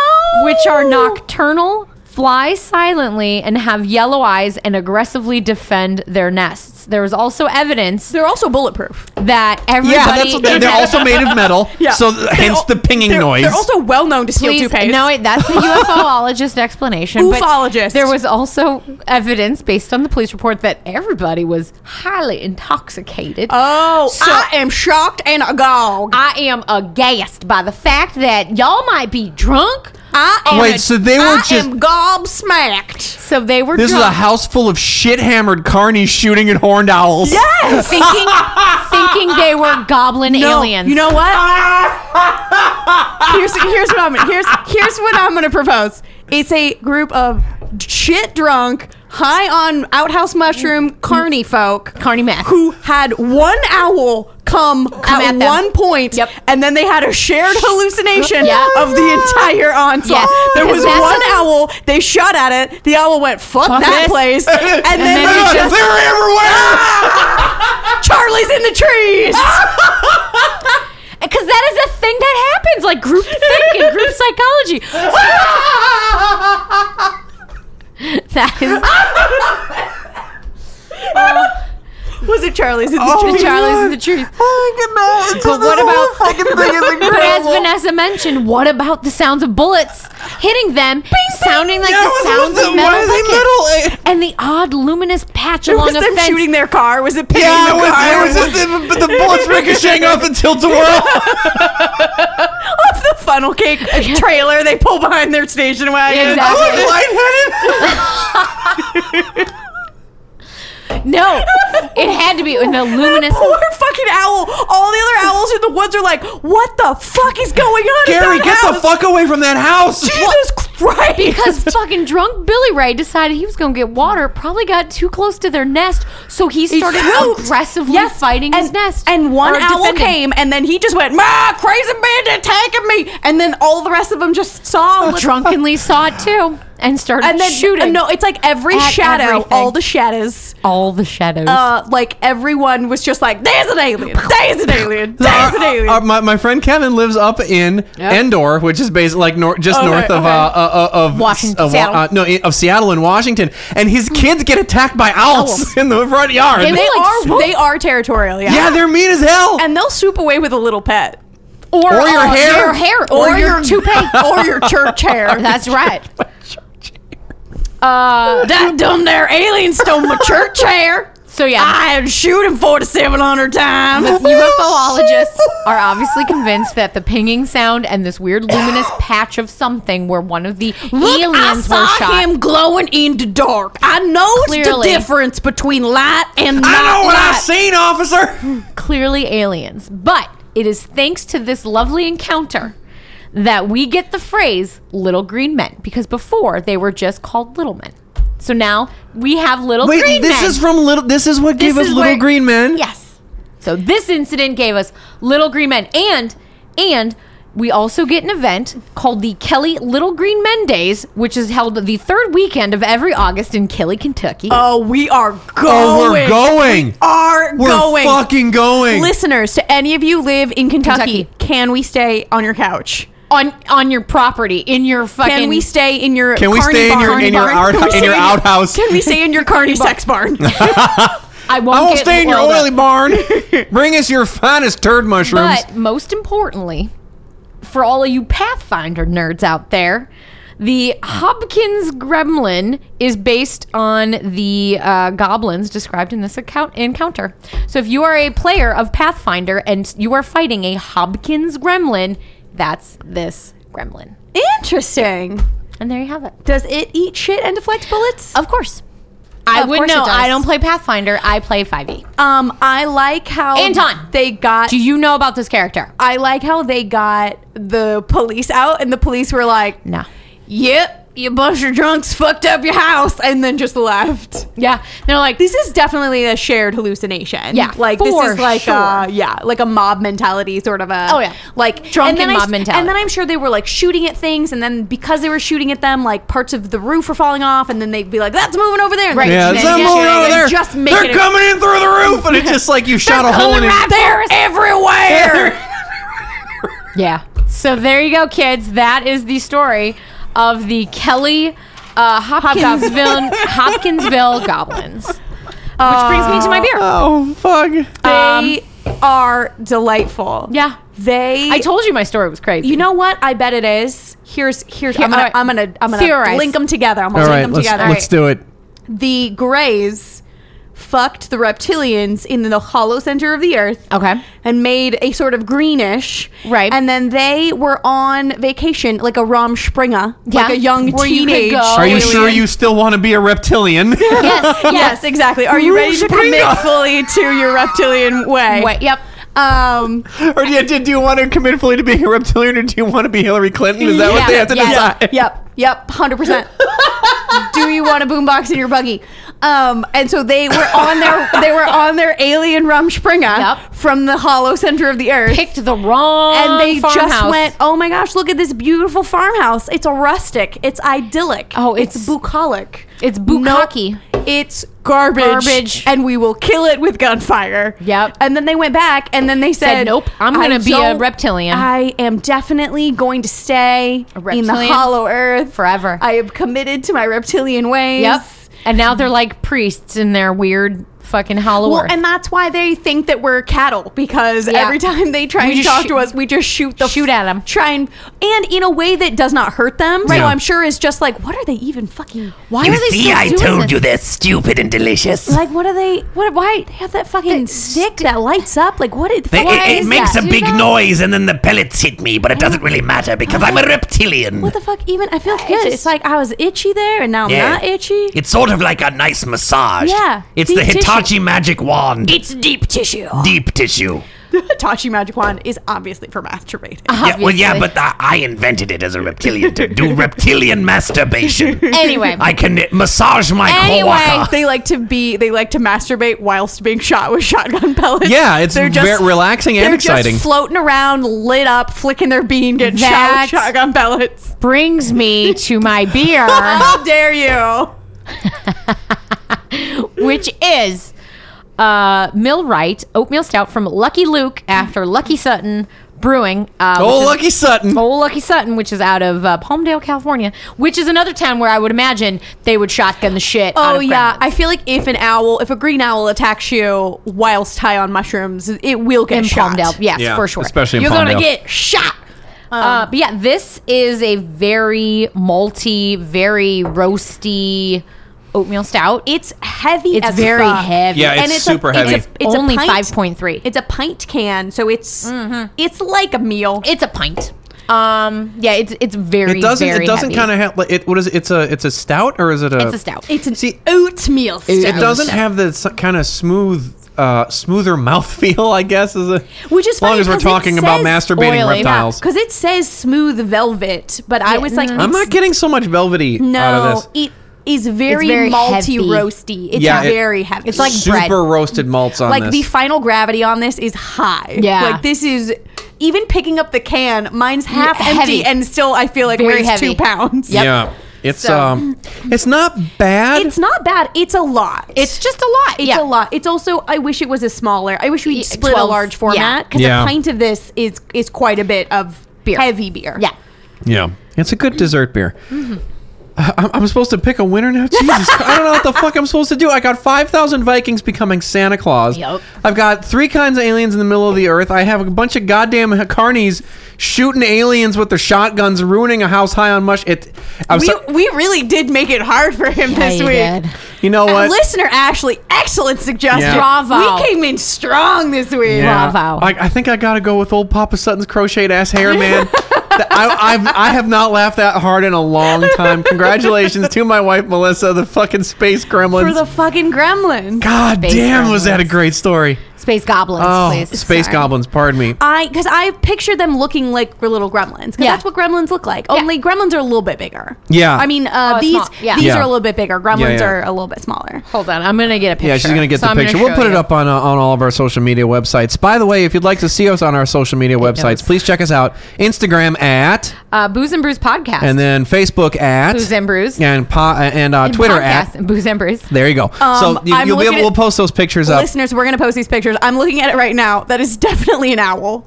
Speaker 2: which are nocturnal, fly silently, and have yellow eyes and aggressively defend their nests. There was also evidence
Speaker 3: They're also bulletproof.
Speaker 2: that everybody.
Speaker 4: yeah, that's what they're, they're also made of metal.
Speaker 3: Yeah.
Speaker 4: So th- hence
Speaker 3: al-
Speaker 4: the pinging
Speaker 3: they're,
Speaker 4: noise.
Speaker 3: They're also well known to steal
Speaker 2: Please,
Speaker 3: toupees.
Speaker 2: no, wait, that's the UFOologist explanation. but
Speaker 3: Ufologist.
Speaker 2: There was also evidence based on the police report that everybody was highly intoxicated.
Speaker 3: oh,
Speaker 2: So-
Speaker 3: I am shocked and agog.
Speaker 2: I am aghast by the fact that y'all might be drunk.
Speaker 3: I am.
Speaker 4: Wait, so they were
Speaker 3: I
Speaker 4: just-
Speaker 3: am gobsmacked.
Speaker 2: So they were
Speaker 4: this is
Speaker 2: drunk.
Speaker 4: a house full of shit hammered carnies shooting at horned owls. Yeah.
Speaker 2: thinking, thinking they were goblin
Speaker 3: No,
Speaker 2: aliens.
Speaker 3: You know what? here's here's what I'm here's here's what I'm gonna propose. It's a group of shit drunk high on outhouse
Speaker 2: Mm.
Speaker 3: mushroom carny folk
Speaker 2: Carny math.
Speaker 3: who had one owl come, at,
Speaker 2: at them.
Speaker 3: one point,
Speaker 2: Yep.
Speaker 3: and then they had a shared hallucination
Speaker 2: Yeah.
Speaker 3: of the entire onslaught.
Speaker 2: Yes,
Speaker 3: There
Speaker 2: because
Speaker 3: was
Speaker 2: that's
Speaker 3: one
Speaker 2: how-
Speaker 3: owl. They shot at it. The owl went fuck,
Speaker 2: Fuck
Speaker 3: that
Speaker 2: this."
Speaker 3: place, and then,
Speaker 2: then
Speaker 3: they
Speaker 2: it
Speaker 3: just-
Speaker 4: They're everywhere.
Speaker 3: Charlie's in the trees.
Speaker 2: Because that is a thing that happens, like group thinking, group psychology. that is
Speaker 3: was it Charlie's in the
Speaker 4: Oh,
Speaker 3: trees?
Speaker 2: Charlie's
Speaker 4: God.
Speaker 2: in the trees.
Speaker 4: Oh, no, it's just
Speaker 2: But what
Speaker 4: this whole
Speaker 2: about-
Speaker 4: fucking thing is
Speaker 2: But as
Speaker 4: incredible.
Speaker 2: Vanessa mentioned, what about the sounds of bullets hitting them, sounding like
Speaker 4: Yeah,
Speaker 2: the
Speaker 4: what's-
Speaker 2: sounds
Speaker 4: what's
Speaker 2: of
Speaker 4: the- why
Speaker 2: metal
Speaker 4: are they metal?
Speaker 2: buckets,
Speaker 4: Eh,
Speaker 2: and the odd luminous patch
Speaker 3: It
Speaker 2: along
Speaker 3: was
Speaker 2: a
Speaker 3: them
Speaker 2: fence?
Speaker 3: shooting their car. Was it picking
Speaker 4: Yeah, it
Speaker 3: the
Speaker 4: was, it
Speaker 3: car?
Speaker 4: was just the, but the bullets ricocheting off the tilt-a-whirl.
Speaker 3: off the funnel cake trailer they pull behind their station wagon. Oh,
Speaker 2: Exactly.
Speaker 4: I'm lightheaded.
Speaker 2: No, it had to be in the luminous.
Speaker 3: Poor fucking owl. All the other owls in the woods are like, what the fuck is going on? in
Speaker 4: Gary,
Speaker 3: that
Speaker 4: get the
Speaker 3: house?
Speaker 4: fuck away from that house.
Speaker 3: Jesus Christ.
Speaker 2: Because fucking drunk Billy Ray decided he was gonna get water, probably got too close to their nest, so he started
Speaker 3: Shoot.
Speaker 2: aggressively
Speaker 3: Yes,
Speaker 2: fighting
Speaker 3: and,
Speaker 2: his nest.
Speaker 3: And one
Speaker 2: or
Speaker 3: owl
Speaker 2: defending.
Speaker 3: came, and then he just went, Ma, crazy bandit taking me. And then all the rest of them just saw him.
Speaker 2: drunkenly saw it too and started
Speaker 3: And then uh,
Speaker 2: shooting.
Speaker 3: No, it's like every
Speaker 2: At
Speaker 3: shadow,
Speaker 2: everything.
Speaker 3: all the shadows,
Speaker 2: all the shadows.
Speaker 3: uh, like everyone was just like, there's an alien, there's an alien, there's an alien.
Speaker 4: Uh, my, my friend Kevin lives up in Endor, which is based like nor- just
Speaker 3: Okay,
Speaker 4: north of
Speaker 3: okay.
Speaker 4: uh, uh, uh, of
Speaker 2: Washington,
Speaker 4: of,
Speaker 2: Seattle.
Speaker 4: uh, no, in- of Seattle and Washington, and his kids get attacked by owls in the front yard.
Speaker 2: And
Speaker 3: they
Speaker 2: like,
Speaker 3: are
Speaker 2: swoop.
Speaker 3: they are territorial, yeah.
Speaker 4: yeah, they're mean as hell.
Speaker 3: and they'll swoop away with a little pet.
Speaker 2: or,
Speaker 4: or your
Speaker 2: uh,
Speaker 4: hair.
Speaker 2: your hair, or, your, toupee,
Speaker 3: or your church hair.
Speaker 2: That's right.
Speaker 3: that dumb there alien stole my church hair.
Speaker 2: So yeah,
Speaker 3: I had shoot him four to seven hundred times.
Speaker 2: UFOologists are obviously convinced that the pinging sound and this weird luminous patch of something where one of the
Speaker 3: I
Speaker 2: aliens were
Speaker 3: saw
Speaker 2: shot.
Speaker 3: him glowing in the dark. I know
Speaker 2: Clearly.
Speaker 3: the difference between light and not
Speaker 4: I know what
Speaker 3: light.
Speaker 4: I've seen, officer.
Speaker 2: Clearly aliens, but it is thanks to this lovely encounter that we get the phrase "little green men" because before they were just called little men. So now we have little
Speaker 4: Wait,
Speaker 2: green
Speaker 4: this
Speaker 2: men.
Speaker 4: is from little. This is what gave
Speaker 2: This
Speaker 4: us
Speaker 2: is
Speaker 4: Little
Speaker 2: where-
Speaker 4: Green Men.
Speaker 2: Yes. So this incident gave us Little Green Men and and we also get an event called the Kelly Little Green Men Days, which is held the third weekend of every August in Kelly, Kentucky.
Speaker 3: Oh, we are going.
Speaker 4: Oh, we're going.
Speaker 3: Are
Speaker 4: We're
Speaker 3: going.
Speaker 4: fucking going.
Speaker 3: Listeners, to any of you live in Kentucky,
Speaker 2: Kentucky.
Speaker 3: can we stay on your couch?
Speaker 2: on on your property, in your fucking
Speaker 3: Can we stay in your
Speaker 4: Can we
Speaker 3: carny
Speaker 4: stay in your-
Speaker 3: barn?
Speaker 4: in your
Speaker 3: Carny
Speaker 4: out-
Speaker 3: barn? Can we
Speaker 4: in
Speaker 3: stay
Speaker 4: your outhouse?
Speaker 3: Can we stay in your carny sex barn?
Speaker 2: I won't,
Speaker 4: I won't
Speaker 2: get
Speaker 4: stay in your
Speaker 2: oiled up.
Speaker 4: oily barn. Bring us your finest turd mushrooms.
Speaker 2: But most importantly, for all of you Pathfinder nerds out there, the Hopkins Gremlin is based on the uh, goblins described in this account- encounter. So if you are a player of Pathfinder and you are fighting a Hopkins Gremlin, that's this gremlin.
Speaker 3: Interesting.
Speaker 2: And there you have it.
Speaker 3: Does it eat shit and deflect bullets?
Speaker 2: Of course. I
Speaker 3: Of
Speaker 2: would
Speaker 3: course it
Speaker 2: know.
Speaker 3: does.
Speaker 2: I don't play Pathfinder. I play 5e.
Speaker 3: Um, I like how
Speaker 2: Anton.
Speaker 3: they got.
Speaker 2: Do you know about this character?
Speaker 3: I like how they got the police out, and the police were like,
Speaker 2: No.
Speaker 3: "Yep, you bunch of drunks fucked up your house," and then just left.
Speaker 2: Yeah. They're like,
Speaker 3: This is definitely a shared hallucination.
Speaker 2: Yeah,
Speaker 3: like this
Speaker 2: for
Speaker 3: is like
Speaker 2: sure.
Speaker 3: a yeah, like a mob mentality sort of a
Speaker 2: Oh, yeah.
Speaker 3: like
Speaker 2: Drunken
Speaker 3: then I
Speaker 2: mob
Speaker 3: s-
Speaker 2: mentality.
Speaker 3: And then I'm sure they were like shooting at things, and then because they were shooting at them, like parts of the roof were falling off, and then they'd be like, "That's moving over there." And
Speaker 2: Right.
Speaker 3: then
Speaker 4: Yeah,
Speaker 2: Yeah,
Speaker 4: it's
Speaker 3: shooting
Speaker 4: that
Speaker 3: at
Speaker 2: yeah,
Speaker 4: mole
Speaker 3: it,
Speaker 4: over
Speaker 3: and
Speaker 4: there.
Speaker 3: Just making
Speaker 4: They're
Speaker 3: it
Speaker 4: coming in through the roof, and it's just like you shot a hole in
Speaker 3: coming
Speaker 4: it.
Speaker 3: right there everywhere.
Speaker 2: Yeah. So there you go, kids. That is the story of the Kelly uh, Hopkinsville Hopkinsville goblins. Uh, Which brings me to my beer.
Speaker 4: Oh fuck!
Speaker 3: They Um, are delightful.
Speaker 2: yeah.
Speaker 3: They
Speaker 2: I told you my story was crazy.
Speaker 3: you know what? I bet it is. Here's here's
Speaker 2: Here,
Speaker 3: I'm gonna
Speaker 2: all right.
Speaker 3: I'm gonna I'm gonna
Speaker 2: Theorize.
Speaker 3: link them together. I'm gonna
Speaker 4: All
Speaker 3: link
Speaker 4: right,
Speaker 3: them
Speaker 4: let's
Speaker 3: together.
Speaker 4: let's do it.
Speaker 3: The Greys fucked the reptilians in the hollow center of the earth.
Speaker 2: Okay.
Speaker 3: And made a sort of greenish.
Speaker 2: Right.
Speaker 3: And then they were on vacation, like a Rom Springer,
Speaker 2: Yeah.
Speaker 3: like a young
Speaker 2: Where you could
Speaker 3: teenage.
Speaker 2: go
Speaker 4: Are you
Speaker 2: Alien.
Speaker 4: sure you still want to be a reptilian?
Speaker 2: Yes.
Speaker 3: Yes,
Speaker 2: Yes.
Speaker 3: exactly. Are you
Speaker 4: Rom
Speaker 3: ready to commit
Speaker 4: Springer.
Speaker 3: fully to your reptilian way?
Speaker 2: Wait. Yep.
Speaker 3: Um,
Speaker 4: or do you, do you want to commit fully to being a reptilian, or do you want to be Hillary Clinton? Is that what
Speaker 2: Yeah,
Speaker 4: they have to
Speaker 2: yeah.
Speaker 4: decide?
Speaker 3: yep, yep, hundred percent. do you want a boombox in your buggy? Um, and so they were on their they were on their alien Rumspringa
Speaker 2: Yep.
Speaker 3: from the hollow center of the earth.
Speaker 2: Picked the wrong
Speaker 3: and they just
Speaker 2: farmhouse.
Speaker 3: went, oh my gosh, look at this beautiful farmhouse. It's a rustic. It's idyllic.
Speaker 2: Oh, it's-
Speaker 3: bucolic.
Speaker 2: it's bukkake.
Speaker 3: Nope, it's garbage.
Speaker 2: Garbage.
Speaker 3: And we will kill it with gunfire.
Speaker 2: Yep.
Speaker 3: And then they went back and then they said,
Speaker 2: "Nope, I'm gonna
Speaker 3: I
Speaker 2: be a
Speaker 3: don't-
Speaker 2: reptilian."
Speaker 3: I am definitely going to stay
Speaker 2: A
Speaker 3: in the
Speaker 2: reptilian
Speaker 3: hollow earth
Speaker 2: forever.
Speaker 3: I am committed to my reptilian ways.
Speaker 2: Yep. And now they're like priests in their weird fucking hollow
Speaker 3: Well,
Speaker 2: earth.
Speaker 3: and that's why they think that we're cattle because
Speaker 2: Yeah.
Speaker 3: every time they try
Speaker 2: We
Speaker 3: and
Speaker 2: just
Speaker 3: talk
Speaker 2: shoot-
Speaker 3: to us, we just shoot the
Speaker 2: Shoot at 'em.
Speaker 3: Try and and in a way that does not hurt them.
Speaker 8: Right.
Speaker 3: So I'm sure it's just like, what are they even fucking?
Speaker 2: Why are they
Speaker 4: See,
Speaker 2: still
Speaker 4: I
Speaker 2: doing
Speaker 4: told
Speaker 2: this?
Speaker 4: you they're stupid and delicious.
Speaker 3: Like, what are they? What? Why they have that fucking stick that lights up? Like, what? It,
Speaker 4: They-
Speaker 3: why
Speaker 4: it it
Speaker 3: is
Speaker 4: makes
Speaker 3: that?
Speaker 4: a big noise and then the pellets hit me, but it doesn't really matter because I'm a reptilian.
Speaker 3: What the fuck? Even I feel good. It's like I was itchy there, and now I'm
Speaker 4: Yeah.
Speaker 3: not itchy.
Speaker 4: It's sort of like a nice massage.
Speaker 3: Yeah,
Speaker 4: It's
Speaker 3: deep
Speaker 4: the
Speaker 3: tissue.
Speaker 4: Hitachi magic wand.
Speaker 3: It's deep tissue.
Speaker 4: deep tissue.
Speaker 3: Hitachi magic wand is obviously for masturbating.
Speaker 4: Yeah, well, yeah,
Speaker 2: Obviously.
Speaker 4: but I I invented it as a reptilian to do reptilian masturbation.
Speaker 2: Anyway.
Speaker 4: I can massage my
Speaker 2: Anyway.
Speaker 4: coworker.
Speaker 3: they like to be they like to masturbate whilst being shot with shotgun pellets.
Speaker 8: Yeah, it's ver- relaxing and
Speaker 3: they're
Speaker 8: exciting.
Speaker 3: Just floating around, lit up, flicking their bean, getting
Speaker 2: That's-
Speaker 3: shot with shotgun pellets.
Speaker 2: brings me to my beer,
Speaker 3: How dare you?
Speaker 2: which is uh, Millwright oatmeal stout from Lucky Luke after Lucky Sutton Brewing. Uh, which
Speaker 8: Oh,
Speaker 2: is-
Speaker 8: Lucky Sutton.
Speaker 2: Old Lucky Sutton, which is out of uh, Palmdale, California, which is another town where I would imagine they would shotgun the shit. out
Speaker 3: Oh
Speaker 2: of
Speaker 3: yeah,
Speaker 2: gremlins.
Speaker 3: I feel like if an owl, if a green owl attacks you whilst high on mushrooms, it will get
Speaker 2: in
Speaker 3: shot.
Speaker 2: Palmdale, yes,
Speaker 8: Yeah,
Speaker 2: for sure.
Speaker 8: especially in
Speaker 2: you're gonna
Speaker 8: Palmdale.
Speaker 2: get shot. uh, but yeah, this is a very malty, very roasty oatmeal stout.
Speaker 3: It's heavy.
Speaker 2: It's
Speaker 3: as
Speaker 2: very
Speaker 3: fuck.
Speaker 2: heavy.
Speaker 8: Yeah, it's super heavy.
Speaker 3: It's, a, it's
Speaker 2: only
Speaker 3: a pint,
Speaker 2: five point three. Mm-hmm.
Speaker 3: It's a pint can, so it's it's like a meal.
Speaker 2: It's a pint. Um, yeah, it's it's very.
Speaker 8: It doesn't.
Speaker 2: Very
Speaker 8: It doesn't
Speaker 2: heavy.
Speaker 8: kind of have. like, It what is it? It's a. It's a stout or is it a?
Speaker 2: It's a stout.
Speaker 3: It's an
Speaker 8: See,
Speaker 3: oatmeal stout.
Speaker 8: it doesn't have the s- kind of smooth, uh, smoother mouthfeel. I guess is a.
Speaker 3: Which is
Speaker 8: as long
Speaker 3: funny
Speaker 8: as we're
Speaker 3: 'cause it
Speaker 8: talking about
Speaker 3: says
Speaker 8: masturbating
Speaker 2: oily.
Speaker 8: reptiles.
Speaker 3: because it says smooth velvet, but I was
Speaker 2: mm-hmm.
Speaker 3: like,
Speaker 8: I'm
Speaker 3: it's-
Speaker 8: not getting so much velvety
Speaker 3: No,
Speaker 8: out of this.
Speaker 3: it is very,
Speaker 2: very
Speaker 3: malty,
Speaker 2: heavy.
Speaker 3: roasty. It's
Speaker 8: Yeah, it-
Speaker 3: very heavy.
Speaker 2: It's like
Speaker 8: super
Speaker 2: bread.
Speaker 8: roasted malts on
Speaker 3: like
Speaker 8: this.
Speaker 3: the final gravity on this is high.
Speaker 2: Yeah.
Speaker 3: like this is even picking up the can. Mine's half
Speaker 2: heavy.
Speaker 3: empty, and still I feel like
Speaker 2: Very
Speaker 3: weighs
Speaker 2: heavy.
Speaker 3: two pounds.
Speaker 2: Yep.
Speaker 8: Yeah, it's
Speaker 2: So-
Speaker 8: um, it's not bad.
Speaker 3: It's not bad. It's a lot.
Speaker 2: It's just a lot.
Speaker 3: It's
Speaker 2: yeah.
Speaker 3: a lot. It's also. I wish it was a smaller. I wish we
Speaker 2: Yeah,
Speaker 3: would split
Speaker 2: 12,
Speaker 3: a large format because
Speaker 8: yeah.
Speaker 3: a pint of this is is quite a bit of
Speaker 2: Beer.
Speaker 3: heavy beer.
Speaker 2: Yeah.
Speaker 8: yeah, it's a good dessert beer. I- I'm, I'm supposed to pick a winner now. Jesus, I don't know what the fuck I'm supposed to do. I got five thousand Vikings becoming Santa Claus.
Speaker 2: Yup.
Speaker 8: I've got three kinds of aliens in the middle of the earth. I have a bunch of goddamn carnies shooting aliens with their shotguns, ruining a house high on mush. It. I'm
Speaker 3: We,
Speaker 8: so-
Speaker 3: we really did make it hard for him this
Speaker 2: you
Speaker 3: week.
Speaker 2: did.
Speaker 8: you know
Speaker 3: Uh,
Speaker 8: what?
Speaker 3: Listener Ashley, excellent suggestion.
Speaker 8: Yeah.
Speaker 2: Bravo.
Speaker 3: We came in strong this week.
Speaker 8: Yeah.
Speaker 2: Bravo.
Speaker 8: I, I think I gotta go with old Papa Sutton's crocheted ass hair, man. Th- I, I've, I have not laughed that hard in a long time. Congratulations to my wife Melissa, the fucking space gremlins.
Speaker 3: For the fucking gremlin.
Speaker 8: God
Speaker 2: Space
Speaker 8: damn, was that a
Speaker 2: gremlins.
Speaker 8: great story?
Speaker 2: Space goblins,
Speaker 8: Oh,
Speaker 2: please.
Speaker 8: space goblins. Pardon me.
Speaker 3: I because I picture them looking like little gremlins because
Speaker 2: Yeah.
Speaker 3: that's what gremlins look like. Only gremlins are a little bit bigger.
Speaker 8: Yeah.
Speaker 3: I mean uh,
Speaker 2: Oh,
Speaker 3: these
Speaker 2: small. Yeah.
Speaker 3: these
Speaker 8: Yeah.
Speaker 3: are a little bit bigger. Gremlins
Speaker 8: yeah.
Speaker 3: are a little bit smaller.
Speaker 2: Hold on, I'm gonna get a picture.
Speaker 8: Yeah, she's gonna get
Speaker 2: So
Speaker 8: the
Speaker 2: I'm gonna
Speaker 8: picture. We'll
Speaker 2: show
Speaker 8: put it
Speaker 2: you.
Speaker 8: up on uh, on all of our social media websites. By the way, if you'd like to see us on our social media
Speaker 2: knows.
Speaker 8: websites, please check us out: Instagram at,
Speaker 2: Uh, Booze and Brews podcast.
Speaker 8: and then Facebook at,
Speaker 2: Booze and Brews.
Speaker 8: and po- and uh, Twitter
Speaker 2: podcast,
Speaker 8: at.
Speaker 2: Booze and Brews.
Speaker 8: There you go.
Speaker 2: Um,
Speaker 8: so you,
Speaker 3: I'm
Speaker 8: you'll be
Speaker 3: looking
Speaker 8: able.
Speaker 3: at-
Speaker 8: We'll post those pictures up.
Speaker 3: Listeners, we're gonna post these pictures. I'm looking at it right now. That is definitely an owl.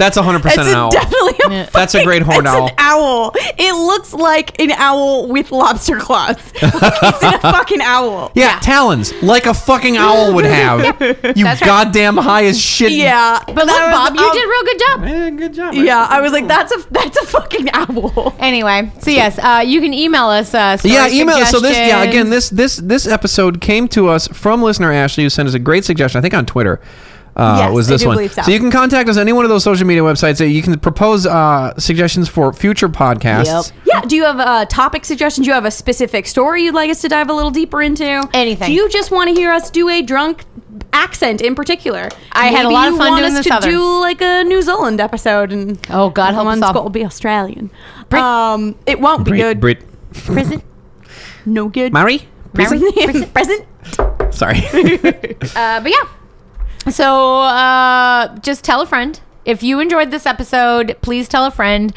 Speaker 8: That's 100%
Speaker 3: That's
Speaker 8: an owl.
Speaker 3: definitely a
Speaker 8: That's a
Speaker 3: fucking-
Speaker 8: great horned
Speaker 3: that's
Speaker 8: owl.
Speaker 3: An owl. It looks like an owl with lobster claws. Like, it's a fucking owl.
Speaker 8: yeah, talons, like a fucking owl would have. You goddamn high as shit.
Speaker 3: Yeah, but
Speaker 2: Look,
Speaker 3: look,
Speaker 2: Bob, you did a real good job.
Speaker 8: Eh, good job.
Speaker 3: Yeah, I was like, that's a that's a fucking owl.
Speaker 2: Anyway, so yes, uh, you can email us. Uh, story
Speaker 8: Yeah, email. us. So this, yeah,
Speaker 2: suggestions.
Speaker 8: again, this this this episode came to us from listener Ashley, who sent us a great suggestion. I think on Twitter. Uh,
Speaker 3: Yes,
Speaker 8: was
Speaker 3: I
Speaker 8: this
Speaker 3: do
Speaker 8: one?
Speaker 3: believe
Speaker 8: So.
Speaker 3: so.
Speaker 8: you can contact us on any one of those social media websites. You can propose uh, suggestions for future podcasts.
Speaker 3: Yeah. Do you have a topic suggestion? Do you have a specific story you'd like us to dive a little deeper into?
Speaker 2: Anything.
Speaker 3: Do you just want to hear us do a drunk accent in particular?
Speaker 2: I had a lot of
Speaker 3: you
Speaker 2: fun
Speaker 3: want
Speaker 2: doing
Speaker 3: us
Speaker 2: this
Speaker 3: to
Speaker 2: other.
Speaker 3: do like a New Zealand episode, and
Speaker 2: Oh, God help us
Speaker 3: one's
Speaker 2: all.
Speaker 3: will be Australian.
Speaker 2: Brit.
Speaker 3: Um, it won't be
Speaker 8: Brit,
Speaker 3: good.
Speaker 8: Brit.
Speaker 2: prison.
Speaker 3: No good.
Speaker 4: Mary?
Speaker 3: Present. Present.
Speaker 4: Sorry.
Speaker 2: Uh, but yeah. So uh, just tell a friend. If you enjoyed this episode, please tell a friend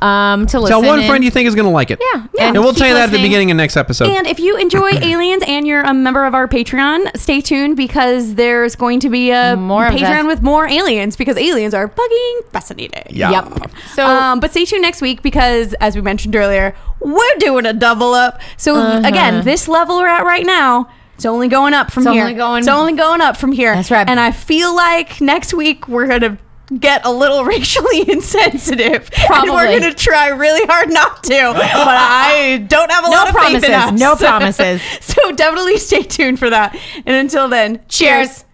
Speaker 2: um, to listen.
Speaker 4: Tell one
Speaker 2: in.
Speaker 4: friend you think is going to like it.
Speaker 2: Yeah, yeah.
Speaker 4: And, we'll
Speaker 2: Keep
Speaker 4: tell you that at the
Speaker 2: listening.
Speaker 4: beginning of next episode.
Speaker 3: And if you enjoy aliens and you're a member of our Patreon, stay tuned because there's going to be a
Speaker 2: More of that.
Speaker 3: Patreon with more aliens because aliens are fucking fascinating.
Speaker 4: Yeah.
Speaker 2: Yep. So
Speaker 3: um, but stay tuned next week because, as we mentioned earlier, we're doing a double up. So
Speaker 2: Uh-huh.
Speaker 3: again, this level we're at right now, it's only going up from
Speaker 2: It's
Speaker 3: here.
Speaker 2: only going-
Speaker 3: it's only going up from here.
Speaker 2: That's right.
Speaker 3: And I feel like next week we're gonna get a little racially insensitive. And
Speaker 2: Probably.
Speaker 3: we're gonna try really hard not to. But I don't have a
Speaker 2: No
Speaker 3: lot of faith in
Speaker 2: promises.
Speaker 3: us.
Speaker 2: No promises.
Speaker 3: so definitely stay tuned for that. And until then, cheers.
Speaker 2: Cheers.